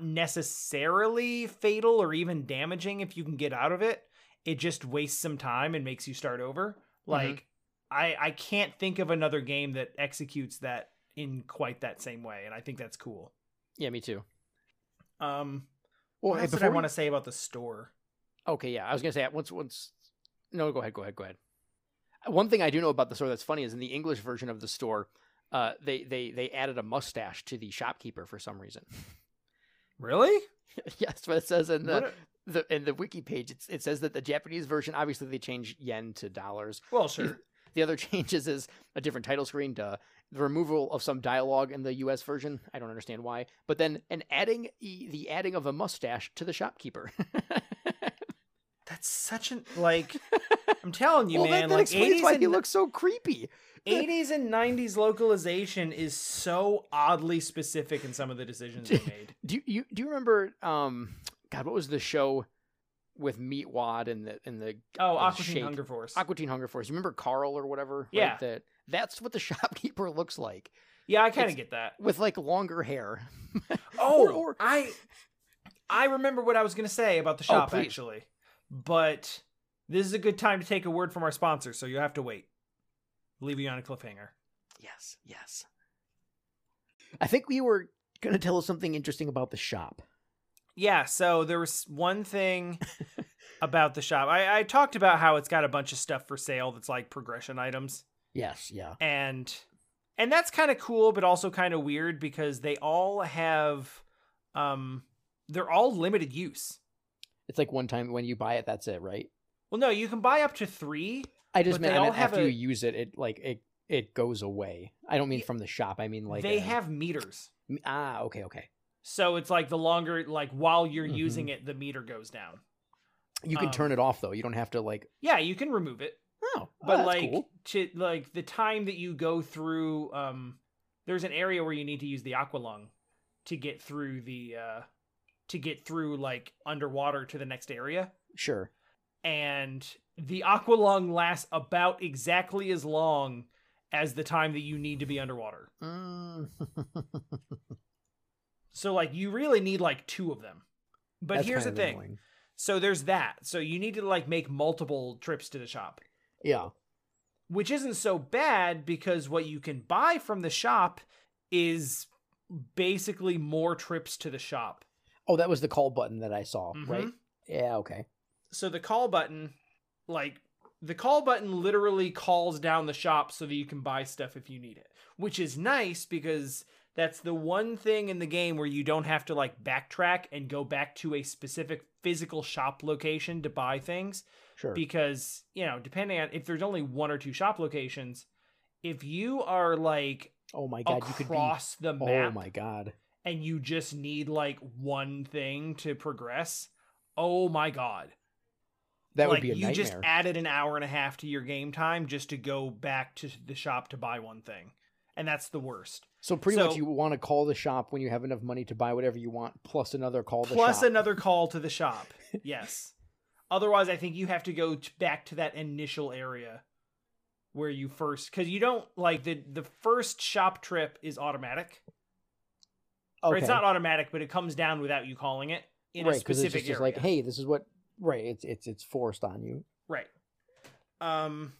[SPEAKER 1] necessarily fatal or even damaging if you can get out of it. It just wastes some time and makes you start over.
[SPEAKER 2] Mm-hmm.
[SPEAKER 1] Like I I can't think of another game that executes that in quite that same way and I think that's cool.
[SPEAKER 2] yeah, me too.
[SPEAKER 1] Um
[SPEAKER 2] Well,
[SPEAKER 1] what else did I want to say about the store?
[SPEAKER 2] Okay, yeah, I was gonna say once once. No, go ahead, go ahead, go ahead. One thing I do know about the store that's funny is in the English version of the store, uh, they they they added a mustache to the shopkeeper for some reason.
[SPEAKER 1] Really?
[SPEAKER 2] yeah, that's what it says in
[SPEAKER 1] What
[SPEAKER 2] the,
[SPEAKER 1] a-
[SPEAKER 2] the in the wiki page. It's, it says that the Japanese version, obviously, they changed yen to dollars.
[SPEAKER 1] well, sure.
[SPEAKER 2] The other changes is a different title screen, duh. The removal of some dialogue in the U.S. version. I don't understand why, but then and adding e- the adding of a mustache to the shopkeeper.
[SPEAKER 1] That's such an like. I'm telling you,
[SPEAKER 2] well, that,
[SPEAKER 1] man.
[SPEAKER 2] that
[SPEAKER 1] like
[SPEAKER 2] explains why
[SPEAKER 1] and,
[SPEAKER 2] he looks so creepy.
[SPEAKER 1] 80s and 90s localization is so oddly specific in some of the decisions they made.
[SPEAKER 2] Do you- you do you remember? Um, God, what was the show with Meat Wad and the and the
[SPEAKER 1] Oh,
[SPEAKER 2] Oh,
[SPEAKER 1] Aqua Teen
[SPEAKER 2] shake.
[SPEAKER 1] Hunger Force.
[SPEAKER 2] Aqua Teen Hunger Force? You remember Carl or whatever? right?
[SPEAKER 1] Yeah.
[SPEAKER 2] That that's what the shopkeeper looks like
[SPEAKER 1] yeah, I kind
[SPEAKER 2] it's-
[SPEAKER 1] of get that.
[SPEAKER 2] with like longer hair.
[SPEAKER 1] Oh,
[SPEAKER 2] or-
[SPEAKER 1] I I remember what I was gonna say about the shop
[SPEAKER 2] Oh, please.
[SPEAKER 1] actually, but this is a good time to take a word from our sponsor, so you'll have to wait. Leave you on a cliffhanger.
[SPEAKER 2] Yes, yes. I think we were gonna tell us something interesting about the shop.
[SPEAKER 1] Yeah, so there was one thing about the shop. I, I talked about how it's got a bunch of stuff for sale that's like progression items.
[SPEAKER 2] Yes, yeah.
[SPEAKER 1] And and that's kind of cool, but also kind of weird because they all have um they're all limited use.
[SPEAKER 2] It's like one time when you buy it, that's it, right?
[SPEAKER 1] Well, no, you can buy up to three.
[SPEAKER 2] I just
[SPEAKER 1] But
[SPEAKER 2] meant,
[SPEAKER 1] they
[SPEAKER 2] I meant
[SPEAKER 1] all have
[SPEAKER 2] after
[SPEAKER 1] a-
[SPEAKER 2] you use it, it like it it goes away. I don't mean from the shop. I mean like
[SPEAKER 1] they
[SPEAKER 2] a-
[SPEAKER 1] have meters.
[SPEAKER 2] ah okay okay.
[SPEAKER 1] So it's like the longer like while you're
[SPEAKER 2] Mhm.
[SPEAKER 1] using it, the meter goes down.
[SPEAKER 2] You can
[SPEAKER 1] Um,
[SPEAKER 2] turn it off though. You don't have to like
[SPEAKER 1] Yeah, you can remove it.
[SPEAKER 2] Oh,
[SPEAKER 1] but like to like the time that you go through um there's an area where you need to use the aqualung to get through the uh to get through like underwater to the next area
[SPEAKER 2] sure.
[SPEAKER 1] and the aqualung lasts about exactly as long as the time that you need to be underwater Mm. so like you really need like two of them but here's the thing so there's that so you need to like make multiple trips to the shop
[SPEAKER 2] Yeah,
[SPEAKER 1] which isn't so bad because what you can buy from the shop is basically more trips to the shop.
[SPEAKER 2] Oh, that was the call button that I saw, right?
[SPEAKER 1] Mhm.
[SPEAKER 2] Yeah, okay.
[SPEAKER 1] So the call button, like the call button literally calls down the shop so that you can buy stuff if you need it, which is nice because that's the one thing in the game where you don't have to like backtrack and go back to a specific physical shop location to buy things.
[SPEAKER 2] Sure.
[SPEAKER 1] because you know depending on if there's only one or two shop locations if you are like
[SPEAKER 2] oh my god, you could be
[SPEAKER 1] across the
[SPEAKER 2] Oh
[SPEAKER 1] map
[SPEAKER 2] my god.
[SPEAKER 1] and you just need like one thing to progress oh my god
[SPEAKER 2] That
[SPEAKER 1] like
[SPEAKER 2] would be a
[SPEAKER 1] you
[SPEAKER 2] nightmare.
[SPEAKER 1] just added an hour and a half to your game time just to go back to the shop to buy one thing and that's the worst
[SPEAKER 2] so pretty
[SPEAKER 1] so-
[SPEAKER 2] much you want to call the shop when you have enough money to buy whatever you want plus another call the
[SPEAKER 1] plus
[SPEAKER 2] shop.
[SPEAKER 1] another call to the shop yes otherwise i think you have to go t- back to that initial area where you first because you don't like the the first shop trip is automatic
[SPEAKER 2] okay.
[SPEAKER 1] or it's not automatic but it comes down without you calling it in
[SPEAKER 2] right,
[SPEAKER 1] a
[SPEAKER 2] 'cause
[SPEAKER 1] specific
[SPEAKER 2] it's just,
[SPEAKER 1] area
[SPEAKER 2] just like, hey, this is what right, it's it's it's forced on you.
[SPEAKER 1] right um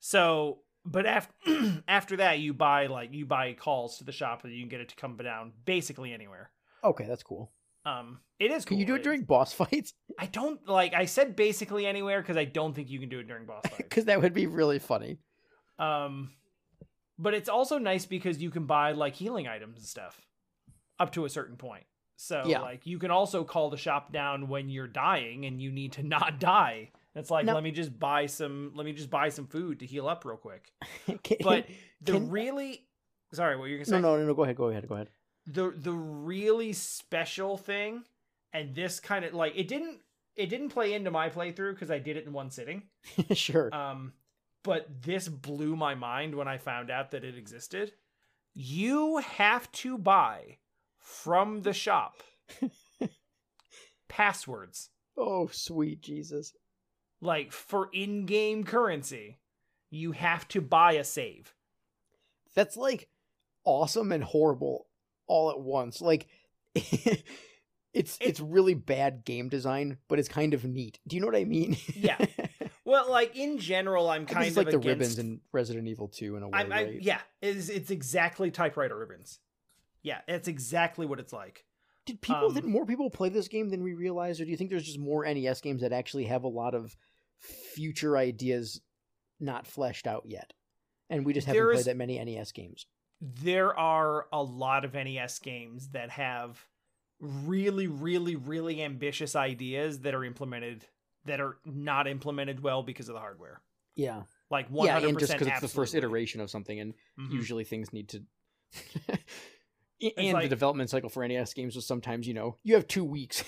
[SPEAKER 1] so but after after that you buy like you buy calls to the shop and you can get it to come down basically anywhere
[SPEAKER 2] Okay, that's cool.
[SPEAKER 1] um it is
[SPEAKER 2] Can you
[SPEAKER 1] cool.
[SPEAKER 2] do it during boss fights?
[SPEAKER 1] i don't like i said basically anywhere because i don't think you can do it during boss fights
[SPEAKER 2] Cuz that would be really funny.
[SPEAKER 1] Um, but it's also nice because you can buy like healing items and stuff up to a certain point. So
[SPEAKER 2] Yeah.
[SPEAKER 1] like you can also call the shop down when you're dying and you need to not die. It's like
[SPEAKER 2] Now-
[SPEAKER 1] let me just buy some let me just buy some food to heal up real quick.
[SPEAKER 2] Can-
[SPEAKER 1] But the
[SPEAKER 2] Can-
[SPEAKER 1] really Sorry, what you're gonna say?
[SPEAKER 2] No, no, no, no. Go ahead. Go ahead. Go ahead.
[SPEAKER 1] the the really special thing and this kind of like it didn't it didn't play into my playthrough because i did it in one sitting
[SPEAKER 2] sure.
[SPEAKER 1] um but this blew my mind when i found out that it existed you have to buy from the shop passwords
[SPEAKER 2] oh, sweet Jesus.
[SPEAKER 1] like for in-game currency you have to buy a save
[SPEAKER 2] that's like awesome and horrible all at once. Like it's it's really bad game design, but it's kind of neat. Do you know what I mean?
[SPEAKER 1] Yeah. well like in general i'm kind
[SPEAKER 2] it's
[SPEAKER 1] of
[SPEAKER 2] like the
[SPEAKER 1] against
[SPEAKER 2] ribbons in Resident Evil 2 in a way,
[SPEAKER 1] I'm, I,
[SPEAKER 2] right?
[SPEAKER 1] yeah, it's, it's exactly typewriter ribbons. Yeah, that's exactly what it's like.
[SPEAKER 2] Did people
[SPEAKER 1] um,
[SPEAKER 2] did more people play this game than we realize, or do you think there's just more NES games that actually have a lot of future ideas not fleshed out yet? And we just haven't
[SPEAKER 1] There is-
[SPEAKER 2] played that many NES games.
[SPEAKER 1] There are a lot of NES games that have really, really, really ambitious ideas that are implemented that are not implemented well because of the hardware.
[SPEAKER 2] Yeah.
[SPEAKER 1] Like one
[SPEAKER 3] yeah,
[SPEAKER 1] hundred
[SPEAKER 3] and just
[SPEAKER 1] percent.
[SPEAKER 3] because it's the first iteration of something, and
[SPEAKER 2] Mm-hmm.
[SPEAKER 3] usually things need to. A- and the
[SPEAKER 1] like-
[SPEAKER 3] development cycle for
[SPEAKER 2] E
[SPEAKER 3] NES games was sometimes, you know, you have two weeks.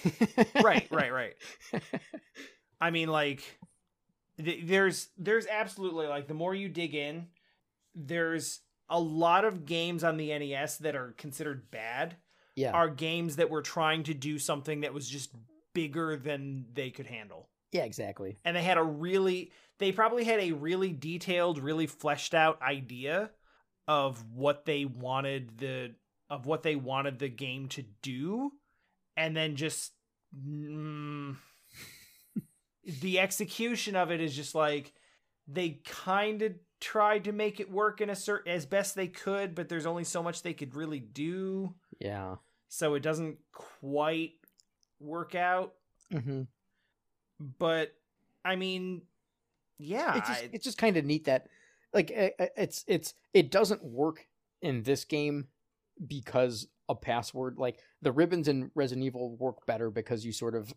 [SPEAKER 1] right, right, right. I mean, like, th- there's there's absolutely like the more you dig in, there's a lot of games on the NES that are considered bad
[SPEAKER 2] Yeah.
[SPEAKER 1] are games that were trying to do something that was just bigger than they could handle.
[SPEAKER 2] yeah, exactly.
[SPEAKER 1] And they had a really they probably had a really detailed, really fleshed out idea of what they wanted the of what they wanted the game to do and then just mm, the execution of it is just like they kind of tried to make it work in a certain as best they could, but there's only so much they could really do
[SPEAKER 2] Yeah.
[SPEAKER 1] so it doesn't quite work out.
[SPEAKER 2] Mm-hmm.
[SPEAKER 1] But I mean, yeah,
[SPEAKER 2] it's just,
[SPEAKER 1] I-
[SPEAKER 2] it's just kind of neat that like i- i- it's it's it doesn't work in this game because a password like the ribbons in Resident Evil work better because you sort of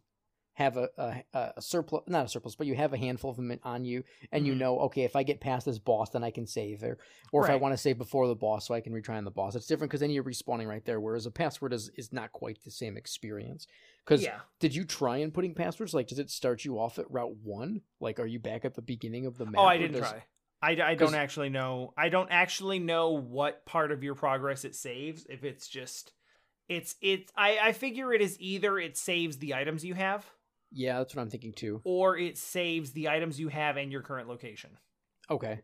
[SPEAKER 2] have a a, a surplus not a surplus but you have a handful of them in- on you and you
[SPEAKER 1] Mhm.
[SPEAKER 2] know okay if I get past this boss then I can save or or if I
[SPEAKER 1] Right.
[SPEAKER 2] want to save before the boss so I can retry on the boss it's different because then you're respawning right there whereas a password is is not quite the same experience because
[SPEAKER 1] yeah.
[SPEAKER 2] did you try and putting passwords? Like, does it start you off at route one? Like, are you back at the beginning of the map?
[SPEAKER 1] Oh, I
[SPEAKER 2] or
[SPEAKER 1] didn't
[SPEAKER 2] does-
[SPEAKER 1] try. I, I
[SPEAKER 2] 'cause-
[SPEAKER 1] don't actually know. I don't actually know what part of your progress it saves. If it's just, it's it's. I I figure it is either it saves the items you have,
[SPEAKER 2] Yeah, that's what I'm thinking too.
[SPEAKER 1] or it saves the items you have and your current location. Um,
[SPEAKER 2] Okay,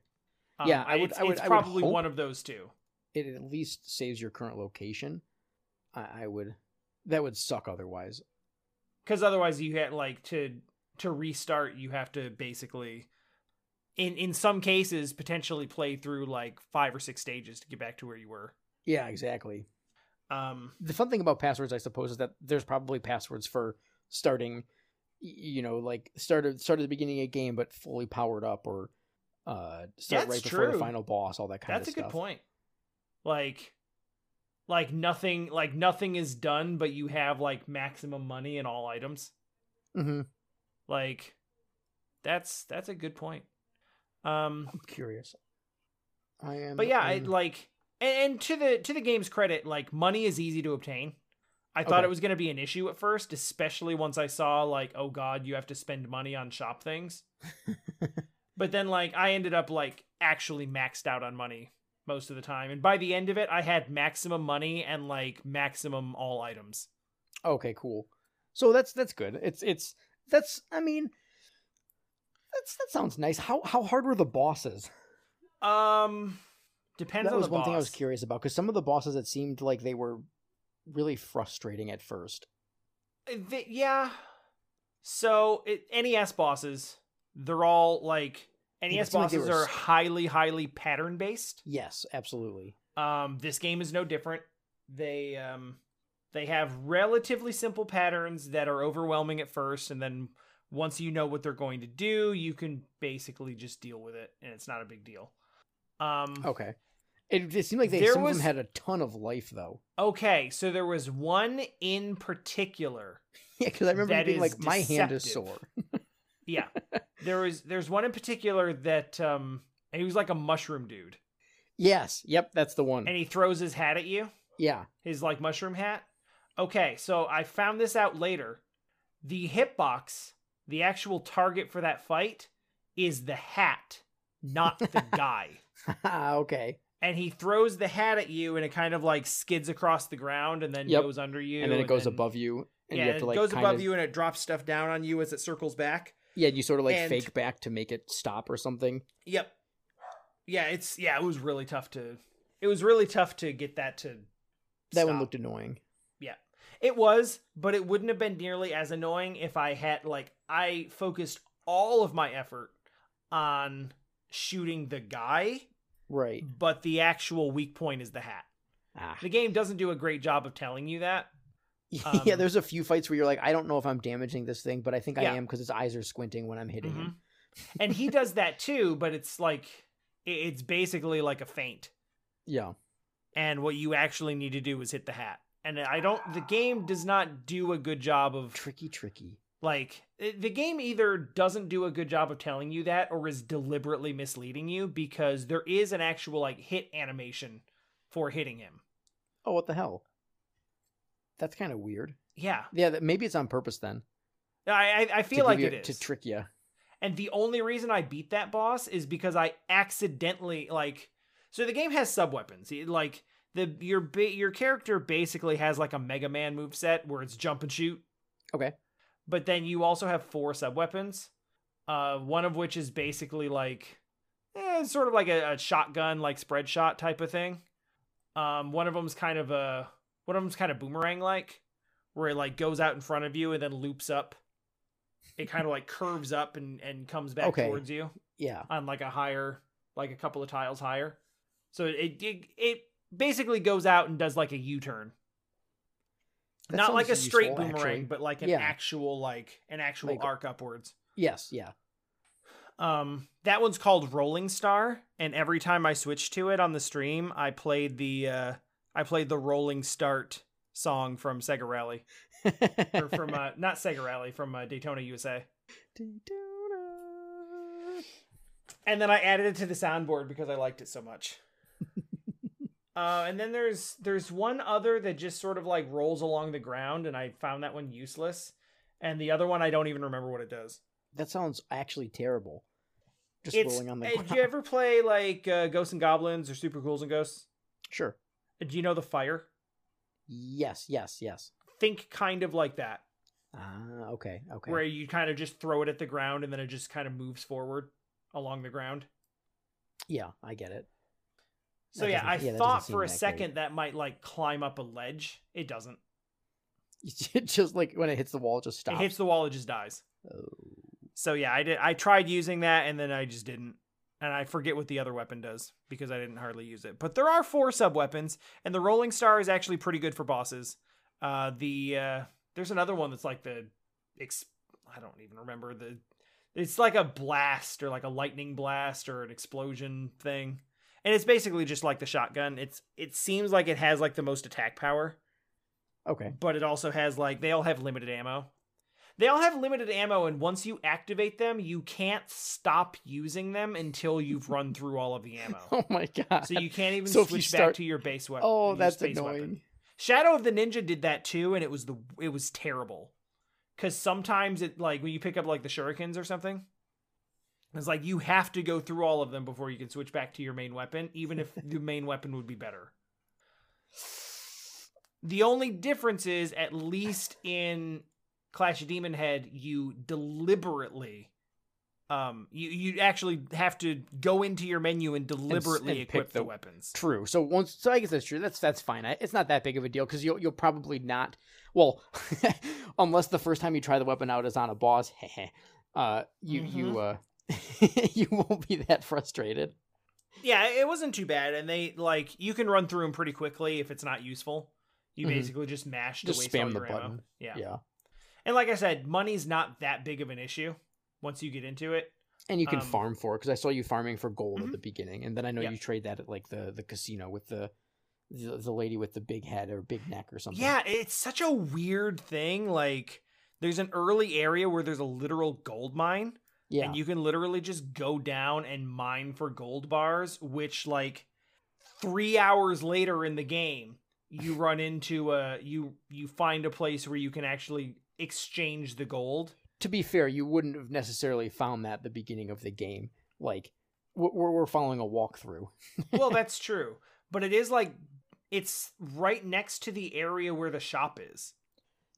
[SPEAKER 2] Yeah, I would-
[SPEAKER 1] It's,
[SPEAKER 2] I would-
[SPEAKER 1] it's
[SPEAKER 2] I would
[SPEAKER 1] probably
[SPEAKER 2] hope-
[SPEAKER 1] one of those two.
[SPEAKER 2] it at least saves your current location. I, I would. That would suck otherwise.
[SPEAKER 1] because otherwise you had like to to restart you have to basically in in some cases potentially play through like five or six stages to get back to where you were
[SPEAKER 2] Yeah, exactly.
[SPEAKER 1] um
[SPEAKER 2] The fun thing about passwords, I suppose, is that there's probably passwords for starting, y- you know, like start at, start at the beginning of a game, but fully powered up, or uh, start
[SPEAKER 1] That's
[SPEAKER 2] right before the
[SPEAKER 1] true.
[SPEAKER 2] final boss, all that kind
[SPEAKER 1] that's
[SPEAKER 2] of
[SPEAKER 1] a
[SPEAKER 2] stuff.
[SPEAKER 1] good point like like nothing like nothing is done but you have like maximum money and all items
[SPEAKER 2] Mm-hmm.
[SPEAKER 1] like that's that's a good point um
[SPEAKER 2] I'm curious. I am.
[SPEAKER 1] but yeah I,
[SPEAKER 2] I'm-
[SPEAKER 1] like and, and to the to the game's credit like money is easy to obtain i thought
[SPEAKER 2] Okay.
[SPEAKER 1] it was going to be an issue at first especially once i saw like oh god you have to spend money on shop things but then like i ended up like actually maxed out on money most of the time and by the end of it i had maximum money and like maximum all items
[SPEAKER 2] Okay, cool. So that's that's good. It's it's that's I mean that's that sounds nice. How how hard were the bosses?
[SPEAKER 1] um depends
[SPEAKER 2] that
[SPEAKER 1] on
[SPEAKER 2] was
[SPEAKER 1] the
[SPEAKER 2] one
[SPEAKER 1] boss.
[SPEAKER 2] thing I was curious about because some of the bosses it seemed like they were really frustrating at first.
[SPEAKER 1] Th- yeah. So it, NES bosses, they're all like NES
[SPEAKER 2] seemed like they
[SPEAKER 1] bosses
[SPEAKER 2] were
[SPEAKER 1] are
[SPEAKER 2] s-
[SPEAKER 1] highly, highly pattern based.
[SPEAKER 2] Yes, absolutely.
[SPEAKER 1] Um, this game is no different. They um, they have relatively simple patterns that are overwhelming at first, and then once you know what they're going to do, you can basically just deal with it, and it's not a big deal. Um,
[SPEAKER 2] Okay. It, it seemed like they
[SPEAKER 1] There
[SPEAKER 2] some
[SPEAKER 1] was-
[SPEAKER 2] of them had a ton of life though.
[SPEAKER 1] okay, so there was one in particular
[SPEAKER 2] Yeah, because I remember you
[SPEAKER 1] That
[SPEAKER 2] being
[SPEAKER 1] is
[SPEAKER 2] like, my hand is
[SPEAKER 1] deceptive.
[SPEAKER 2] sore.
[SPEAKER 1] Yeah. There was there's one in particular that um he was like a mushroom dude.
[SPEAKER 2] Yes. Yep. That's the one.
[SPEAKER 1] and he throws his hat at you,
[SPEAKER 2] yeah.
[SPEAKER 1] his like mushroom hat. Okay, so I found this out later. The hitbox, the actual target for that fight, is the hat, not the guy.
[SPEAKER 2] okay.
[SPEAKER 1] And he throws the hat at you, and it kind of like skids across the ground, and then
[SPEAKER 2] Yep.
[SPEAKER 1] goes under you,
[SPEAKER 2] And then it goes above you, and
[SPEAKER 1] yeah,
[SPEAKER 2] you have to
[SPEAKER 1] it
[SPEAKER 2] like
[SPEAKER 1] goes
[SPEAKER 2] kind
[SPEAKER 1] above
[SPEAKER 2] of-
[SPEAKER 1] you, and it drops stuff down on you as it circles back.
[SPEAKER 2] Yeah, you sort of like
[SPEAKER 1] and-
[SPEAKER 2] fake back to make it stop or something.
[SPEAKER 1] Yep. Yeah, it's yeah, it was really tough to it was really tough to get that to
[SPEAKER 2] That one
[SPEAKER 1] stop.
[SPEAKER 2] looked annoying.
[SPEAKER 1] It was, but it wouldn't have been nearly as annoying if I had like I focused all of my effort on shooting the guy,
[SPEAKER 2] Right.
[SPEAKER 1] but the actual weak point is the hat.
[SPEAKER 2] Ah.
[SPEAKER 1] The game doesn't do a great job of telling you that.
[SPEAKER 2] yeah,
[SPEAKER 1] Um,
[SPEAKER 2] there's a few fights where you're like, I don't know if I'm damaging this thing, but I think
[SPEAKER 1] Yeah.
[SPEAKER 2] I am because his eyes are squinting when I'm hitting him.
[SPEAKER 1] Mhm. and he does that too, but it's like i- it's basically like a feint.
[SPEAKER 2] Yeah.
[SPEAKER 1] and what you actually need to do is hit the hat. And I don't. The game does not do a good job of
[SPEAKER 2] Tricky, tricky.
[SPEAKER 1] like i- the game either doesn't do a good job of telling you that, or is deliberately misleading you because there is an actual like hit animation for hitting him.
[SPEAKER 2] Oh, what the hell? That's kind of weird.
[SPEAKER 1] Yeah,
[SPEAKER 2] Yeah, that, maybe it's on purpose then.
[SPEAKER 1] I I, I
[SPEAKER 2] to
[SPEAKER 1] feel like
[SPEAKER 2] give
[SPEAKER 1] it
[SPEAKER 2] you-
[SPEAKER 1] is.
[SPEAKER 2] to trick you.
[SPEAKER 1] and the only reason I beat that boss is because I accidentally like. So the game has sub weapons. Like the your ba- your character basically has like a Mega Man move set where it's jump and shoot.
[SPEAKER 2] Okay.
[SPEAKER 1] But then you also have four sub weapons. Uh, one of which is basically like, eh, sort of like a, a shotgun, like spread shot type of thing. Um, one of them's kind of a one of them's kind of boomerang like, where it like goes out in front of you and then loops up. It kind of like curves up and and comes back
[SPEAKER 2] Okay.
[SPEAKER 1] towards you
[SPEAKER 2] Yeah.
[SPEAKER 1] on like a higher, like a couple of tiles higher. So it it, it basically goes out and does like a U turn
[SPEAKER 2] That
[SPEAKER 1] not like a
[SPEAKER 2] sounds
[SPEAKER 1] straight
[SPEAKER 2] useful,
[SPEAKER 1] boomerang,
[SPEAKER 2] actually.
[SPEAKER 1] but like an
[SPEAKER 2] Yeah.
[SPEAKER 1] actual like an actual
[SPEAKER 2] Like-
[SPEAKER 1] arc upwards.
[SPEAKER 2] Yes. Yeah.
[SPEAKER 1] Um, that one's called Rolling Star, and every time I switched to it on the stream, I played the uh, I played the Rolling Start song from Sega Rally or from uh, not Sega Rally from uh, Daytona USA.
[SPEAKER 2] Daytona.
[SPEAKER 1] And then I added it to the soundboard because I liked it so much. uh, and then there's there's one other that just sort of like rolls along the ground, and I found that one useless. And the other one I don't even remember what it does.
[SPEAKER 2] That sounds actually terrible. Just
[SPEAKER 1] It's-
[SPEAKER 2] rolling on the
[SPEAKER 1] uh,
[SPEAKER 2] ground.
[SPEAKER 1] Do you ever play like uh, Ghosts and Goblins or Super Ghouls and Ghosts?
[SPEAKER 2] Sure.
[SPEAKER 1] Uh, Do you know the fire?
[SPEAKER 2] Yes. Yes. Yes.
[SPEAKER 1] Think kind of like that,
[SPEAKER 2] Ah. Okay. Okay.
[SPEAKER 1] where you kind of just throw it at the ground and then it just kind of moves forward along the ground.
[SPEAKER 2] Yeah. I get it.
[SPEAKER 1] So
[SPEAKER 2] That
[SPEAKER 1] yeah,
[SPEAKER 2] doesn't-
[SPEAKER 1] I
[SPEAKER 2] yeah, that doesn't
[SPEAKER 1] thought
[SPEAKER 2] seem
[SPEAKER 1] for a
[SPEAKER 2] that great.
[SPEAKER 1] second that might like climb up a ledge. It doesn't.
[SPEAKER 2] It just like when it hits the wall, it just stops.
[SPEAKER 1] It hits the wall, it just dies.
[SPEAKER 2] Oh.
[SPEAKER 1] So yeah, I did. I tried using that and then I just didn't. And I forget what the other weapon does because I didn't hardly use it. But there are four sub weapons, and the Rolling Star is actually pretty good for bosses. Uh, the uh, there's another one that's like the, ex- I don't even remember the, it's like a blast or like a lightning blast or an explosion thing, and it's basically just like the shotgun. It's it seems like it has like the most attack power,
[SPEAKER 2] Okay.
[SPEAKER 1] but it also has like they all have limited ammo. They all have limited ammo, and once you activate them, you can't stop using them until you've run through all of the ammo.
[SPEAKER 2] Oh my god.
[SPEAKER 1] So you can't even
[SPEAKER 2] So if you
[SPEAKER 1] switch
[SPEAKER 2] start-
[SPEAKER 1] back to your base weapon.
[SPEAKER 2] oh,
[SPEAKER 1] your
[SPEAKER 2] that's
[SPEAKER 1] space
[SPEAKER 2] annoying.
[SPEAKER 1] weapon. Shadow of the Ninja did that too, and it was the it was terrible. Cause sometimes it like when you pick up like the shurikens or something, it's like you have to go through all of them before you can switch back to your main weapon, even if the main weapon would be better. The only difference is at least in Clash of Demon Head, you deliberately um you, you actually have to go into your menu and deliberately
[SPEAKER 2] and pick
[SPEAKER 1] equip the,
[SPEAKER 2] the-
[SPEAKER 1] weapons.
[SPEAKER 2] True. So once, so I guess that's true. That's that's fine. I, it's not that big of a deal because you'll you'll probably not. Well, unless the first time you try the weapon out is on a boss, uh, you you uh,
[SPEAKER 1] Mm-hmm.
[SPEAKER 2] you won't be that frustrated.
[SPEAKER 1] Yeah, it wasn't too bad, and they like you can run through them pretty quickly if it's not useful. You
[SPEAKER 2] Mhm.
[SPEAKER 1] basically just mash to
[SPEAKER 2] Just
[SPEAKER 1] waste
[SPEAKER 2] spam
[SPEAKER 1] all
[SPEAKER 2] the
[SPEAKER 1] your ammo.
[SPEAKER 2] button.
[SPEAKER 1] Yeah.
[SPEAKER 2] Yeah,
[SPEAKER 1] and like I said, money's not that big of an issue once you get into it.
[SPEAKER 2] and you can
[SPEAKER 1] Um,
[SPEAKER 2] farm for it because I saw you farming for gold
[SPEAKER 1] Mhm.
[SPEAKER 2] at the beginning, and then I know
[SPEAKER 1] Yeah.
[SPEAKER 2] you trade that at like the the casino with the, the the lady with the big head or big neck or something.
[SPEAKER 1] Yeah, it's such a weird thing. Like, there's an early area where there's a literal gold mine,
[SPEAKER 2] yeah.
[SPEAKER 1] and you can literally just go down and mine for gold bars, which like three hours later in the game you run into a you you find a place where you can actually exchange the gold
[SPEAKER 2] to be fair, you wouldn't have necessarily found that at the beginning of the game. Like, we're, we're following a walkthrough.
[SPEAKER 1] well that's true but it is like it's right next to the area where the shop is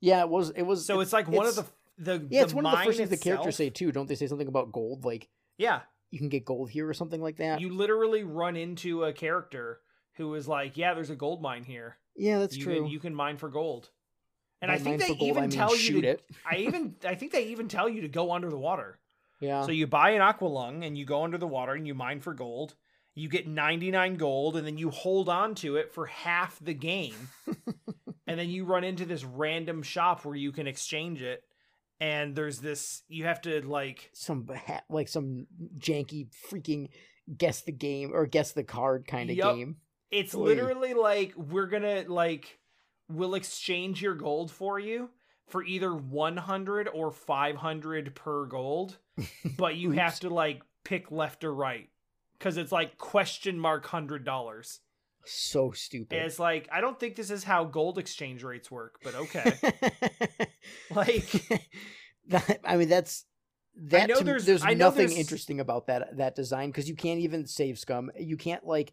[SPEAKER 2] Yeah, it was. It was.
[SPEAKER 1] so it's like one of the the
[SPEAKER 2] yeah,
[SPEAKER 1] the
[SPEAKER 2] it's one of the
[SPEAKER 1] mine
[SPEAKER 2] first things the characters say
[SPEAKER 1] itself-
[SPEAKER 2] too. Don't they say something about gold? Like
[SPEAKER 1] yeah
[SPEAKER 2] you can get gold here or something like that.
[SPEAKER 1] you literally run into a character who is like yeah there's a gold mine here
[SPEAKER 2] yeah, that's
[SPEAKER 1] you,
[SPEAKER 2] true.
[SPEAKER 1] Can, you can mine for gold and
[SPEAKER 2] By
[SPEAKER 1] i think
[SPEAKER 2] mine
[SPEAKER 1] they
[SPEAKER 2] for gold,
[SPEAKER 1] even
[SPEAKER 2] I mean
[SPEAKER 1] tell you
[SPEAKER 2] shoot
[SPEAKER 1] to,
[SPEAKER 2] it.
[SPEAKER 1] i even i think they even tell you to go under the water
[SPEAKER 2] Yeah.
[SPEAKER 1] So you buy an aqua lung and you go under the water and you mine for gold. You get 99 gold and then you hold on to it for half the game. and then you run into this random shop where you can exchange it. And there's this, you have to like,
[SPEAKER 2] some ha- like some janky freaking guess the game or guess the card kind of
[SPEAKER 1] Yup.
[SPEAKER 2] game.
[SPEAKER 1] it's
[SPEAKER 2] Oy.
[SPEAKER 1] literally like, we're gonna like, we'll exchange your gold for you for either 100 or 500 per gold. But you have
[SPEAKER 2] Oops.
[SPEAKER 1] to like pick left or right because it's like question mark $100.
[SPEAKER 2] So stupid.
[SPEAKER 1] And it's like, I don't think this is how gold exchange rates work, but okay. like,
[SPEAKER 2] that, I mean, that's that.
[SPEAKER 1] know
[SPEAKER 2] to me-
[SPEAKER 1] there's-
[SPEAKER 2] there's,
[SPEAKER 1] I know
[SPEAKER 2] nothing
[SPEAKER 1] there's-
[SPEAKER 2] interesting about that that design because you can't even save scum. You can't like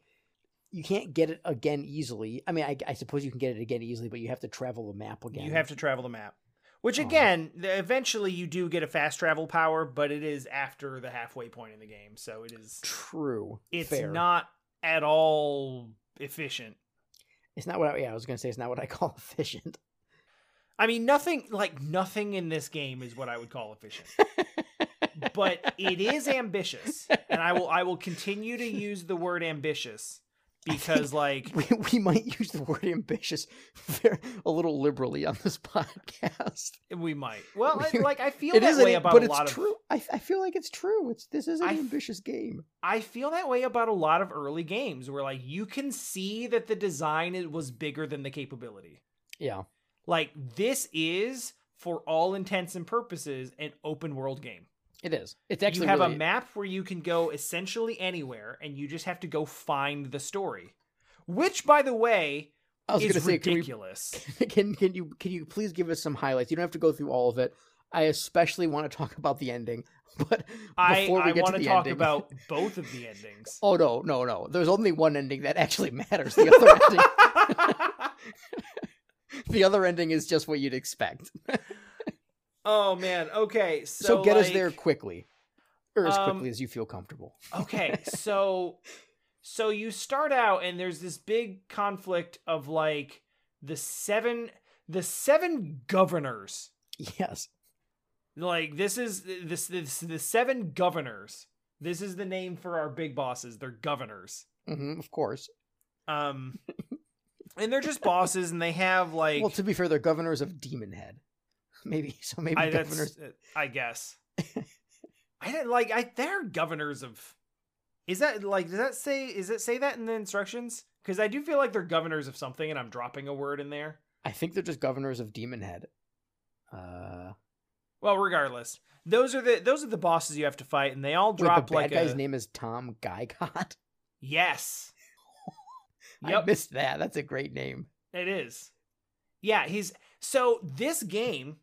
[SPEAKER 2] you can't get it again easily. I mean, I, I suppose you can get it again easily, but you have to travel the map again.
[SPEAKER 1] you have to travel the map. Which,
[SPEAKER 2] Oh.
[SPEAKER 1] again, th- eventually you do get a fast travel power, but it is after the halfway point in the game. So it is,
[SPEAKER 2] true.
[SPEAKER 1] it's
[SPEAKER 2] fair.
[SPEAKER 1] not at all efficient.
[SPEAKER 2] It's not what. I, yeah, I was gonna say it's not what I call efficient.
[SPEAKER 1] I mean, nothing, like, nothing in this game is what I would call efficient. but it is ambitious. And I will, I will continue to use the word ambitious because, like,
[SPEAKER 2] we, we might use the word ambitious very, a little liberally on this podcast.
[SPEAKER 1] we might. Well,
[SPEAKER 2] We-
[SPEAKER 1] like, I feel
[SPEAKER 2] It
[SPEAKER 1] that
[SPEAKER 2] is, an-
[SPEAKER 1] way about
[SPEAKER 2] but
[SPEAKER 1] a
[SPEAKER 2] it's
[SPEAKER 1] lot of
[SPEAKER 2] true. I, I feel like it's true. It's this is an
[SPEAKER 1] I-
[SPEAKER 2] ambitious game.
[SPEAKER 1] I feel that way about a lot of early games where like you can see that the design it was bigger than the capability.
[SPEAKER 2] Yeah,
[SPEAKER 1] Like this is for all intents and purposes an open world game.
[SPEAKER 2] it is. It's actually
[SPEAKER 1] you have
[SPEAKER 2] really,
[SPEAKER 1] a map where you can go essentially anywhere and you just have to go find the story. Which by the way
[SPEAKER 2] I was gonna
[SPEAKER 1] is
[SPEAKER 2] say, can, we,
[SPEAKER 1] ridiculous.
[SPEAKER 2] can can you can you please give us some highlights? You don't have to go through all of it. I especially want to talk about the ending, but
[SPEAKER 1] I
[SPEAKER 2] before we
[SPEAKER 1] I
[SPEAKER 2] get
[SPEAKER 1] want to
[SPEAKER 2] the
[SPEAKER 1] talk
[SPEAKER 2] ending-
[SPEAKER 1] about both of the endings.
[SPEAKER 2] Oh no, no, no! There's only one ending that actually matters. The other ending, Oh. the other ending is just what you'd expect.
[SPEAKER 1] oh man, okay. So,
[SPEAKER 2] So, get us
[SPEAKER 1] like-
[SPEAKER 2] there quickly, or as
[SPEAKER 1] Um,
[SPEAKER 2] quickly as you feel comfortable.
[SPEAKER 1] okay so so you start out and there's this big conflict of like the seven the seven governors
[SPEAKER 2] Yes.
[SPEAKER 1] like this is this this the seven governors this is the name for our big bosses they're governors
[SPEAKER 2] hmm of course.
[SPEAKER 1] um and they're just bosses and they have like
[SPEAKER 2] well, to be fair, they're governors of Demon Head. Maybe so. Maybe
[SPEAKER 1] I,
[SPEAKER 2] governors.
[SPEAKER 1] that's, I guess i didn't like i they're governors of is that like does that say is it say that in the instructions because i do feel like they're governors of something and i'm dropping a word in there
[SPEAKER 2] I think they're just governors of Demon Head. Uh,
[SPEAKER 1] well regardless those are the those are the bosses you have to fight and they all
[SPEAKER 2] wait, the
[SPEAKER 1] drop
[SPEAKER 2] bad
[SPEAKER 1] like
[SPEAKER 2] guy's
[SPEAKER 1] a
[SPEAKER 2] name is Tom Gycott.
[SPEAKER 1] yes
[SPEAKER 2] I
[SPEAKER 1] Yep.
[SPEAKER 2] missed that. That's a great name.
[SPEAKER 1] It is. Yeah, he's so this game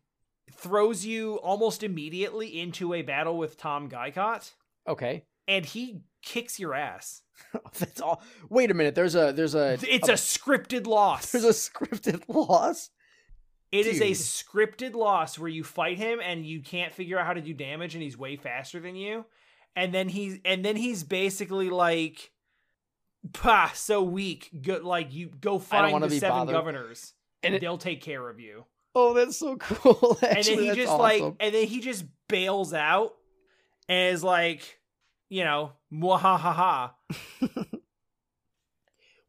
[SPEAKER 1] throws you almost immediately into a battle with Tom Gycott,
[SPEAKER 2] Okay,
[SPEAKER 1] and he kicks your ass.
[SPEAKER 2] that's all. Wait a minute. There's a there's a
[SPEAKER 1] It's a scripted loss.
[SPEAKER 2] there's a scripted loss.
[SPEAKER 1] It is a
[SPEAKER 2] dude.
[SPEAKER 1] scripted loss where you fight him and you can't figure out how to do damage and he's way faster than you. And then he's and then he's basically like Pah, so weak. Go, like you go find
[SPEAKER 2] wanna
[SPEAKER 1] the
[SPEAKER 2] be
[SPEAKER 1] seven
[SPEAKER 2] bothered.
[SPEAKER 1] governors. And
[SPEAKER 2] And it-
[SPEAKER 1] they'll take care of you.
[SPEAKER 2] Oh, that's so cool.
[SPEAKER 1] and then
[SPEAKER 2] Actually,
[SPEAKER 1] he
[SPEAKER 2] that's
[SPEAKER 1] just like
[SPEAKER 2] awesome.
[SPEAKER 1] and then he just bails out and is like you know mwahaha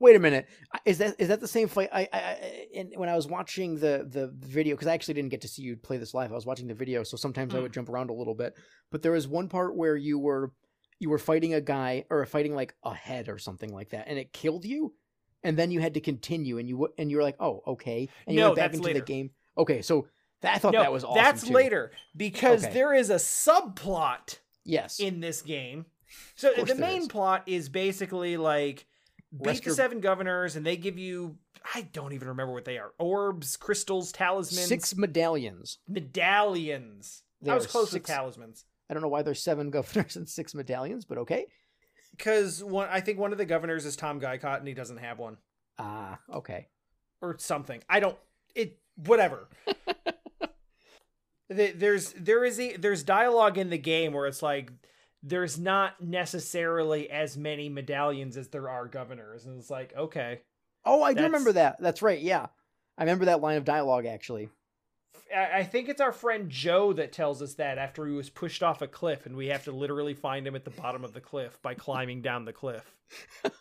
[SPEAKER 2] Wait a minute. I- Is that is that the same fight? I, I, I in, when I was watching the the video because I actually didn't get to see you play this live. I was watching the video, so sometimes I
[SPEAKER 1] Mm.
[SPEAKER 2] would jump around a little bit. But there was one part where you were you were fighting a guy or fighting like a head or something like that, and it killed you. And then you had to continue, and you w- and you were like, oh okay, and you
[SPEAKER 1] No,
[SPEAKER 2] went back
[SPEAKER 1] that's
[SPEAKER 2] into
[SPEAKER 1] later.
[SPEAKER 2] the game. Okay, so that, I thought
[SPEAKER 1] no
[SPEAKER 2] that was awesome.
[SPEAKER 1] that's
[SPEAKER 2] too.
[SPEAKER 1] later because
[SPEAKER 2] Okay.
[SPEAKER 1] there is a subplot
[SPEAKER 2] Yes.
[SPEAKER 1] in this game so
[SPEAKER 2] course
[SPEAKER 1] the
[SPEAKER 2] there
[SPEAKER 1] main
[SPEAKER 2] is.
[SPEAKER 1] plot is basically like beat the seven governors, and they give you I don't even remember what they are: orbs, crystals, talismans,
[SPEAKER 2] six medallions.
[SPEAKER 1] medallions.
[SPEAKER 2] There
[SPEAKER 1] I was
[SPEAKER 2] are
[SPEAKER 1] close
[SPEAKER 2] six-
[SPEAKER 1] with talismans
[SPEAKER 2] I don't know why there's seven governors and six medallions, but okay.
[SPEAKER 1] because one. I think one of the governors is Tom Guycott, and he doesn't have one
[SPEAKER 2] Ah, okay.
[SPEAKER 1] or something. I don't. It whatever. The- there's there is a there's dialogue in the game where it's like there's not necessarily as many medallions as there are governors, and it's like okay.
[SPEAKER 2] Oh, I do
[SPEAKER 1] That's-
[SPEAKER 2] remember that. That's right. Yeah, I remember that line of dialogue actually.
[SPEAKER 1] I I think it's our friend Joe that tells us that after he was pushed off a cliff, and we have to literally find him at the bottom of the cliff by climbing down the cliff.
[SPEAKER 2] God,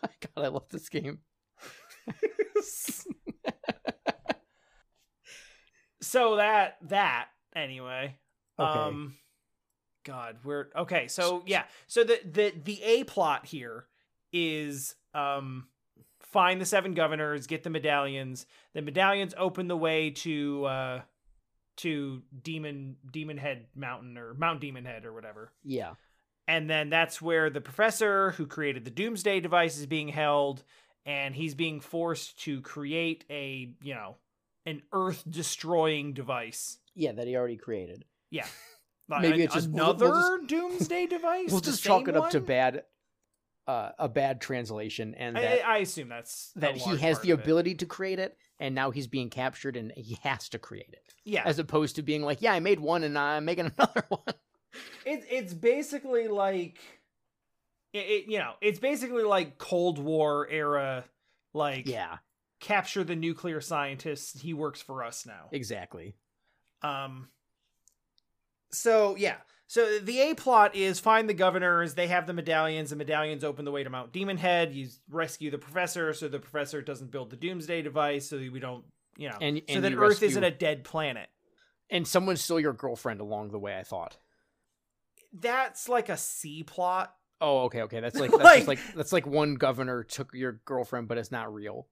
[SPEAKER 2] I love this game.
[SPEAKER 1] so that that anyway.
[SPEAKER 2] Okay.
[SPEAKER 1] Um, God, we're okay. So yeah, so the the the a plot here is um find the seven governors, get the medallions. The medallions open the way to uh to demon demon head mountain or mount demon head or whatever
[SPEAKER 2] yeah.
[SPEAKER 1] and then that's where the professor who created the doomsday device is being held and he's being forced to create a you know an earth destroying device
[SPEAKER 2] Yeah, that he already created.
[SPEAKER 1] Like,
[SPEAKER 2] Maybe
[SPEAKER 1] an-
[SPEAKER 2] it's just- we'll-
[SPEAKER 1] another
[SPEAKER 2] we'll
[SPEAKER 1] doomsday device
[SPEAKER 2] We'll
[SPEAKER 1] The
[SPEAKER 2] just chalk
[SPEAKER 1] same
[SPEAKER 2] it up to
[SPEAKER 1] one?
[SPEAKER 2] bad, uh, a bad translation, and
[SPEAKER 1] I,
[SPEAKER 2] that
[SPEAKER 1] I assume that's a
[SPEAKER 2] that he
[SPEAKER 1] large
[SPEAKER 2] has
[SPEAKER 1] part
[SPEAKER 2] the
[SPEAKER 1] of it.
[SPEAKER 2] ability to create it, and now he's being captured, and he has to create it,
[SPEAKER 1] yeah
[SPEAKER 2] as opposed to being like, yeah, I made one, and I'm making another one.
[SPEAKER 1] it, it's basically like it, it you know it's basically like cold war era like
[SPEAKER 2] yeah,
[SPEAKER 1] capture the nuclear scientist he works for us now
[SPEAKER 2] exactly.
[SPEAKER 1] Um. So yeah, so the A plot is find the governors. They have the medallions. The medallions open the way to Mount Demon Head. You rescue the professor, so the professor doesn't build the Doomsday device, so we don't, you know,
[SPEAKER 2] And,
[SPEAKER 1] so
[SPEAKER 2] and
[SPEAKER 1] that
[SPEAKER 2] you
[SPEAKER 1] Earth
[SPEAKER 2] rescue-
[SPEAKER 1] isn't a dead planet.
[SPEAKER 2] and someone's still your girlfriend along the way. I thought.
[SPEAKER 1] That's like a C plot.
[SPEAKER 2] Oh, okay, okay. That's like
[SPEAKER 1] Like-
[SPEAKER 2] that's just like that's like one governor took your girlfriend, but it's not real,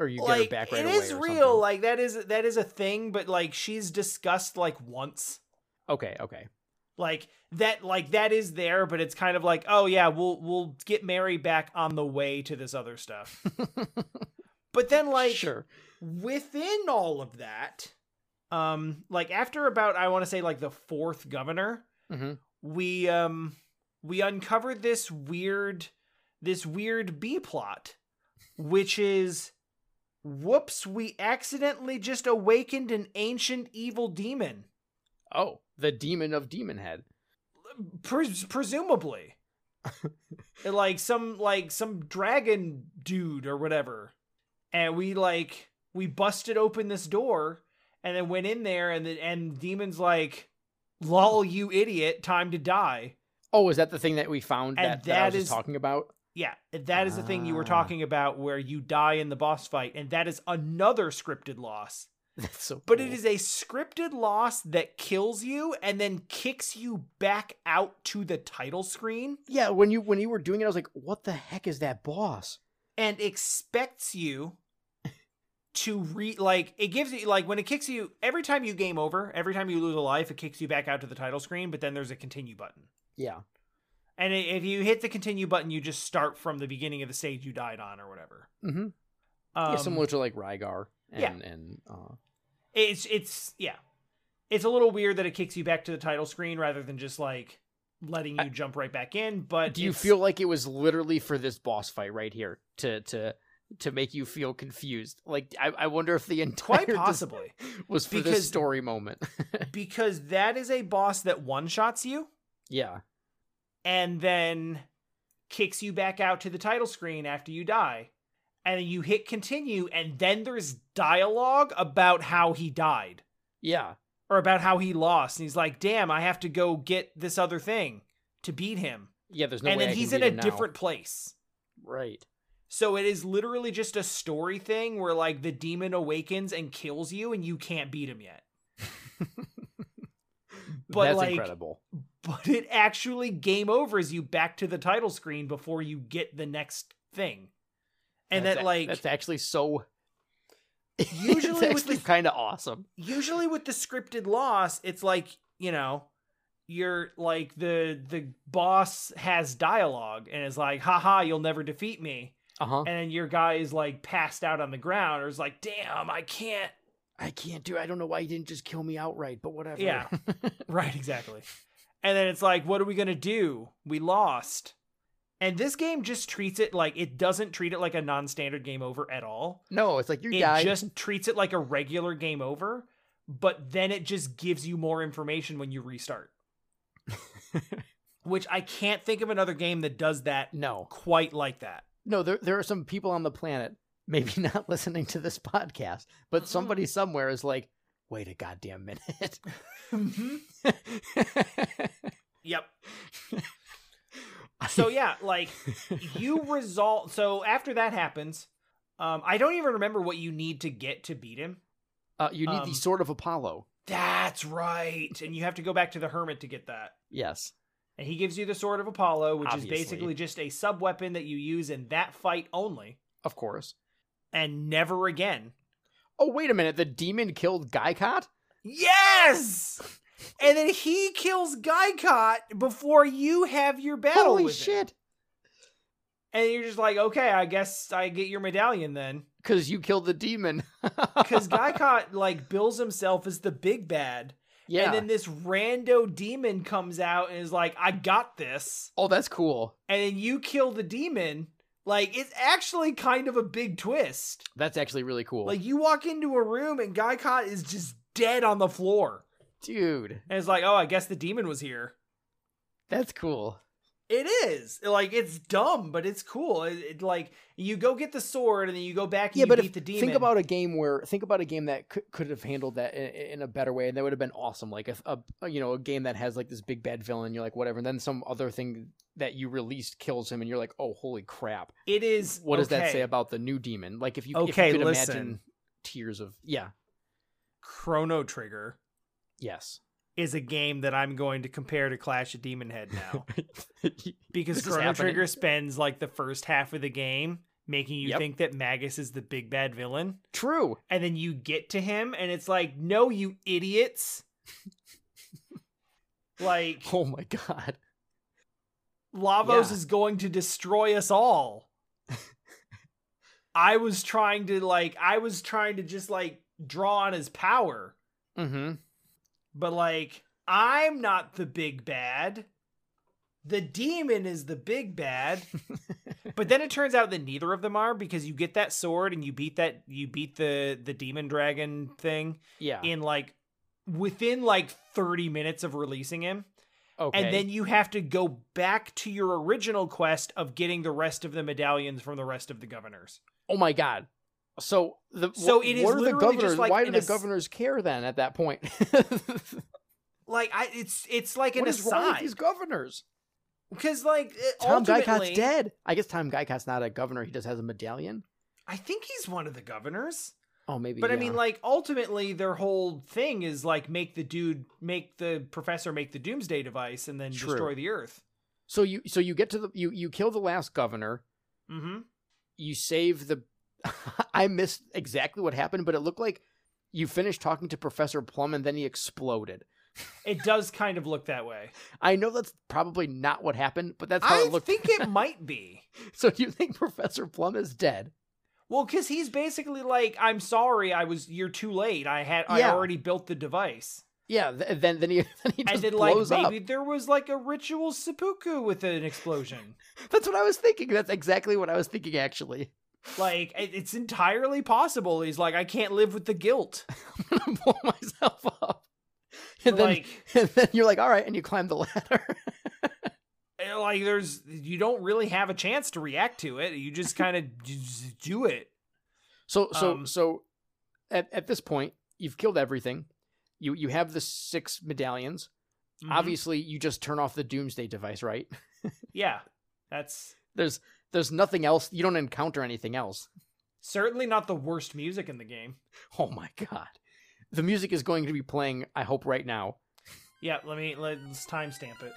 [SPEAKER 2] or you get
[SPEAKER 1] like
[SPEAKER 2] her back right
[SPEAKER 1] it
[SPEAKER 2] away.
[SPEAKER 1] is
[SPEAKER 2] or
[SPEAKER 1] real.
[SPEAKER 2] something.
[SPEAKER 1] Like that is that is a thing, but like she's discussed like once.
[SPEAKER 2] Okay, okay.
[SPEAKER 1] like that like that is there but it's kind of like oh yeah we'll we'll get mary back on the way to this other stuff but then like
[SPEAKER 2] sure.
[SPEAKER 1] within all of that um like after about i want to say like the fourth governor
[SPEAKER 2] hmm
[SPEAKER 1] we um we uncovered this weird this weird b plot which is whoops we accidentally just awakened an ancient evil demon
[SPEAKER 2] Oh, the demon of demon head.
[SPEAKER 1] Pres- presumably like some like some dragon dude or whatever and we like we busted open this door and then went in there and the, and demons like lol you idiot time to die
[SPEAKER 2] Oh, is that the thing that we found
[SPEAKER 1] And
[SPEAKER 2] that, that I was
[SPEAKER 1] that
[SPEAKER 2] just
[SPEAKER 1] is-
[SPEAKER 2] talking about?
[SPEAKER 1] yeah that is the thing you were
[SPEAKER 2] Ah.
[SPEAKER 1] talking about where you die in the boss fight and that is another scripted loss
[SPEAKER 2] That's so.
[SPEAKER 1] but it
[SPEAKER 2] cool.
[SPEAKER 1] is a scripted loss that kills you and then kicks you back out to the title screen
[SPEAKER 2] yeah. When you when you were doing it, I was like, "What the heck is that boss?"
[SPEAKER 1] and expects you to re like it gives you like when it kicks you every time you game over, every time you lose a life, it kicks you back out to the title screen, but then there's a continue button.
[SPEAKER 2] Yeah.
[SPEAKER 1] And i- if you hit the continue button, you just start from the beginning of the stage you died on or whatever.
[SPEAKER 2] Mm-hmm.
[SPEAKER 1] Um,
[SPEAKER 2] yeah similar to like Rygar. And,
[SPEAKER 1] yeah.
[SPEAKER 2] And uh,
[SPEAKER 1] it's it's yeah. It's a little weird that it kicks you back to the title screen rather than just like letting you
[SPEAKER 2] I-
[SPEAKER 1] jump right back in, but
[SPEAKER 2] do you
[SPEAKER 1] it's-
[SPEAKER 2] feel like it was literally for this boss fight right here to to to make you feel confused? Like I, I wonder if the entire
[SPEAKER 1] quite
[SPEAKER 2] dis-
[SPEAKER 1] possibly
[SPEAKER 2] was for
[SPEAKER 1] Because-
[SPEAKER 2] this story moment.
[SPEAKER 1] because that is a boss that one-shots you.
[SPEAKER 2] yeah.
[SPEAKER 1] and then kicks you back out to the title screen after you die. And then you hit continue, and then there's dialogue about how he died
[SPEAKER 2] Yeah.
[SPEAKER 1] or about how he lost. And he's like, damn, I have to go get this other thing to beat him.
[SPEAKER 2] Yeah, there's no
[SPEAKER 1] and
[SPEAKER 2] way
[SPEAKER 1] then
[SPEAKER 2] I can
[SPEAKER 1] he's in
[SPEAKER 2] beat
[SPEAKER 1] a
[SPEAKER 2] him now.
[SPEAKER 1] different place.
[SPEAKER 2] right.
[SPEAKER 1] So it is literally just a story thing where like the demon awakens and kills you, and you can't beat him yet. But,
[SPEAKER 2] That's
[SPEAKER 1] like-
[SPEAKER 2] incredible.
[SPEAKER 1] But it actually game overs you back to the title screen before you get the next thing. And
[SPEAKER 2] That's
[SPEAKER 1] that
[SPEAKER 2] a-
[SPEAKER 1] like
[SPEAKER 2] that's actually so
[SPEAKER 1] Usually with the-
[SPEAKER 2] kind of awesome.
[SPEAKER 1] usually with the scripted loss it's like you know you're like the the boss has dialogue and is like haha you'll never defeat me
[SPEAKER 4] Uh huh.
[SPEAKER 1] and then your guy is like passed out on the ground or is like, damn, I can't.
[SPEAKER 2] I can't do it. I don't know why you didn't just kill me outright, but whatever.
[SPEAKER 1] Yeah. Right, exactly. And then it's like, what are we going to do? We lost. And this game just treats it like it doesn't treat it like a non standard game over at all.
[SPEAKER 2] no, it's like you
[SPEAKER 1] it
[SPEAKER 2] died.
[SPEAKER 1] just treats it like a regular game over, but then it just gives you more information when you restart. Which I can't think of another game that does that
[SPEAKER 2] no.
[SPEAKER 1] quite like that.
[SPEAKER 2] No, there there are some people on the planet, maybe not listening to this podcast, but
[SPEAKER 1] Mhm.
[SPEAKER 2] somebody somewhere is like, wait a goddamn minute.
[SPEAKER 1] Yep. So yeah, like you resolve so after that happens, um I don't even remember what you need to get to beat him.
[SPEAKER 2] uh, you need
[SPEAKER 1] Um,
[SPEAKER 2] the sword of Apollo.
[SPEAKER 1] That's right. And you have to go back to the hermit to get that.
[SPEAKER 2] Yes.
[SPEAKER 1] And he gives you the sword of Apollo, which
[SPEAKER 2] Obviously.
[SPEAKER 1] is basically just a sub weapon that you use in that fight only
[SPEAKER 2] Of course.
[SPEAKER 1] and never again.
[SPEAKER 2] Oh, wait a minute. The demon killed Gaikot?
[SPEAKER 1] Yes! And then he kills Gaikot before you have your battle.
[SPEAKER 2] Holy
[SPEAKER 1] with him.
[SPEAKER 2] shit.
[SPEAKER 1] And you're just like, okay, I guess I get your medallion then.
[SPEAKER 2] Because you killed the demon.
[SPEAKER 1] Because Gaikot like bills himself as the big bad.
[SPEAKER 2] yeah.
[SPEAKER 1] And then this rando demon comes out and is like, I got this.
[SPEAKER 2] oh, that's cool.
[SPEAKER 1] And then you kill the demon. Like, it's actually kind of a big twist.
[SPEAKER 2] That's actually really cool.
[SPEAKER 1] Like you walk into a room and Gaikot is just dead on the floor.
[SPEAKER 2] dude,
[SPEAKER 1] And it's like, oh, I guess the demon was here.
[SPEAKER 2] that's cool.
[SPEAKER 1] It is. Like it's dumb, but it's cool. It, it, like you go get the sword and then you go back and
[SPEAKER 4] Yeah,
[SPEAKER 1] you
[SPEAKER 4] but
[SPEAKER 1] beat
[SPEAKER 4] if-
[SPEAKER 1] the demon.
[SPEAKER 4] Think about a game where think about a game that could, could have handled that in, in a better way, and that would have been awesome. Like a, a- a you know a game that has like this big bad villain, you're like whatever, and then some other thing that you released kills him, and you're like, oh holy crap,
[SPEAKER 1] it is
[SPEAKER 4] what does that
[SPEAKER 1] okay,
[SPEAKER 4] say about the new demon? Like if you if
[SPEAKER 1] Okay,
[SPEAKER 4] you could
[SPEAKER 1] listen.
[SPEAKER 4] imagine tears of yeah
[SPEAKER 1] Chrono Trigger
[SPEAKER 4] yes
[SPEAKER 1] is a game that I'm going to compare to Clash of Demon Head now. because
[SPEAKER 2] This is
[SPEAKER 1] Chrono
[SPEAKER 2] happening.
[SPEAKER 1] Trigger spends like the first half of the game making you
[SPEAKER 2] Yep.
[SPEAKER 1] think that Magus is the big bad villain.
[SPEAKER 2] true.
[SPEAKER 1] and then you get to him and it's like no you idiots like
[SPEAKER 2] Oh my god.
[SPEAKER 1] lavos
[SPEAKER 2] yeah.
[SPEAKER 1] is going to destroy us all i was trying to like i was trying to just like draw on his power
[SPEAKER 2] Mm-hmm.
[SPEAKER 1] but like i'm not the big bad the demon is the big bad but then it turns out that neither of them are because you get that sword and you beat that you beat the the demon dragon thing
[SPEAKER 2] Yeah.
[SPEAKER 1] in like within like 30 minutes of releasing him
[SPEAKER 2] okay.
[SPEAKER 1] and then you have to go back to your original quest of getting the rest of the medallions from the rest of the governors
[SPEAKER 2] oh my god. So the
[SPEAKER 1] So
[SPEAKER 2] wh-
[SPEAKER 1] it is
[SPEAKER 2] what are the
[SPEAKER 1] literally just
[SPEAKER 2] governors?
[SPEAKER 1] like
[SPEAKER 2] Why
[SPEAKER 1] an
[SPEAKER 2] do the
[SPEAKER 1] ass-
[SPEAKER 2] governors care then at that point?
[SPEAKER 1] like i it's it's like an
[SPEAKER 2] What is wrong with
[SPEAKER 1] aside
[SPEAKER 2] these governors?
[SPEAKER 1] because like it-
[SPEAKER 2] Tom
[SPEAKER 1] ultimately,
[SPEAKER 2] Gaikot's dead. I guess Tom Gaikot's not a governor. He just has a medallion.
[SPEAKER 1] i think he's one of the governors
[SPEAKER 2] Oh, maybe.
[SPEAKER 1] but i
[SPEAKER 2] yeah.
[SPEAKER 1] mean like ultimately their whole thing is like make the dude make the professor make the doomsday device and then
[SPEAKER 2] True.
[SPEAKER 1] destroy the earth
[SPEAKER 2] so you so you get to the you you kill the last governor.
[SPEAKER 1] mm-hmm
[SPEAKER 2] You save the. I missed exactly what happened, but it looked like you finished talking to Professor Plum and then he exploded.
[SPEAKER 1] it does kind of look that way
[SPEAKER 2] I know that's probably not what happened, but that's how
[SPEAKER 1] i
[SPEAKER 2] it looked.
[SPEAKER 1] think it might be
[SPEAKER 2] So do you think Professor Plum is dead?
[SPEAKER 1] Well, because he's basically like, "I'm sorry, I was. You're too late. I had. I
[SPEAKER 2] Yeah.
[SPEAKER 1] already built the device."
[SPEAKER 2] Yeah. Th- then then he then he
[SPEAKER 1] And
[SPEAKER 2] just
[SPEAKER 1] then, like,
[SPEAKER 2] blows
[SPEAKER 1] maybe
[SPEAKER 2] up.
[SPEAKER 1] there was like a ritual seppuku with an explosion.
[SPEAKER 2] That's what I was thinking. That's exactly what I was thinking. Actually,
[SPEAKER 1] like, it- it's entirely possible. He's like, "I can't live with the guilt."
[SPEAKER 2] I'm gonna blow myself up. And then
[SPEAKER 1] like,
[SPEAKER 2] and then you're like, all right, and you climb the ladder.
[SPEAKER 1] eh, like, there's you don't really have a chance to react to it. You just kind of just do it.
[SPEAKER 2] So so
[SPEAKER 1] Um,
[SPEAKER 2] so at, at this point, you've killed everything. You you have the six medallions.
[SPEAKER 1] Mhm.
[SPEAKER 2] Obviously, you just turn off the doomsday device, right?
[SPEAKER 1] yeah, that's
[SPEAKER 2] There's there's nothing else. You don't encounter anything else.
[SPEAKER 1] certainly not the worst music in the game.
[SPEAKER 2] Oh my god. The music is going to be playing, I hope, right now.
[SPEAKER 1] Yeah, let me let's timestamp it.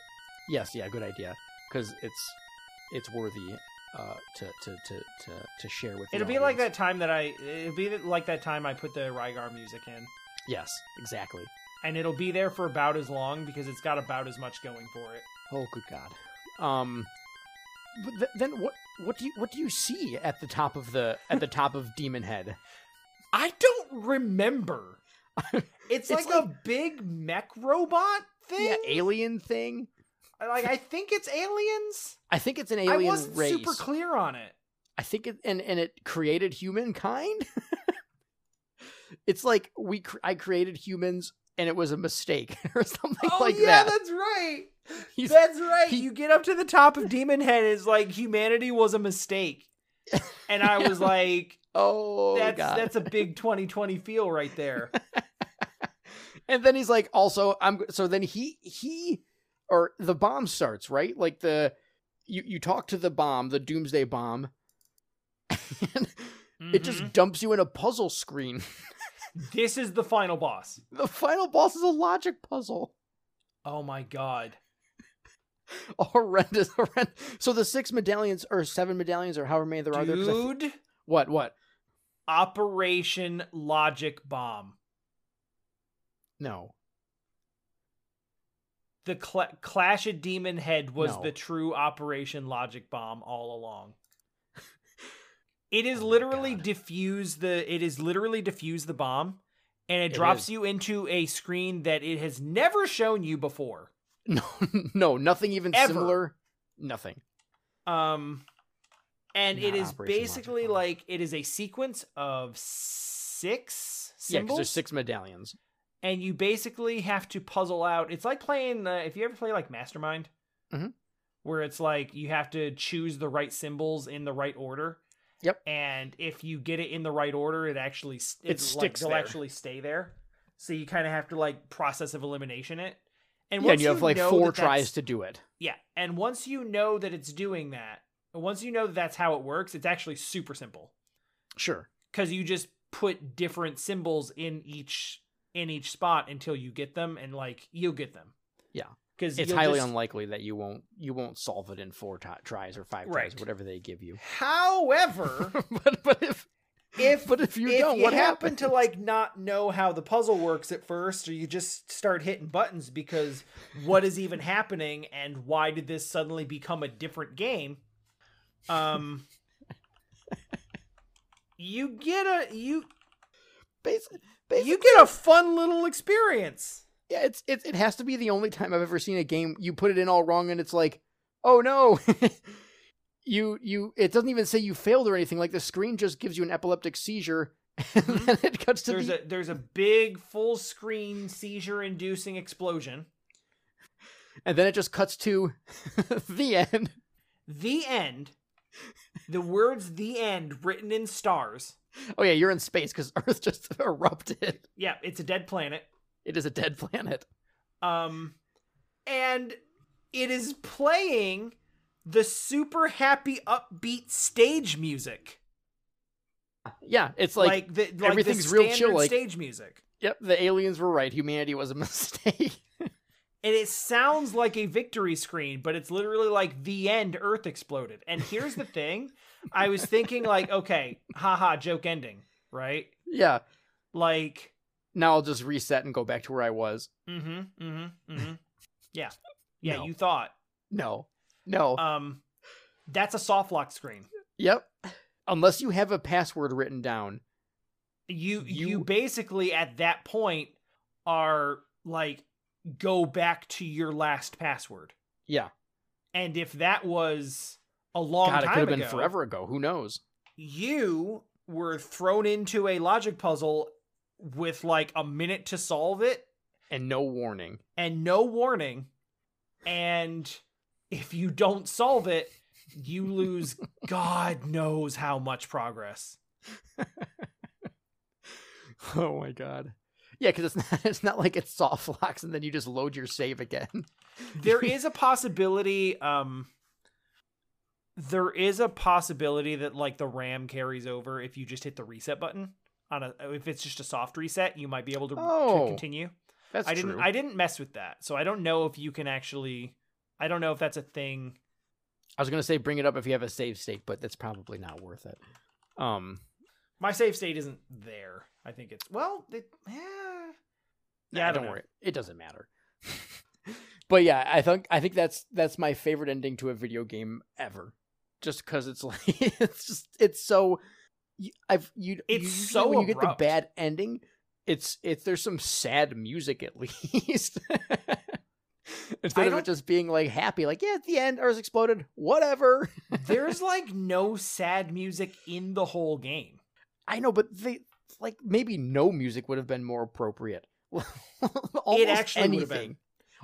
[SPEAKER 2] Yes, yeah, good idea. Because it's it's worthy uh to to to to, to share with the
[SPEAKER 1] It'll be like
[SPEAKER 2] audience.
[SPEAKER 1] that time that I. It'll be like that time I put the Rygar music in.
[SPEAKER 2] Yes, exactly.
[SPEAKER 1] and it'll be there for about as long because it's got about as much going for it.
[SPEAKER 2] Oh, good God. Oh, Um, But th- then what? What do you what do you see at the top of the at the top of Demon Head?
[SPEAKER 1] I don't remember. It's, like, a big mech robot thing.
[SPEAKER 2] Yeah, alien thing.
[SPEAKER 1] like I think it's aliens.
[SPEAKER 2] I think it's an alien
[SPEAKER 1] I wasn't
[SPEAKER 2] race.
[SPEAKER 1] super clear on it.
[SPEAKER 2] I think it and and it created humankind. it's like we cr- I created humans and it was a mistake or something
[SPEAKER 1] oh
[SPEAKER 2] like
[SPEAKER 1] yeah,
[SPEAKER 2] that.
[SPEAKER 1] that's right.
[SPEAKER 2] He's-
[SPEAKER 1] that's right.
[SPEAKER 2] he-
[SPEAKER 1] you get up to the top of Demon Head is like humanity was a mistake. And I was like,
[SPEAKER 2] oh
[SPEAKER 1] that's
[SPEAKER 2] god.
[SPEAKER 1] that's a big 2020 feel right there.
[SPEAKER 2] and then he's like also i'm g- so then he he or the bomb starts right like the you you talk to the bomb the doomsday bomb and it
[SPEAKER 1] Mm-hmm.
[SPEAKER 2] just dumps you in a puzzle screen
[SPEAKER 1] Mhm. This is the final boss.
[SPEAKER 2] the final boss is a logic puzzle
[SPEAKER 1] Oh my god.
[SPEAKER 2] a horrendous horrendous so the six medallions or seven medallions or however many there are there 'cause I thi-
[SPEAKER 1] Dude,
[SPEAKER 2] what what
[SPEAKER 1] Operation Logic Bomb.
[SPEAKER 2] no
[SPEAKER 1] The cla Clash of Demon Head was
[SPEAKER 2] No.
[SPEAKER 1] the true Operation Logic Bomb all along. It is
[SPEAKER 2] Oh my
[SPEAKER 1] literally
[SPEAKER 2] God.
[SPEAKER 1] diffuse the it is literally diffuse the bomb and it,
[SPEAKER 2] It
[SPEAKER 1] drops
[SPEAKER 2] is.
[SPEAKER 1] you into a screen that it has never shown you before.
[SPEAKER 2] no no nothing even
[SPEAKER 1] Ever.
[SPEAKER 2] similar nothing
[SPEAKER 1] Um and it
[SPEAKER 2] Not
[SPEAKER 1] is
[SPEAKER 2] Operation Logic
[SPEAKER 1] basically
[SPEAKER 2] Bomb.
[SPEAKER 1] like it is a sequence of six
[SPEAKER 2] yeah because
[SPEAKER 1] symbols.
[SPEAKER 2] there's six medallions
[SPEAKER 1] and you basically have to puzzle out. It's like playing uh, if you ever play like Mastermind,
[SPEAKER 2] Mhm.
[SPEAKER 1] where it's like you have to choose the right symbols in the right order.
[SPEAKER 2] Yep.
[SPEAKER 1] And if you get it in the right order, it actually s-
[SPEAKER 2] It
[SPEAKER 1] it's
[SPEAKER 2] sticks
[SPEAKER 1] Like, they'll
[SPEAKER 2] there.
[SPEAKER 1] actually stay there. So you kind of have to like process of elimination it. And
[SPEAKER 2] yeah,
[SPEAKER 1] once
[SPEAKER 2] and you have like
[SPEAKER 1] know
[SPEAKER 2] four
[SPEAKER 1] that that's-
[SPEAKER 2] tries to do it
[SPEAKER 1] Yeah, and once you know that it's doing that, once you know that that's how it works, it's actually super simple
[SPEAKER 2] sure
[SPEAKER 1] because you just put different symbols in each in each spot until you get them and like you'll get them
[SPEAKER 2] Yeah.
[SPEAKER 1] because
[SPEAKER 2] it's highly unlikely that you won't you won't solve it in four ti tries or five
[SPEAKER 1] Right.
[SPEAKER 2] tries whatever they give you.
[SPEAKER 1] however
[SPEAKER 2] but but if
[SPEAKER 1] if
[SPEAKER 2] but if you
[SPEAKER 1] if
[SPEAKER 2] don't,
[SPEAKER 1] you
[SPEAKER 2] what
[SPEAKER 1] happen
[SPEAKER 2] happened
[SPEAKER 1] to like not know how the puzzle works at first or you just start hitting buttons because what is even happening and why did this suddenly become a different game um you get a you
[SPEAKER 2] Basically,
[SPEAKER 1] you get a fun little experience
[SPEAKER 2] yeah, it's it, it has to be the only time I've ever seen a game you put it in all wrong and it's like, oh no. you you it doesn't even say you failed or anything. Like the screen just gives you an epileptic seizure and
[SPEAKER 1] Mhm.
[SPEAKER 2] then it cuts to
[SPEAKER 1] there's
[SPEAKER 2] the
[SPEAKER 1] a there's a big full screen seizure inducing explosion.
[SPEAKER 2] and then it just cuts to the end.
[SPEAKER 1] The end. The words "the end" written in stars.
[SPEAKER 2] Oh yeah, you're in space because Earth just erupted.
[SPEAKER 1] Yeah, it's a dead planet.
[SPEAKER 2] It is a dead planet.
[SPEAKER 1] Um, and it is playing the super happy upbeat stage music.
[SPEAKER 2] Yeah, it's like
[SPEAKER 1] Like, the like
[SPEAKER 2] everything's
[SPEAKER 1] the
[SPEAKER 2] real chill,
[SPEAKER 1] standard
[SPEAKER 2] like-
[SPEAKER 1] stage music.
[SPEAKER 2] Yep, the aliens were right. Humanity was a mistake.
[SPEAKER 1] And it sounds like a victory screen, but it's literally like the end, Earth exploded. And here's the thing I was thinking, like, okay, haha, joke ending, right?
[SPEAKER 2] yeah.
[SPEAKER 1] Like,
[SPEAKER 2] Now I'll just reset and go back to where I was.
[SPEAKER 1] mm hmm, mm hmm, mm hmm. Yeah. Yeah,
[SPEAKER 2] No.
[SPEAKER 1] you thought.
[SPEAKER 2] No. No.
[SPEAKER 1] Um, that's a soft lock screen.
[SPEAKER 2] yep. Unless you have a password written down.
[SPEAKER 1] You, you
[SPEAKER 2] You-
[SPEAKER 1] basically at that point are like go back to your last password.
[SPEAKER 2] Yeah.
[SPEAKER 1] And if that was a long
[SPEAKER 2] God, it
[SPEAKER 1] time
[SPEAKER 2] could have been
[SPEAKER 1] ago,
[SPEAKER 2] forever ago. Who knows?
[SPEAKER 1] you were thrown into a logic puzzle with like a minute to solve it
[SPEAKER 2] And no warning.
[SPEAKER 1] and no warning. And if you don't solve it, you lose God knows how much progress.
[SPEAKER 2] Oh my god. Yeah, because it's not it's not like it's soft locks and then you just load your save again.
[SPEAKER 1] there is a possibility um there is a possibility that like the ram carries over if you just hit the reset button on a if it's just a soft reset you might be able to, to
[SPEAKER 2] Oh,
[SPEAKER 1] continue
[SPEAKER 2] That's
[SPEAKER 1] i didn't
[SPEAKER 2] true.
[SPEAKER 1] i didn't mess with that so i don't know if you can actually i don't know if that's a thing
[SPEAKER 2] I was gonna say bring it up if you have a save state, but that's probably not worth it. Um
[SPEAKER 1] my save state isn't there i think it's well it, eh. yeah
[SPEAKER 2] Nah,
[SPEAKER 1] I don't, know.
[SPEAKER 2] worry. It doesn't matter. but yeah, I think I think that's that's my favorite ending to a video game ever. just because it's like it's just it's so you- I've you
[SPEAKER 1] It's
[SPEAKER 2] usually
[SPEAKER 1] so
[SPEAKER 2] when you get the
[SPEAKER 1] abrupt.
[SPEAKER 2] bad ending, it's it's there's some sad music at least. Instead of it
[SPEAKER 1] don't-
[SPEAKER 2] just being like happy, like yeah, at the end, Earth exploded, whatever.
[SPEAKER 1] There's like no sad music in the whole game.
[SPEAKER 2] I know, but they like maybe no music would have been more appropriate. Almost
[SPEAKER 1] It actually would have been.
[SPEAKER 2] anything.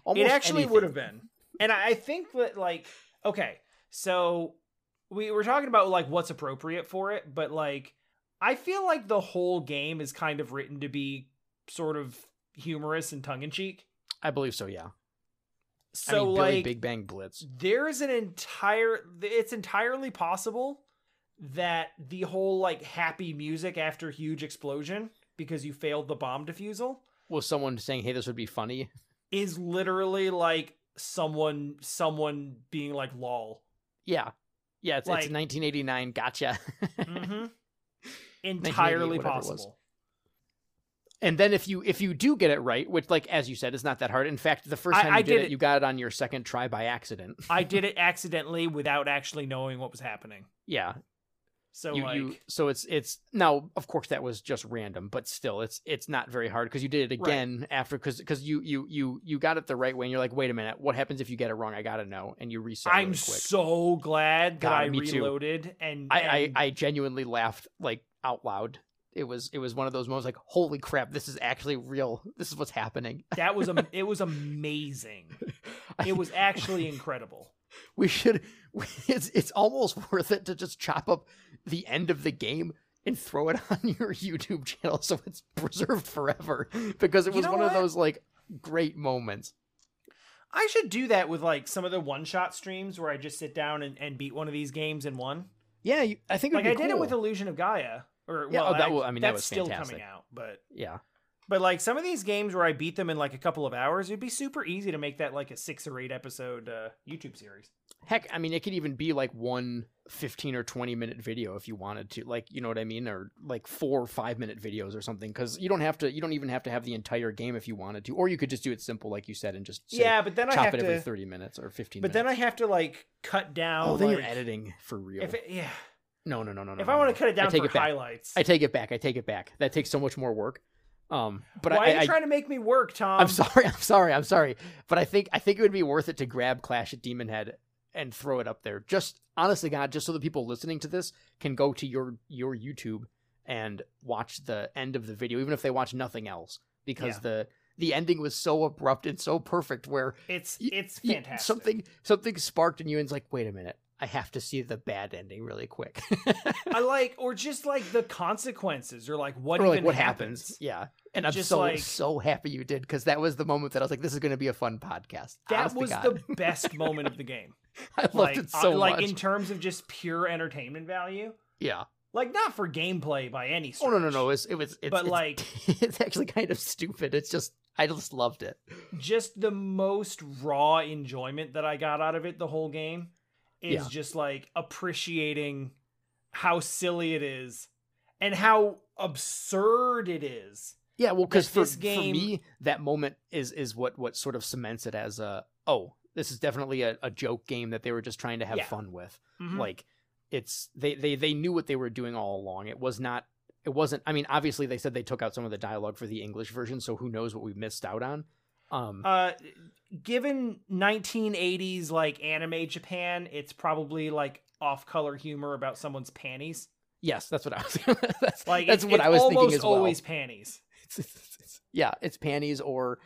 [SPEAKER 2] Almost
[SPEAKER 1] it actually
[SPEAKER 2] anything.
[SPEAKER 1] would have been. And I I think that like okay, so we were talking about like what's appropriate for it, but like I feel like the whole game is kind of written to be sort of humorous and tongue in cheek.
[SPEAKER 2] I believe so. Yeah.
[SPEAKER 1] So
[SPEAKER 2] I mean, Billy
[SPEAKER 1] like
[SPEAKER 2] Big Bang Blitz.
[SPEAKER 1] there is an entire it's entirely possible that the whole like happy music after huge explosion because you failed the bomb defusal
[SPEAKER 2] Was someone saying, "Hey, this would be funny"?
[SPEAKER 1] is literally like someone someone being like lol
[SPEAKER 2] Yeah, yeah. It's,
[SPEAKER 1] Like-
[SPEAKER 2] it's 1989. Gotcha. Mm-hmm.
[SPEAKER 1] hmm entirely
[SPEAKER 2] whatever it was.
[SPEAKER 1] possible
[SPEAKER 2] and then if you if you do get it right, which like as you said, is not that hard. In fact, the first
[SPEAKER 1] I-
[SPEAKER 2] time
[SPEAKER 1] I
[SPEAKER 2] you did,
[SPEAKER 1] did
[SPEAKER 2] it,
[SPEAKER 1] it.
[SPEAKER 2] you got it on your second try by accident.
[SPEAKER 1] i did it accidentally without actually knowing what was happening
[SPEAKER 2] yeah,
[SPEAKER 1] so
[SPEAKER 2] you,
[SPEAKER 1] like
[SPEAKER 2] you so it's it's now of course that was just random, but still it's it's not very hard because you did it
[SPEAKER 1] Right.
[SPEAKER 2] again after because because you you you you got it the right way and you're like, wait a minute, what happens if you get it wrong? I gotta know, and you reset.
[SPEAKER 1] i'm
[SPEAKER 2] really quick.
[SPEAKER 1] so glad that
[SPEAKER 2] God,
[SPEAKER 1] i
[SPEAKER 2] me too.
[SPEAKER 1] reloaded and
[SPEAKER 2] I,
[SPEAKER 1] and
[SPEAKER 2] I I genuinely laughed like out loud. It was it was one of those moments like, holy crap, this is actually real. This is what's happening.
[SPEAKER 1] that was a it was amazing
[SPEAKER 2] I-
[SPEAKER 1] it was actually incredible
[SPEAKER 2] we should it's it's almost worth it to just chop up the end of the game and throw it on your YouTube channel so it's preserved forever because it
[SPEAKER 1] You
[SPEAKER 2] was
[SPEAKER 1] know
[SPEAKER 2] one
[SPEAKER 1] what?
[SPEAKER 2] of those like great moments.
[SPEAKER 1] I should do that with like some of the one shot streams where I just sit down and, and beat one of these games in one.
[SPEAKER 2] Yeah, you, I think it would
[SPEAKER 1] Like I
[SPEAKER 2] be
[SPEAKER 1] did it
[SPEAKER 2] cool.
[SPEAKER 1] with Illusion of Gaia. Or
[SPEAKER 2] Yeah,
[SPEAKER 1] well,
[SPEAKER 2] oh, that wa- I mean, that
[SPEAKER 1] that's
[SPEAKER 2] was
[SPEAKER 1] still
[SPEAKER 2] fantastic.
[SPEAKER 1] coming out, but
[SPEAKER 2] yeah.
[SPEAKER 1] but like some of these games where I beat them in like a couple of hours, it'd be super easy to make that like a six or eight episode uh, YouTube series.
[SPEAKER 2] Heck, I mean, it could even be like one 15 or 20 minute video if you wanted to. Like, you know what I mean? Or like four or five minute videos or something. Cause you don't have to, you don't even have to have the entire game if you wanted to. Or you could just do it simple, like you said, and just say,
[SPEAKER 1] yeah, but then I
[SPEAKER 2] chop
[SPEAKER 1] have
[SPEAKER 2] it every
[SPEAKER 1] to.
[SPEAKER 2] 30 minutes or 15
[SPEAKER 1] But
[SPEAKER 2] minutes.
[SPEAKER 1] then I have to like cut down.
[SPEAKER 2] Oh, then you're
[SPEAKER 1] like,
[SPEAKER 2] editing for real.
[SPEAKER 1] If it, yeah,
[SPEAKER 2] no, no, no, no, no.
[SPEAKER 1] if
[SPEAKER 2] no,
[SPEAKER 1] I want
[SPEAKER 2] no.
[SPEAKER 1] to cut it down
[SPEAKER 2] take
[SPEAKER 1] for
[SPEAKER 2] it back.
[SPEAKER 1] highlights,
[SPEAKER 2] I take it back. I take it back. That takes so much more work. Um, but
[SPEAKER 1] why
[SPEAKER 2] I,
[SPEAKER 1] are you
[SPEAKER 2] I,
[SPEAKER 1] trying to make me work, Tom?
[SPEAKER 2] I'm sorry. I'm sorry. I'm sorry. But I think I think it would be worth it to grab Clash at Demon Head and throw it up there. Just honestly, God, just so the people listening to this can go to your your YouTube and watch the end of the video, even if they watch nothing else, because
[SPEAKER 1] Yeah.
[SPEAKER 2] the the ending was so abrupt and so perfect. Where
[SPEAKER 1] It's
[SPEAKER 2] Y-
[SPEAKER 1] it's
[SPEAKER 2] y-
[SPEAKER 1] fantastic.
[SPEAKER 2] something something sparked in you and it's like, wait a minute, I have to see the bad ending really quick.
[SPEAKER 1] I like, or just like the consequences, or like what
[SPEAKER 2] or
[SPEAKER 1] even
[SPEAKER 2] like what
[SPEAKER 1] happens.
[SPEAKER 2] happens. Yeah. And I'm
[SPEAKER 1] Just
[SPEAKER 2] so
[SPEAKER 1] like-
[SPEAKER 2] so happy you did because that was the moment that I was like, this is going to be a fun podcast.
[SPEAKER 1] That
[SPEAKER 2] Honest to
[SPEAKER 1] was
[SPEAKER 2] God.
[SPEAKER 1] the best moment of the game.
[SPEAKER 2] I loved
[SPEAKER 1] like,
[SPEAKER 2] it
[SPEAKER 1] uh,
[SPEAKER 2] so
[SPEAKER 1] like
[SPEAKER 2] much.
[SPEAKER 1] in terms of just pure entertainment value,
[SPEAKER 2] yeah.
[SPEAKER 1] like not for gameplay by any.
[SPEAKER 2] Oh
[SPEAKER 1] Stretch.
[SPEAKER 2] no no no! It's, it was it's,
[SPEAKER 1] But,
[SPEAKER 2] it's-
[SPEAKER 1] like-
[SPEAKER 2] it's actually kind of stupid. It's just I just loved it.
[SPEAKER 1] Just the most raw enjoyment that I got out of it the whole game is
[SPEAKER 2] Yeah.
[SPEAKER 1] just like appreciating how silly it is and how absurd it is.
[SPEAKER 2] Yeah, well, because
[SPEAKER 1] that
[SPEAKER 2] for,
[SPEAKER 1] this
[SPEAKER 2] for
[SPEAKER 1] game-
[SPEAKER 2] me, that moment is is what what sort of cements it as a oh, this is definitely a, a joke game that they were just trying to have
[SPEAKER 1] Yeah.
[SPEAKER 2] fun with.
[SPEAKER 1] Mhm.
[SPEAKER 2] like it's they they they knew what they were doing all along it was not it wasn't i mean obviously they said they took out some of the dialogue for the english version so who knows what we missed out on um
[SPEAKER 1] uh given 1980s like anime japan it's probably like off color humor about someone's panties
[SPEAKER 2] yes that's what i was that's,
[SPEAKER 1] like
[SPEAKER 2] that's
[SPEAKER 1] it's-
[SPEAKER 2] what
[SPEAKER 1] it's
[SPEAKER 2] i was thinking
[SPEAKER 1] almost
[SPEAKER 2] as well
[SPEAKER 1] always panties
[SPEAKER 2] It's- it's- it's- it's- yeah it's panties or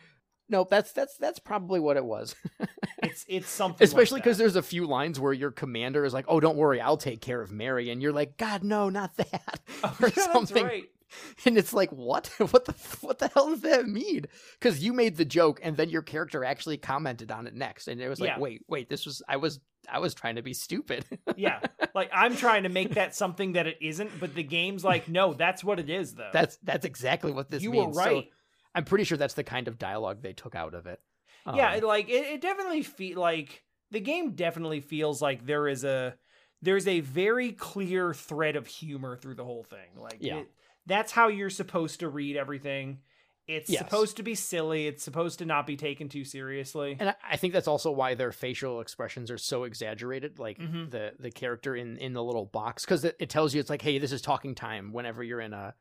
[SPEAKER 2] no that's that's that's probably what it was
[SPEAKER 1] it's it's something
[SPEAKER 2] especially because
[SPEAKER 1] because
[SPEAKER 2] there's a few lines where your commander is like oh don't worry i'll take care of mary and you're like god no not that or Oh, something
[SPEAKER 1] right.
[SPEAKER 2] and it's like what what the what the hell does that mean because you made the joke and then your character actually commented on it next and it was like
[SPEAKER 1] Yeah.
[SPEAKER 2] wait wait this was i was i was trying to be stupid
[SPEAKER 1] yeah like i'm trying to make that something that it isn't but the game's like no that's what it is though
[SPEAKER 2] that's that's exactly what this
[SPEAKER 1] you
[SPEAKER 2] means
[SPEAKER 1] were
[SPEAKER 2] So
[SPEAKER 1] right
[SPEAKER 2] i'm pretty sure that's the kind of dialogue they took out of it
[SPEAKER 1] yeah
[SPEAKER 2] Um,
[SPEAKER 1] it, like it, it definitely feel like the game definitely feels like there is a there's a very clear thread of humor through the whole thing like
[SPEAKER 2] Yeah.
[SPEAKER 1] it- that's how you're supposed to read everything It's
[SPEAKER 2] Yes.
[SPEAKER 1] supposed to be silly. It's supposed to not be taken too seriously.
[SPEAKER 2] and I, I think that's also why their facial expressions are so exaggerated like
[SPEAKER 1] Mhm.
[SPEAKER 2] the the character in in the little box because it, it tells you it's like hey this is talking time whenever you're in a,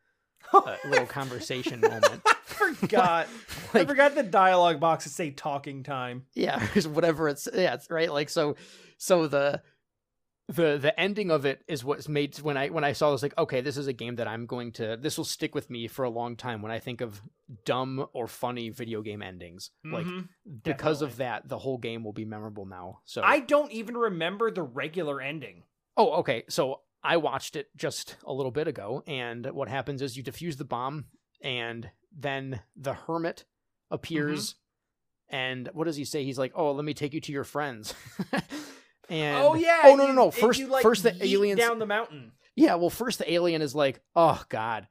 [SPEAKER 2] a little conversation moment
[SPEAKER 1] I forgot. I
[SPEAKER 2] Like-
[SPEAKER 1] forgot the dialogue boxes say talking time.
[SPEAKER 2] yeah because whatever it's yeah it's right like so so the the the ending of it is what's made when i when i saw this like okay this is a game that i'm going to this will stick with me for a long time when i think of dumb or funny video game endings like
[SPEAKER 1] Mhm.
[SPEAKER 2] because of
[SPEAKER 1] definitely.
[SPEAKER 2] that the whole game will be memorable now so
[SPEAKER 1] I don't even remember the regular ending.
[SPEAKER 2] Oh, okay. So I watched it just a little bit ago, and what happens is you defuse the bomb, and then the hermit appears, and what does he say? He's like, "Oh, let me take you to your friends." and
[SPEAKER 1] oh yeah.
[SPEAKER 2] Oh no no
[SPEAKER 1] you-
[SPEAKER 2] no!
[SPEAKER 1] if
[SPEAKER 2] First
[SPEAKER 1] you, like,
[SPEAKER 2] first the
[SPEAKER 1] yeet
[SPEAKER 2] aliens.
[SPEAKER 1] down the mountain.
[SPEAKER 2] Yeah, well, first the alien is like, "Oh God."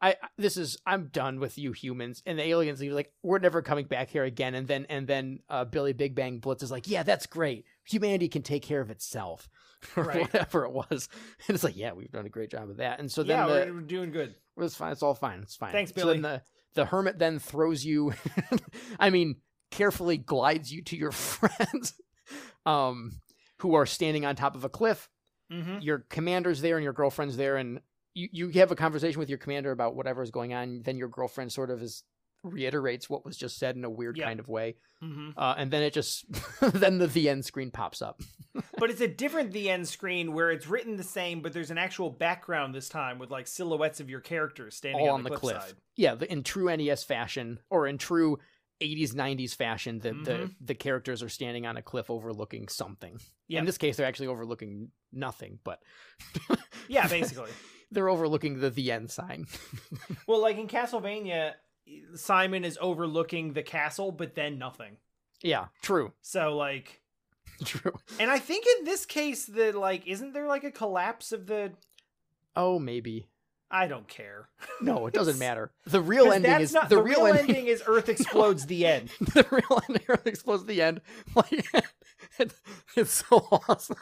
[SPEAKER 2] I, I- this is I'm done with you humans and the aliens are like we're never coming back here again and then and then uh, Billy Big Bang Blitz is like yeah that's great humanity can take care of itself or
[SPEAKER 1] Right.
[SPEAKER 2] whatever it was and it's like yeah we've done a great job of that and so then
[SPEAKER 1] yeah,
[SPEAKER 2] the,
[SPEAKER 1] we're, we're doing good.
[SPEAKER 2] well, It's fine. It's all fine. It's fine.
[SPEAKER 1] Thanks,
[SPEAKER 2] So
[SPEAKER 1] Billy.
[SPEAKER 2] then the, the hermit then throws you, I mean, carefully glides you to your friends um, who are standing on top of a cliff.
[SPEAKER 1] Mm-hmm.
[SPEAKER 2] Your commander's there and your girlfriend's there. And you, you have a conversation with your commander about whatever is going on. Then your girlfriend sort of is reiterates what was just said in a weird
[SPEAKER 1] Yeah.
[SPEAKER 2] kind of way.
[SPEAKER 1] Mm-hmm.
[SPEAKER 2] Uh, and then it just, then the, the end screen pops up.
[SPEAKER 1] but it's a different the end screen where it's written the same, but there's an actual background this time with like silhouettes of your characters standing
[SPEAKER 2] all
[SPEAKER 1] on, the, cliff. Side.
[SPEAKER 2] Yeah, the, in true NES fashion, or in true 80s 90s fashion, the the,
[SPEAKER 1] Mhm.
[SPEAKER 2] the characters are standing on a cliff overlooking something.
[SPEAKER 1] Yeah.
[SPEAKER 2] In this case, they're actually overlooking nothing, but
[SPEAKER 1] Yeah, basically.
[SPEAKER 2] they're overlooking the the end sign.
[SPEAKER 1] well, like in Castlevania, Simon is overlooking the castle, but then nothing.
[SPEAKER 2] yeah, true,
[SPEAKER 1] So like,
[SPEAKER 2] true.
[SPEAKER 1] and I think in this case, the like, isn't there like a collapse of the?
[SPEAKER 2] Oh, maybe.
[SPEAKER 1] I don't care.
[SPEAKER 2] No, it doesn't matter. The real
[SPEAKER 1] 'Cause
[SPEAKER 2] ending
[SPEAKER 1] that's
[SPEAKER 2] is
[SPEAKER 1] not-
[SPEAKER 2] the, real, ending.
[SPEAKER 1] is Earth explodes the end.
[SPEAKER 2] the real ending explodes the end. Like it's, it's so awesome.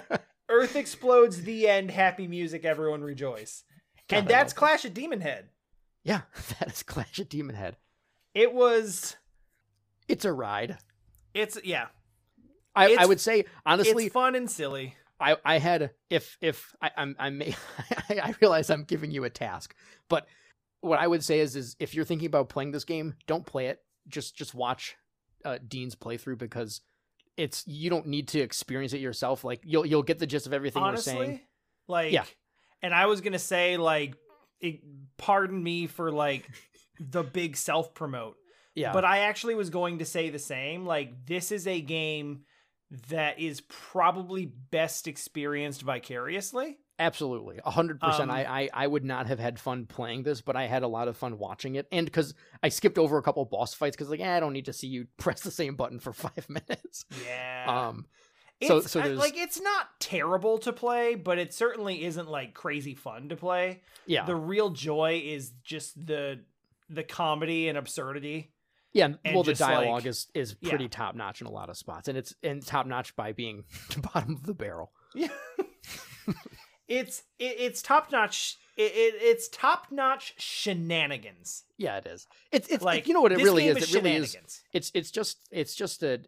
[SPEAKER 1] Earth explodes the end. Happy music, everyone rejoice. and
[SPEAKER 2] God, I
[SPEAKER 1] that's
[SPEAKER 2] love-
[SPEAKER 1] Clash of Demon Head.
[SPEAKER 2] yeah, that is Clash of Demon Head.
[SPEAKER 1] It was.
[SPEAKER 2] It's a ride.
[SPEAKER 1] It's yeah.
[SPEAKER 2] I, I
[SPEAKER 1] It's-
[SPEAKER 2] would say honestly,
[SPEAKER 1] it's fun and silly.
[SPEAKER 2] I, I had if if I, I'm I'm I, I realize I'm giving you a task, but what I would say is is if you're thinking about playing this game, don't play it. Just just watch uh, Dean's playthrough because it's you don't need to experience it yourself. Like you'll you'll get the gist of everything
[SPEAKER 1] honestly
[SPEAKER 2] we're saying.
[SPEAKER 1] like
[SPEAKER 2] Yeah.
[SPEAKER 1] and i was gonna say like it, pardon me for like the big self promote
[SPEAKER 2] Yeah,
[SPEAKER 1] but i actually was going to say the same like this is a game that is probably best experienced vicariously
[SPEAKER 2] absolutely, a hundred
[SPEAKER 1] Um,
[SPEAKER 2] percent. I, I I would not have had fun playing this, but I had a lot of fun watching it, and because I skipped over a couple boss fights because like eh, I don't need to see you press the same button for five minutes.
[SPEAKER 1] yeah
[SPEAKER 2] Um,
[SPEAKER 1] it's,
[SPEAKER 2] so- so
[SPEAKER 1] I-
[SPEAKER 2] there's-
[SPEAKER 1] like it's not terrible to play but it certainly isn't like crazy fun to play
[SPEAKER 2] yeah,
[SPEAKER 1] the real joy is just the the comedy and absurdity
[SPEAKER 2] Yeah, and-
[SPEAKER 1] and
[SPEAKER 2] well, the
[SPEAKER 1] just, like-
[SPEAKER 2] dialogue is is
[SPEAKER 1] yeah.
[SPEAKER 2] pretty top notch in a lot of spots, and it's and top notch by being the bottom of the barrel.
[SPEAKER 1] Yeah. it's it, it's top notch. It, it it's top notch shenanigans.
[SPEAKER 2] Yeah, it is. It's it's
[SPEAKER 1] Like
[SPEAKER 2] like you know what it
[SPEAKER 1] this
[SPEAKER 2] really
[SPEAKER 1] game
[SPEAKER 2] is. It really is.
[SPEAKER 1] shenanigans.
[SPEAKER 2] It's it's just it's just a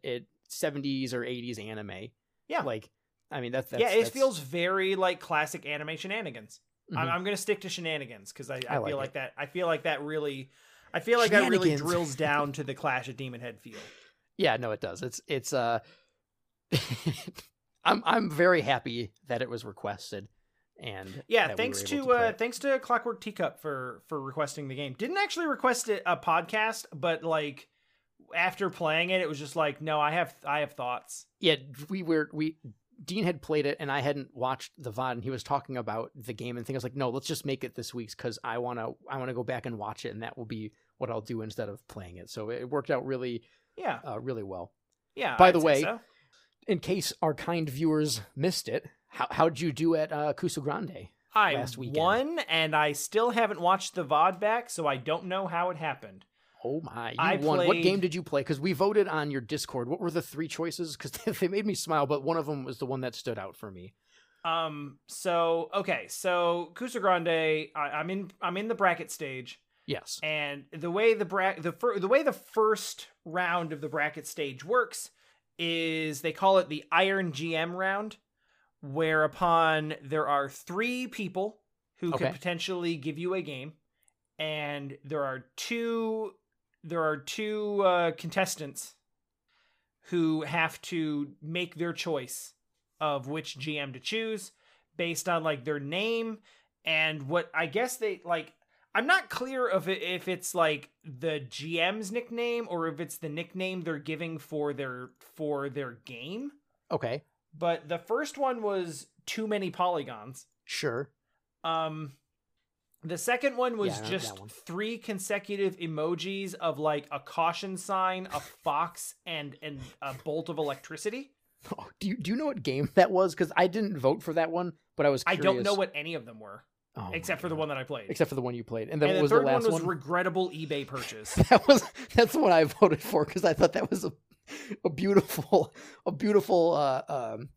[SPEAKER 2] seventies or eighties anime.
[SPEAKER 1] Yeah.
[SPEAKER 2] like I mean that's, that's
[SPEAKER 1] yeah, it
[SPEAKER 2] that's-
[SPEAKER 1] feels very like classic anime shenanigans. I'm,
[SPEAKER 2] Mhm.
[SPEAKER 1] I'm gonna stick to shenanigans because I, I,
[SPEAKER 2] I like
[SPEAKER 1] feel
[SPEAKER 2] it.
[SPEAKER 1] like that. I feel like that really. I feel like that really
[SPEAKER 2] Shenanigans.
[SPEAKER 1] drills down to the Clash of Demon Head feel.
[SPEAKER 2] yeah no it does. It's it's uh I'm I'm very happy that it was requested and
[SPEAKER 1] Yeah,
[SPEAKER 2] that we
[SPEAKER 1] thanks
[SPEAKER 2] were
[SPEAKER 1] to,
[SPEAKER 2] able play
[SPEAKER 1] uh,
[SPEAKER 2] it.
[SPEAKER 1] thanks to Clockwork Teacup for for requesting the game. Didn't actually request it a podcast, but like after playing it, it was just like, no, I have I have thoughts.
[SPEAKER 2] yeah, we were we Dean had played it and I hadn't watched the VOD and he was talking about the game and things I was like, no, let's just make it this week's because I wanna I wanna go back and watch it and that will be what I'll do instead of playing it. So it worked out really
[SPEAKER 1] Yeah,
[SPEAKER 2] uh, really well.
[SPEAKER 1] yeah.
[SPEAKER 2] By
[SPEAKER 1] I'd
[SPEAKER 2] the
[SPEAKER 1] say
[SPEAKER 2] way,
[SPEAKER 1] so.
[SPEAKER 2] In case our kind viewers missed it, how how'd you do at uh Cuso Grande?
[SPEAKER 1] I
[SPEAKER 2] last weekend.
[SPEAKER 1] won, and I still haven't watched the VOD back, so I don't know how it happened.
[SPEAKER 2] Oh my! You
[SPEAKER 1] I
[SPEAKER 2] won. What
[SPEAKER 1] played-
[SPEAKER 2] game did you play? Because we voted on your Discord. What were the three choices? Because they, they made me smile, but one of them was the one that stood out for me.
[SPEAKER 1] Um. So okay. So Cusa Grande, I, I'm in. I'm in the bracket stage.
[SPEAKER 2] Yes.
[SPEAKER 1] And the way the bra- the fir- the way the first round of the bracket stage works is they call it the Iron GM round, whereupon there are three people who
[SPEAKER 2] Okay.
[SPEAKER 1] could potentially give you a game, and there are two there are two uh, contestants who have to make their choice of which GM to choose based on like their name and what I guess they like I'm not clear of it, if it's like the GM's nickname or if it's the nickname they're giving for their for their game.
[SPEAKER 2] Okay.
[SPEAKER 1] But the first one was too many polygons.
[SPEAKER 2] Sure.
[SPEAKER 1] Um the second one was
[SPEAKER 2] Yeah, I remember
[SPEAKER 1] just
[SPEAKER 2] that one.
[SPEAKER 1] three consecutive emojis of like a caution sign, a fox, and and a bolt of electricity.
[SPEAKER 2] Oh, do you do you know what game that was? Because I didn't vote for that one, but I was.
[SPEAKER 1] I
[SPEAKER 2] Curious.
[SPEAKER 1] don't know what any of them were,
[SPEAKER 2] Oh my
[SPEAKER 1] except for the
[SPEAKER 2] God.
[SPEAKER 1] one that I played.
[SPEAKER 2] Except for the one you played, and then
[SPEAKER 1] and
[SPEAKER 2] what
[SPEAKER 1] the
[SPEAKER 2] was
[SPEAKER 1] third
[SPEAKER 2] the last
[SPEAKER 1] one was
[SPEAKER 2] one?
[SPEAKER 1] regrettable eBay purchase.
[SPEAKER 2] that was that's the one I voted for because I thought that was a, a beautiful a beautiful uh, um,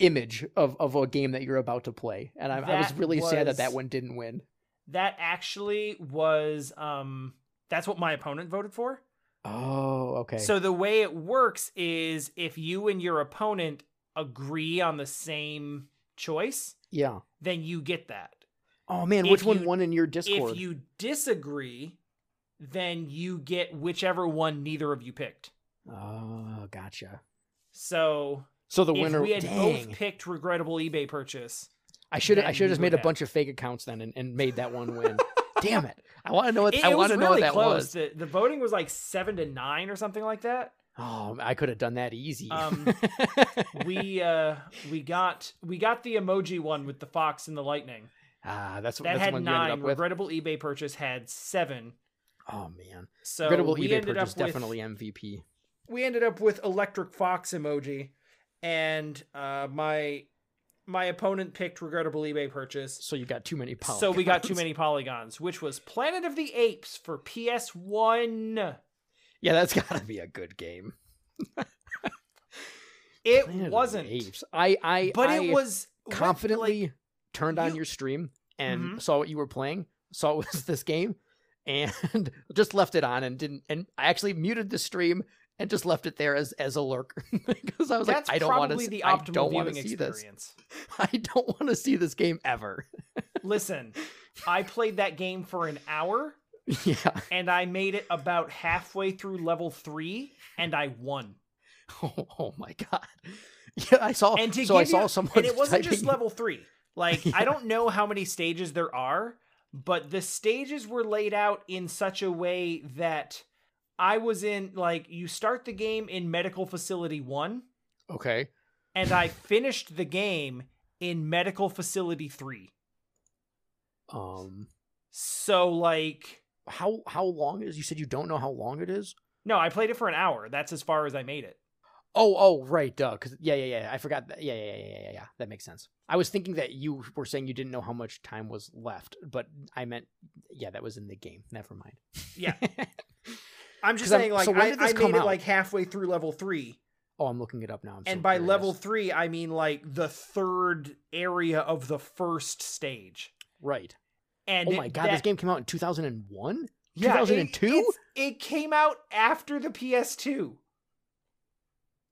[SPEAKER 2] image of, of a game that you're about to play, and I, I was
[SPEAKER 1] That
[SPEAKER 2] really sad that
[SPEAKER 1] was-
[SPEAKER 2] that one didn't win.
[SPEAKER 1] that actually was um that's what my opponent voted for.
[SPEAKER 2] Oh, okay.
[SPEAKER 1] So the way it works is if you and your opponent agree on the same choice,
[SPEAKER 2] yeah.
[SPEAKER 1] then you get that.
[SPEAKER 2] Oh man,
[SPEAKER 1] If
[SPEAKER 2] which one
[SPEAKER 1] you-
[SPEAKER 2] won in your Discord?
[SPEAKER 1] If you disagree, then you get whichever one neither of you picked.
[SPEAKER 2] Oh, gotcha.
[SPEAKER 1] So
[SPEAKER 2] So the
[SPEAKER 1] if
[SPEAKER 2] winner.
[SPEAKER 1] we had
[SPEAKER 2] dang,
[SPEAKER 1] both picked regrettable eBay purchase.
[SPEAKER 2] I should I
[SPEAKER 1] then
[SPEAKER 2] should have
[SPEAKER 1] you
[SPEAKER 2] just
[SPEAKER 1] would
[SPEAKER 2] made a
[SPEAKER 1] have.
[SPEAKER 2] bunch of fake accounts then and, and made that one win. Damn it! I want to know what
[SPEAKER 1] It,
[SPEAKER 2] I
[SPEAKER 1] it was
[SPEAKER 2] want to
[SPEAKER 1] really
[SPEAKER 2] know what that
[SPEAKER 1] close.
[SPEAKER 2] was.
[SPEAKER 1] The, the voting was like seven to nine or something like that.
[SPEAKER 2] Oh, I could have done that easy.
[SPEAKER 1] Um, we uh we got we got the emoji one with the fox and the lightning.
[SPEAKER 2] ah, that's
[SPEAKER 1] That
[SPEAKER 2] that's the
[SPEAKER 1] had
[SPEAKER 2] one you ended up
[SPEAKER 1] nine.
[SPEAKER 2] with.
[SPEAKER 1] Regrettable eBay purchase had seven.
[SPEAKER 2] Oh man,
[SPEAKER 1] So
[SPEAKER 2] regrettable
[SPEAKER 1] we
[SPEAKER 2] eBay
[SPEAKER 1] ended
[SPEAKER 2] purchase
[SPEAKER 1] up with,
[SPEAKER 2] definitely MVP.
[SPEAKER 1] we ended up with electric fox emoji, and uh, my my opponent picked regrettable eBay purchase.
[SPEAKER 2] So you got too many polygons.
[SPEAKER 1] So we got too many polygons, which was Planet of the Apes for PS One.
[SPEAKER 2] Yeah, that's got to be a good game.
[SPEAKER 1] It
[SPEAKER 2] Planet of the
[SPEAKER 1] wasn't,
[SPEAKER 2] Apes. I I
[SPEAKER 1] but
[SPEAKER 2] I
[SPEAKER 1] it was what-
[SPEAKER 2] confidently
[SPEAKER 1] like,
[SPEAKER 2] turned on
[SPEAKER 1] you-
[SPEAKER 2] your stream and
[SPEAKER 1] Mhm.
[SPEAKER 2] saw what you were playing, saw it was this game, and just left it on and didn't. And I actually muted the stream and just left it there as as a lurk because I was
[SPEAKER 1] that's
[SPEAKER 2] like, I don't want
[SPEAKER 1] probably
[SPEAKER 2] to.
[SPEAKER 1] the
[SPEAKER 2] I
[SPEAKER 1] optimal
[SPEAKER 2] don't want
[SPEAKER 1] viewing
[SPEAKER 2] to see this.
[SPEAKER 1] experience.
[SPEAKER 2] I don't want to see this game ever.
[SPEAKER 1] Listen, I played that game for an hour
[SPEAKER 2] yeah.
[SPEAKER 1] and I made it about halfway through level three and I won.
[SPEAKER 2] Oh, oh my god. Yeah, I saw.
[SPEAKER 1] And to
[SPEAKER 2] so I
[SPEAKER 1] give
[SPEAKER 2] saw
[SPEAKER 1] you-
[SPEAKER 2] someone.
[SPEAKER 1] And it wasn't just
[SPEAKER 2] typing-
[SPEAKER 1] level three. Like, I don't know how many stages there are, but the stages were laid out in such a way that I was in, like, you start the game in Medical Facility One
[SPEAKER 2] Okay.
[SPEAKER 1] and I finished the game in Medical Facility Three.
[SPEAKER 2] Um.
[SPEAKER 1] So, like,
[SPEAKER 2] How how long is? You said you don't know how long it is.
[SPEAKER 1] no, I played it for an hour. That's as far as I made it.
[SPEAKER 2] Oh, oh, right, duh. Cause yeah, yeah, yeah. I forgot that. Yeah, yeah, yeah, yeah, yeah, yeah. That makes sense. I was thinking that you were saying you didn't know how much time was left, but I meant, yeah, that was in the game. Never mind.
[SPEAKER 1] Yeah. I'm just
[SPEAKER 2] 'Cause I'm-
[SPEAKER 1] saying, like,
[SPEAKER 2] so when
[SPEAKER 1] I,
[SPEAKER 2] did this
[SPEAKER 1] I
[SPEAKER 2] come
[SPEAKER 1] made it
[SPEAKER 2] out?
[SPEAKER 1] like halfway through level three,
[SPEAKER 2] oh, I'm looking it up now. I'm so
[SPEAKER 1] and by
[SPEAKER 2] curious.
[SPEAKER 1] level three, I mean like the third area of the first stage.
[SPEAKER 2] right.
[SPEAKER 1] And
[SPEAKER 2] Oh
[SPEAKER 1] it-
[SPEAKER 2] my god, this
[SPEAKER 1] that-
[SPEAKER 2] game came out in 2001.
[SPEAKER 1] yeah, it-
[SPEAKER 2] 2002?
[SPEAKER 1] it's- It came out after the PS2.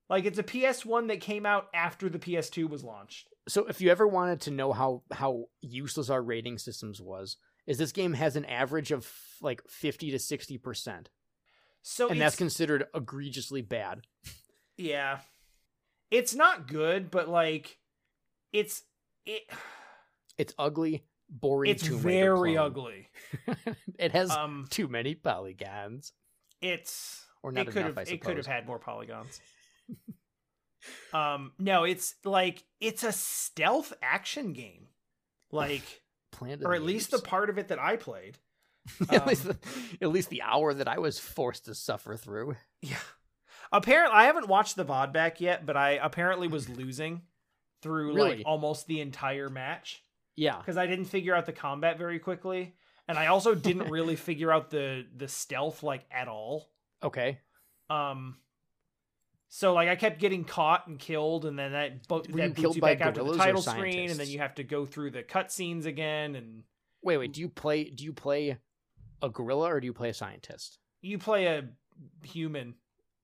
[SPEAKER 1] Like it's a PS1 that came out after the PS2 was launched.
[SPEAKER 2] So if you ever wanted to know how how useless our rating systems was, is this game has an average of like 50 to 60 percent,
[SPEAKER 1] So
[SPEAKER 2] and that's
[SPEAKER 1] it's-
[SPEAKER 2] considered egregiously bad.
[SPEAKER 1] Yeah. It's not good, but like it's it
[SPEAKER 2] It's ugly, boring.
[SPEAKER 1] it's
[SPEAKER 2] Tomb Raider
[SPEAKER 1] very
[SPEAKER 2] clone.
[SPEAKER 1] ugly.
[SPEAKER 2] it has
[SPEAKER 1] Um
[SPEAKER 2] too many polygons
[SPEAKER 1] it's
[SPEAKER 2] or not
[SPEAKER 1] it could
[SPEAKER 2] enough
[SPEAKER 1] have
[SPEAKER 2] i suppose
[SPEAKER 1] it could have had more polygons. um no, it's like it's a stealth action game. Like
[SPEAKER 2] Planet of
[SPEAKER 1] or at least the
[SPEAKER 2] Apes.
[SPEAKER 1] part of it that I played.
[SPEAKER 2] at, least
[SPEAKER 1] um,
[SPEAKER 2] the, at least the hour that i was forced to suffer through
[SPEAKER 1] Yeah. Apparently I haven't watched the VOD back yet, but I apparently was losing through
[SPEAKER 2] Really?
[SPEAKER 1] like almost the entire match
[SPEAKER 2] yeah
[SPEAKER 1] because I didn't figure out the combat very quickly. And I also didn't really figure out the the stealth like at all.
[SPEAKER 2] okay
[SPEAKER 1] Um, so like I kept getting caught and killed, and then that, bo-
[SPEAKER 2] Were you
[SPEAKER 1] that boots
[SPEAKER 2] killed
[SPEAKER 1] you
[SPEAKER 2] by
[SPEAKER 1] back out to the
[SPEAKER 2] gorillas or
[SPEAKER 1] title screen, and then
[SPEAKER 2] scientists?
[SPEAKER 1] you have to go through the cutscenes again. And
[SPEAKER 2] wait wait do you play do you play a gorilla or do you play a scientist?
[SPEAKER 1] You play a human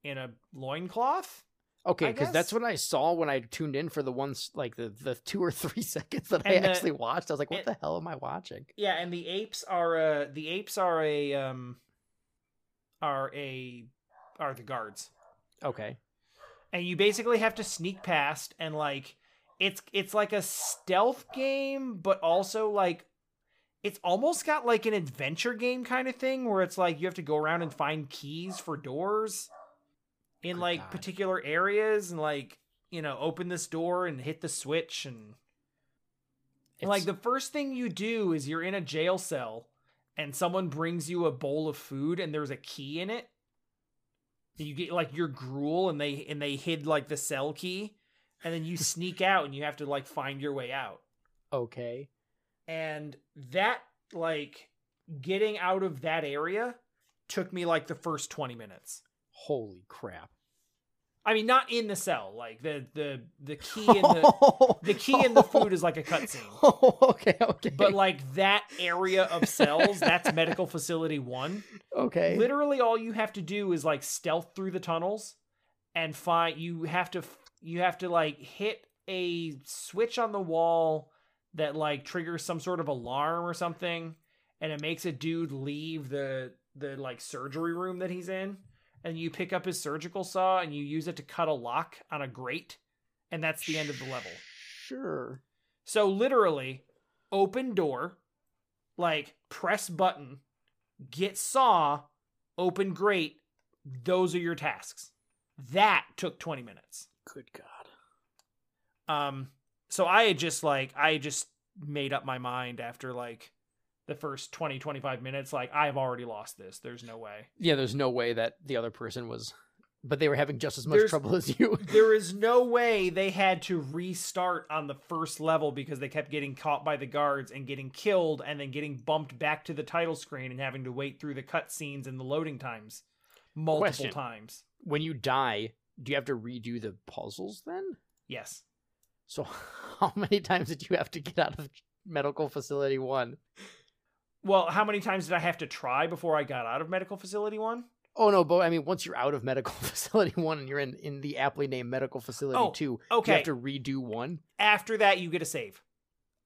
[SPEAKER 1] in a loincloth?
[SPEAKER 2] Okay,
[SPEAKER 1] I
[SPEAKER 2] because that's
[SPEAKER 1] guess.
[SPEAKER 2] what I saw when I tuned in for the ones like the, the two or three seconds that I
[SPEAKER 1] And the-
[SPEAKER 2] actually watched. I was like, what
[SPEAKER 1] and-
[SPEAKER 2] the hell am I watching?
[SPEAKER 1] Yeah, and the apes are uh the apes are a um are a are the guards.
[SPEAKER 2] Okay,
[SPEAKER 1] And you basically have to sneak past and like it's it's like a stealth game but also like it's almost got like an adventure game kind of thing where it's like you have to go around and find keys for doors in
[SPEAKER 2] Good
[SPEAKER 1] like
[SPEAKER 2] God.
[SPEAKER 1] particular areas and like you know open this door and hit the switch and and, Like
[SPEAKER 2] It's-
[SPEAKER 1] the first thing you do is you're in a jail cell and someone brings you a bowl of food and there's a key in it. You get like your gruel and they and they hid like the cell key and then you sneak out and you have to like find your way out.
[SPEAKER 2] okay,
[SPEAKER 1] And that like getting out of that area took me like the first 20 minutes.
[SPEAKER 2] holy crap!
[SPEAKER 1] I mean not in the cell, like the the the key in the the key in the food is like a cutscene.
[SPEAKER 2] Oh, okay, okay,
[SPEAKER 1] But like that area of cells, that's medical facility one.
[SPEAKER 2] okay,
[SPEAKER 1] Literally, all you have to do is like stealth through the tunnels, and find you have to f- you have to like hit a switch on the wall that like triggers some sort of alarm or something, and it makes a dude leave the the like surgery room that he's in, and you pick up his surgical saw and you use it to cut a lock on a grate, and that's the end of the level.
[SPEAKER 2] Sure.
[SPEAKER 1] So literally, open door, like press button, get saw, open grate. Those are your tasks. That took 20 minutes.
[SPEAKER 2] Good God.
[SPEAKER 1] Um so I had just like I had just made up my mind after like the first 20 25 minutes like I've already lost this. There's no way.
[SPEAKER 2] Yeah, there's no way that the other person was, but they were having just as much
[SPEAKER 1] There's-
[SPEAKER 2] trouble as you.
[SPEAKER 1] There is no way they had to restart on the first level because they kept getting caught by the guards and getting killed and then getting bumped back to the title screen and having to wait through the cutscenes and the loading times multiple
[SPEAKER 2] Question.
[SPEAKER 1] times.
[SPEAKER 2] when you die, do you have to redo the puzzles then?
[SPEAKER 1] Yes.
[SPEAKER 2] So how many times did you have to get out of medical facility one?
[SPEAKER 1] Well, how many times did I have to try before I got out of medical facility one?
[SPEAKER 2] Oh no, but I mean once you're out of medical facility one and you're in, in the aptly named medical facility
[SPEAKER 1] Oh,
[SPEAKER 2] two, you
[SPEAKER 1] Okay.
[SPEAKER 2] have to redo one.
[SPEAKER 1] After that you get a save.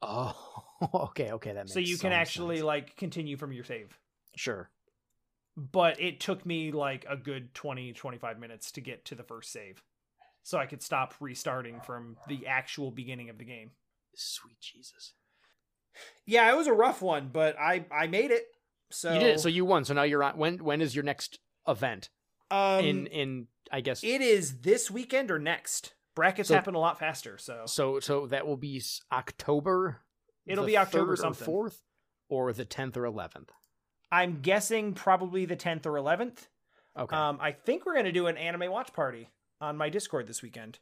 [SPEAKER 2] Oh okay, okay, that makes
[SPEAKER 1] So you can
[SPEAKER 2] some
[SPEAKER 1] actually
[SPEAKER 2] sense.
[SPEAKER 1] like continue from your save.
[SPEAKER 2] Sure.
[SPEAKER 1] But it took me like a good 20 25 minutes to get to the first save. So I could stop restarting from the actual beginning of the game.
[SPEAKER 2] Sweet Jesus.
[SPEAKER 1] Yeah, it was a rough one, but I I made it. So
[SPEAKER 2] You did it, so you won. So now you're on when when is your next event?
[SPEAKER 1] um,
[SPEAKER 2] in in I guess
[SPEAKER 1] it is this weekend or next. Brackets
[SPEAKER 2] So-
[SPEAKER 1] happen a lot faster, so
[SPEAKER 2] So so that will be s- October.
[SPEAKER 1] It'll
[SPEAKER 2] the
[SPEAKER 1] be October
[SPEAKER 2] 3rd or
[SPEAKER 1] something.
[SPEAKER 2] 4th or the 10th or 11th.
[SPEAKER 1] I'm guessing probably the 10th or 11th.
[SPEAKER 2] Okay.
[SPEAKER 1] Um, I think we're gonna do an anime watch party on my Discord this weekend.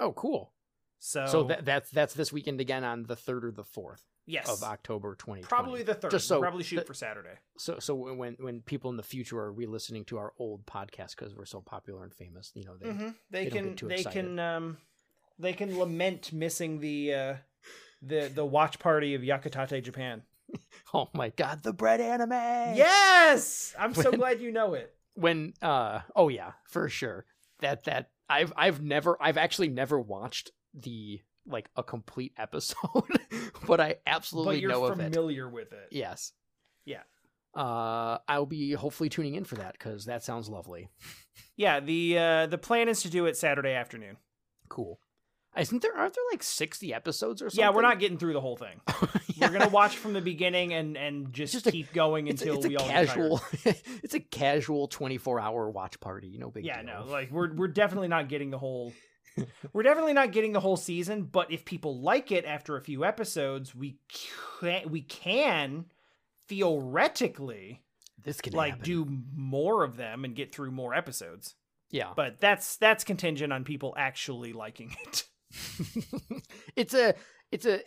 [SPEAKER 2] oh, cool.
[SPEAKER 1] So
[SPEAKER 2] So that that's that's this weekend again on the 3rd or the 4th
[SPEAKER 1] yes,
[SPEAKER 2] of October 2020.
[SPEAKER 1] probably the third.
[SPEAKER 2] Just so
[SPEAKER 1] we'll probably shoot
[SPEAKER 2] the-
[SPEAKER 1] for Saturday.
[SPEAKER 2] so so when when people in the future are re-listening to our old podcast cuz we're so popular and famous, you know, they
[SPEAKER 1] Mhm. They,
[SPEAKER 2] they don't
[SPEAKER 1] can
[SPEAKER 2] get too
[SPEAKER 1] they
[SPEAKER 2] excited.
[SPEAKER 1] can um they can lament missing the uh the the watch party of Yakutate Japan.
[SPEAKER 2] Oh my god, the bread anime.
[SPEAKER 1] Yes, I'm so
[SPEAKER 2] When-
[SPEAKER 1] glad you know it.
[SPEAKER 2] When uh oh yeah, for sure. That that I've I've never I've actually never watched the like a complete episode, but I absolutely
[SPEAKER 1] but you're
[SPEAKER 2] know of it.
[SPEAKER 1] familiar with it.
[SPEAKER 2] Yes.
[SPEAKER 1] Yeah.
[SPEAKER 2] Uh, I'll be hopefully tuning in for that because that sounds lovely.
[SPEAKER 1] Yeah, the uh, the plan is to do it Saturday afternoon.
[SPEAKER 2] Cool. Isn't there? Aren't there like sixty episodes or something?
[SPEAKER 1] Yeah, we're not getting through the whole thing.
[SPEAKER 2] Yeah.
[SPEAKER 1] We're gonna watch from the beginning and and just,
[SPEAKER 2] Just a-
[SPEAKER 1] keep going
[SPEAKER 2] It's,
[SPEAKER 1] until
[SPEAKER 2] it's a
[SPEAKER 1] we all get
[SPEAKER 2] casual. it's a casual twenty-four hour watch party. No big
[SPEAKER 1] tired. Yeah,
[SPEAKER 2] deal.
[SPEAKER 1] no, like we're we're definitely not getting the whole. we're definitely not getting the whole season, but if people like it after a few episodes, we can we can theoretically
[SPEAKER 2] this can
[SPEAKER 1] like
[SPEAKER 2] happen.
[SPEAKER 1] do more of them and get through more episodes.
[SPEAKER 2] Yeah.
[SPEAKER 1] But that's that's contingent on people actually liking it.
[SPEAKER 2] it's a. It's a.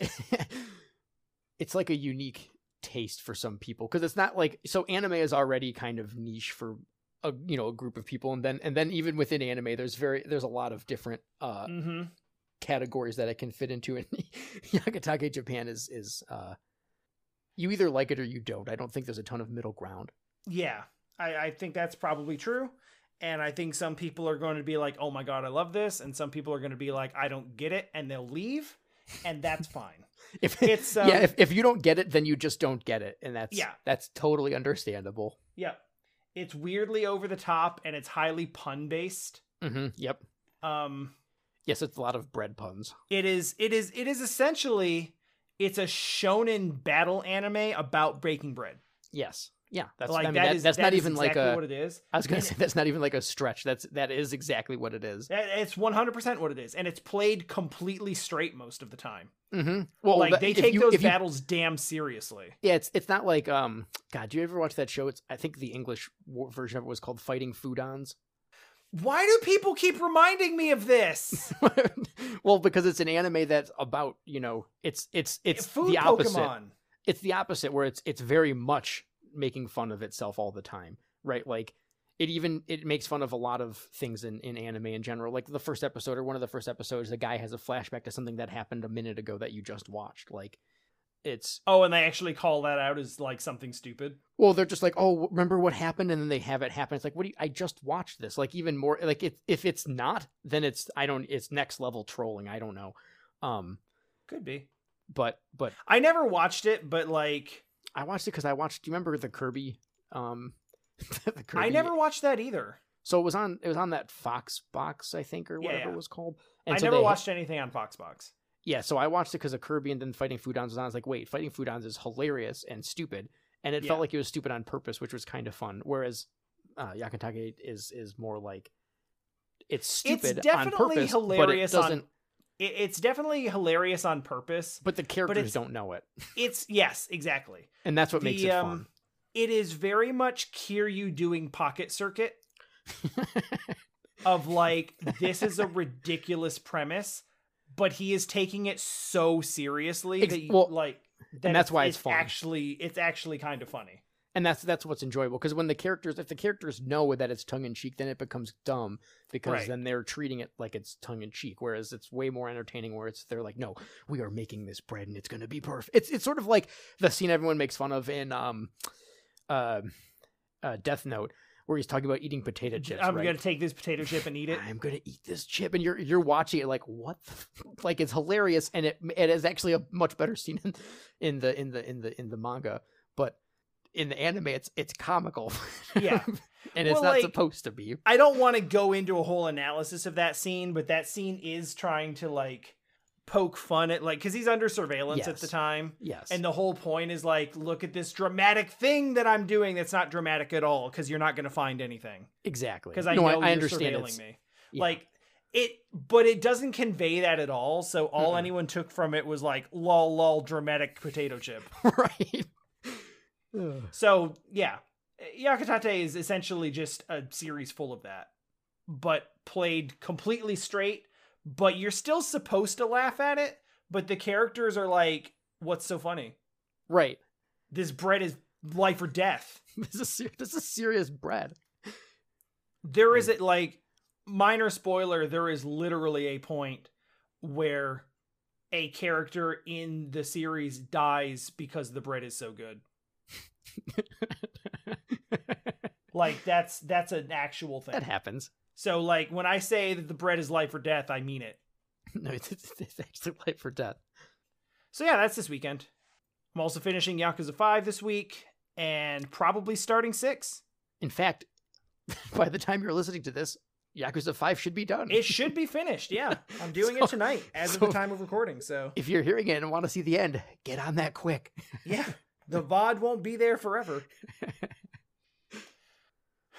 [SPEAKER 2] it's like a unique taste for some people because it's not like so anime is already kind of niche for a you know a group of people and then and then even within anime there's very there's a lot of different uh
[SPEAKER 1] mm-hmm.
[SPEAKER 2] categories that it can fit into and Yakutake Japan is is uh you either like it or you don't. I don't think there's a ton of middle ground.
[SPEAKER 1] Yeah, I, I think that's probably true. And I think some people are going to be like, oh my God, I love this. And some people are going to be like, I don't get it. And they'll leave. And that's fine.
[SPEAKER 2] If
[SPEAKER 1] It's, um,
[SPEAKER 2] yeah, if, if you don't get it, then you just don't get it, and that's
[SPEAKER 1] Yeah.
[SPEAKER 2] that's totally understandable.
[SPEAKER 1] Yep. It's weirdly over the top and it's highly pun based.
[SPEAKER 2] hmm Yep.
[SPEAKER 1] Um,
[SPEAKER 2] Yes, it's a lot of bread puns.
[SPEAKER 1] it is it is it is essentially it's a shonen battle anime about breaking bread.
[SPEAKER 2] Yes. Yeah. That's
[SPEAKER 1] like
[SPEAKER 2] I mean,
[SPEAKER 1] that
[SPEAKER 2] that-
[SPEAKER 1] is-
[SPEAKER 2] that's
[SPEAKER 1] that
[SPEAKER 2] not
[SPEAKER 1] is
[SPEAKER 2] even
[SPEAKER 1] exactly
[SPEAKER 2] like a.
[SPEAKER 1] what it is.
[SPEAKER 2] I was gonna
[SPEAKER 1] and-
[SPEAKER 2] say that's not even like a stretch. That's that is exactly what it is.
[SPEAKER 1] That- It's one hundred percent what it is, and it's played completely straight most of the time.
[SPEAKER 2] Mm-hmm. Well,
[SPEAKER 1] like
[SPEAKER 2] that-
[SPEAKER 1] they
[SPEAKER 2] if
[SPEAKER 1] take
[SPEAKER 2] you-
[SPEAKER 1] those
[SPEAKER 2] if you-
[SPEAKER 1] battles damn seriously.
[SPEAKER 2] Yeah, it's it's not like um. God, do you ever watch that show? It's I think the English wa- version of it was called Fighting Foodons.
[SPEAKER 1] Why do people keep reminding me of this?
[SPEAKER 2] well, because it's an anime that's about you know it's it's it's
[SPEAKER 1] Food
[SPEAKER 2] the opposite.
[SPEAKER 1] Pokemon.
[SPEAKER 2] It's the opposite where it's it's very much making fun of itself all the time, right? Like it even it makes fun of a lot of things in in anime in general. Like the first episode or one of the first episodes, the guy has a flashback to something that happened a minute ago that you just watched. Like it's
[SPEAKER 1] Oh, and they actually call that out as like something stupid.
[SPEAKER 2] well they're just like oh w- remember what happened and then they have it happen it's like what do you i just watched this like even more like if if it's not then it's i don't it's next level trolling i don't know um
[SPEAKER 1] Could be.
[SPEAKER 2] but but
[SPEAKER 1] I never watched it, but like
[SPEAKER 2] i watched it because i watched do you remember the kirby um the kirby
[SPEAKER 1] I never watched that either.
[SPEAKER 2] so it was on it was on that fox box i think or
[SPEAKER 1] Yeah,
[SPEAKER 2] whatever
[SPEAKER 1] yeah.
[SPEAKER 2] it was called
[SPEAKER 1] I
[SPEAKER 2] so
[SPEAKER 1] never
[SPEAKER 2] they-
[SPEAKER 1] watched anything on Foxbox.
[SPEAKER 2] yeah so i watched it because of kirby and then fighting foodons was on i was like wait fighting foodons is hilarious and stupid and it
[SPEAKER 1] Yeah.
[SPEAKER 2] felt like it was stupid on purpose which was kind of fun whereas uh yakutake is is more like it's stupid on
[SPEAKER 1] definitely
[SPEAKER 2] purpose but it
[SPEAKER 1] hilarious on-
[SPEAKER 2] doesn't
[SPEAKER 1] It, it's definitely hilarious on purpose.
[SPEAKER 2] but the
[SPEAKER 1] it's-
[SPEAKER 2] characters don't know it
[SPEAKER 1] It's yes, exactly.
[SPEAKER 2] and that's what makes
[SPEAKER 1] the,
[SPEAKER 2] it
[SPEAKER 1] um, It is very much Kiryu doing pocket circuit
[SPEAKER 2] fun
[SPEAKER 1] of like this is a ridiculous premise, but he is taking it so seriously
[SPEAKER 2] Ex-
[SPEAKER 1] that you,
[SPEAKER 2] well,
[SPEAKER 1] like that
[SPEAKER 2] that's why it's
[SPEAKER 1] it's
[SPEAKER 2] fun.
[SPEAKER 1] actually it's actually kind of funny.
[SPEAKER 2] and that's that's what's enjoyable because when the characters if the characters know that it's tongue-in-cheek then it becomes dumb because
[SPEAKER 1] Right.
[SPEAKER 2] then they're treating it like it's tongue-in-cheek whereas it's way more entertaining where it's they're like no we are making this bread and it's gonna be perfect it's, it's sort of like the scene everyone makes fun of in um uh, uh death note where he's talking about eating potato chips
[SPEAKER 1] I'm
[SPEAKER 2] right?
[SPEAKER 1] gonna take this potato chip and eat it.
[SPEAKER 2] I'm gonna eat this chip, and you're you're watching it like what, the f-? like it's hilarious, and it it is actually a much better scene in, in the in the in the in the manga, but in the anime it's it's comical,
[SPEAKER 1] Yeah.
[SPEAKER 2] and it's
[SPEAKER 1] Well,
[SPEAKER 2] not
[SPEAKER 1] like-
[SPEAKER 2] supposed to be.
[SPEAKER 1] I don't want to go into a whole analysis of that scene, but that scene is trying to like poke fun at like because he's under surveillance at
[SPEAKER 2] Yes.
[SPEAKER 1] the time.
[SPEAKER 2] Yes,
[SPEAKER 1] And the whole point is like, look at this dramatic thing that I'm doing that's not dramatic at all because you're not going to find anything
[SPEAKER 2] exactly.
[SPEAKER 1] because I
[SPEAKER 2] no,
[SPEAKER 1] know
[SPEAKER 2] I,
[SPEAKER 1] you're
[SPEAKER 2] I understand.
[SPEAKER 1] surveilling
[SPEAKER 2] it's-
[SPEAKER 1] me.
[SPEAKER 2] yeah.
[SPEAKER 1] Like it, but it doesn't convey that at all. So all
[SPEAKER 2] Mm-mm.
[SPEAKER 1] anyone took from it was like, lol, lol, dramatic potato chip.
[SPEAKER 2] right. Ugh.
[SPEAKER 1] So yeah, Yakutate is essentially just a series full of that, but played completely straight. But you're still supposed to laugh at it. But the characters are like, what's so funny?
[SPEAKER 2] right.
[SPEAKER 1] This bread is life or death.
[SPEAKER 2] This is ser- this is serious bread.
[SPEAKER 1] there is it like minor spoiler there is literally a point where a character in the series dies because the bread is so good like that's that's an actual
[SPEAKER 2] that
[SPEAKER 1] thing
[SPEAKER 2] happens.
[SPEAKER 1] so like when i say that the bread is life or death i mean it
[SPEAKER 2] No, it's, it's, it's actually life or death.
[SPEAKER 1] so yeah that's this weekend i'm also finishing yakuza 5 this week and probably starting 6
[SPEAKER 2] In fact, by the time you're listening to this, Yakuza 5 should be done.
[SPEAKER 1] it should be finished yeah i'm doing
[SPEAKER 2] So-
[SPEAKER 1] it tonight as of
[SPEAKER 2] so-
[SPEAKER 1] the time of recording so
[SPEAKER 2] if you're hearing it and want to see the end, get on that quick.
[SPEAKER 1] yeah the vod won't be there forever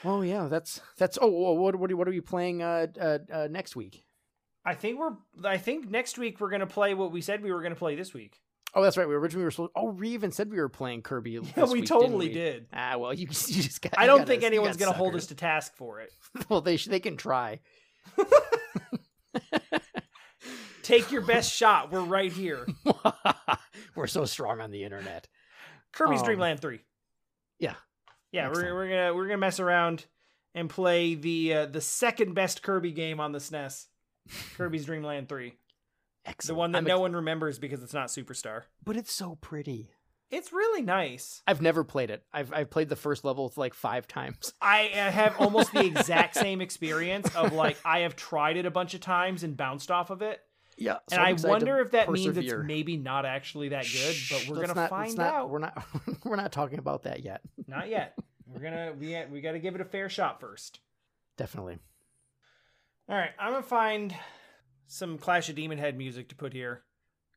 [SPEAKER 2] Oh yeah, that's that's oh whoa, what what are, what are we playing uh, uh, uh next week?
[SPEAKER 1] I think we're. I think next week we're gonna play what we said we were gonna play this week.
[SPEAKER 2] Oh, that's right. We originally were supposed. Oh, we even said we were playing Kirby. Yeah,
[SPEAKER 1] we totally did.
[SPEAKER 2] Ah, well, you, you just got.
[SPEAKER 1] I
[SPEAKER 2] you
[SPEAKER 1] don't
[SPEAKER 2] got
[SPEAKER 1] think
[SPEAKER 2] us- you
[SPEAKER 1] anyone's
[SPEAKER 2] got
[SPEAKER 1] gonna hold
[SPEAKER 2] suckered.
[SPEAKER 1] us to task for it.
[SPEAKER 2] Well, they sh- they can try.
[SPEAKER 1] Take your best shot. We're right here.
[SPEAKER 2] we're so strong on the internet.
[SPEAKER 1] Kirby's
[SPEAKER 2] Um,
[SPEAKER 1] Dream Land Three.
[SPEAKER 2] yeah.
[SPEAKER 1] yeah.
[SPEAKER 2] Next
[SPEAKER 1] We're,
[SPEAKER 2] time.
[SPEAKER 1] we're gonna we're gonna mess around and play the uh, the second best Kirby game on the SNES. Kirby's Dream Land Three, the
[SPEAKER 2] Excellent.
[SPEAKER 1] one that
[SPEAKER 2] I'm ex-
[SPEAKER 1] no one remembers because it's not Superstar.
[SPEAKER 2] but it's so pretty.
[SPEAKER 1] It's really nice.
[SPEAKER 2] I've never played it. I've I've played the first level like five times.
[SPEAKER 1] I uh, have almost the exact same experience of like I have tried it a bunch of times and bounced off of it.
[SPEAKER 2] Yeah,
[SPEAKER 1] And I wonder if that means
[SPEAKER 2] persevere.
[SPEAKER 1] it's maybe not actually that good, but we're gonna find out.
[SPEAKER 2] We're not we're not talking about that yet.
[SPEAKER 1] Not yet. We're gonna we we gotta give it a fair shot first.
[SPEAKER 2] Definitely.
[SPEAKER 1] All right, I'm gonna find some Clash of Demon Head music to put here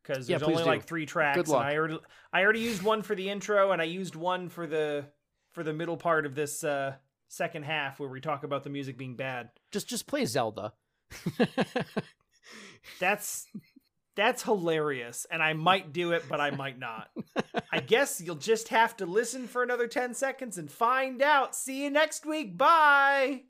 [SPEAKER 1] because
[SPEAKER 2] Yeah,
[SPEAKER 1] there's
[SPEAKER 2] please
[SPEAKER 1] only
[SPEAKER 2] do.
[SPEAKER 1] like three tracks.
[SPEAKER 2] Good luck.
[SPEAKER 1] And I already I already used one for the intro, and I used one for the for the middle part of this uh, second half where we talk about the music being bad.
[SPEAKER 2] Just just play Zelda.
[SPEAKER 1] That's that's hilarious, and I might do it, but I might not. I guess you'll just have to listen for another ten seconds and find out. See you next week. Bye.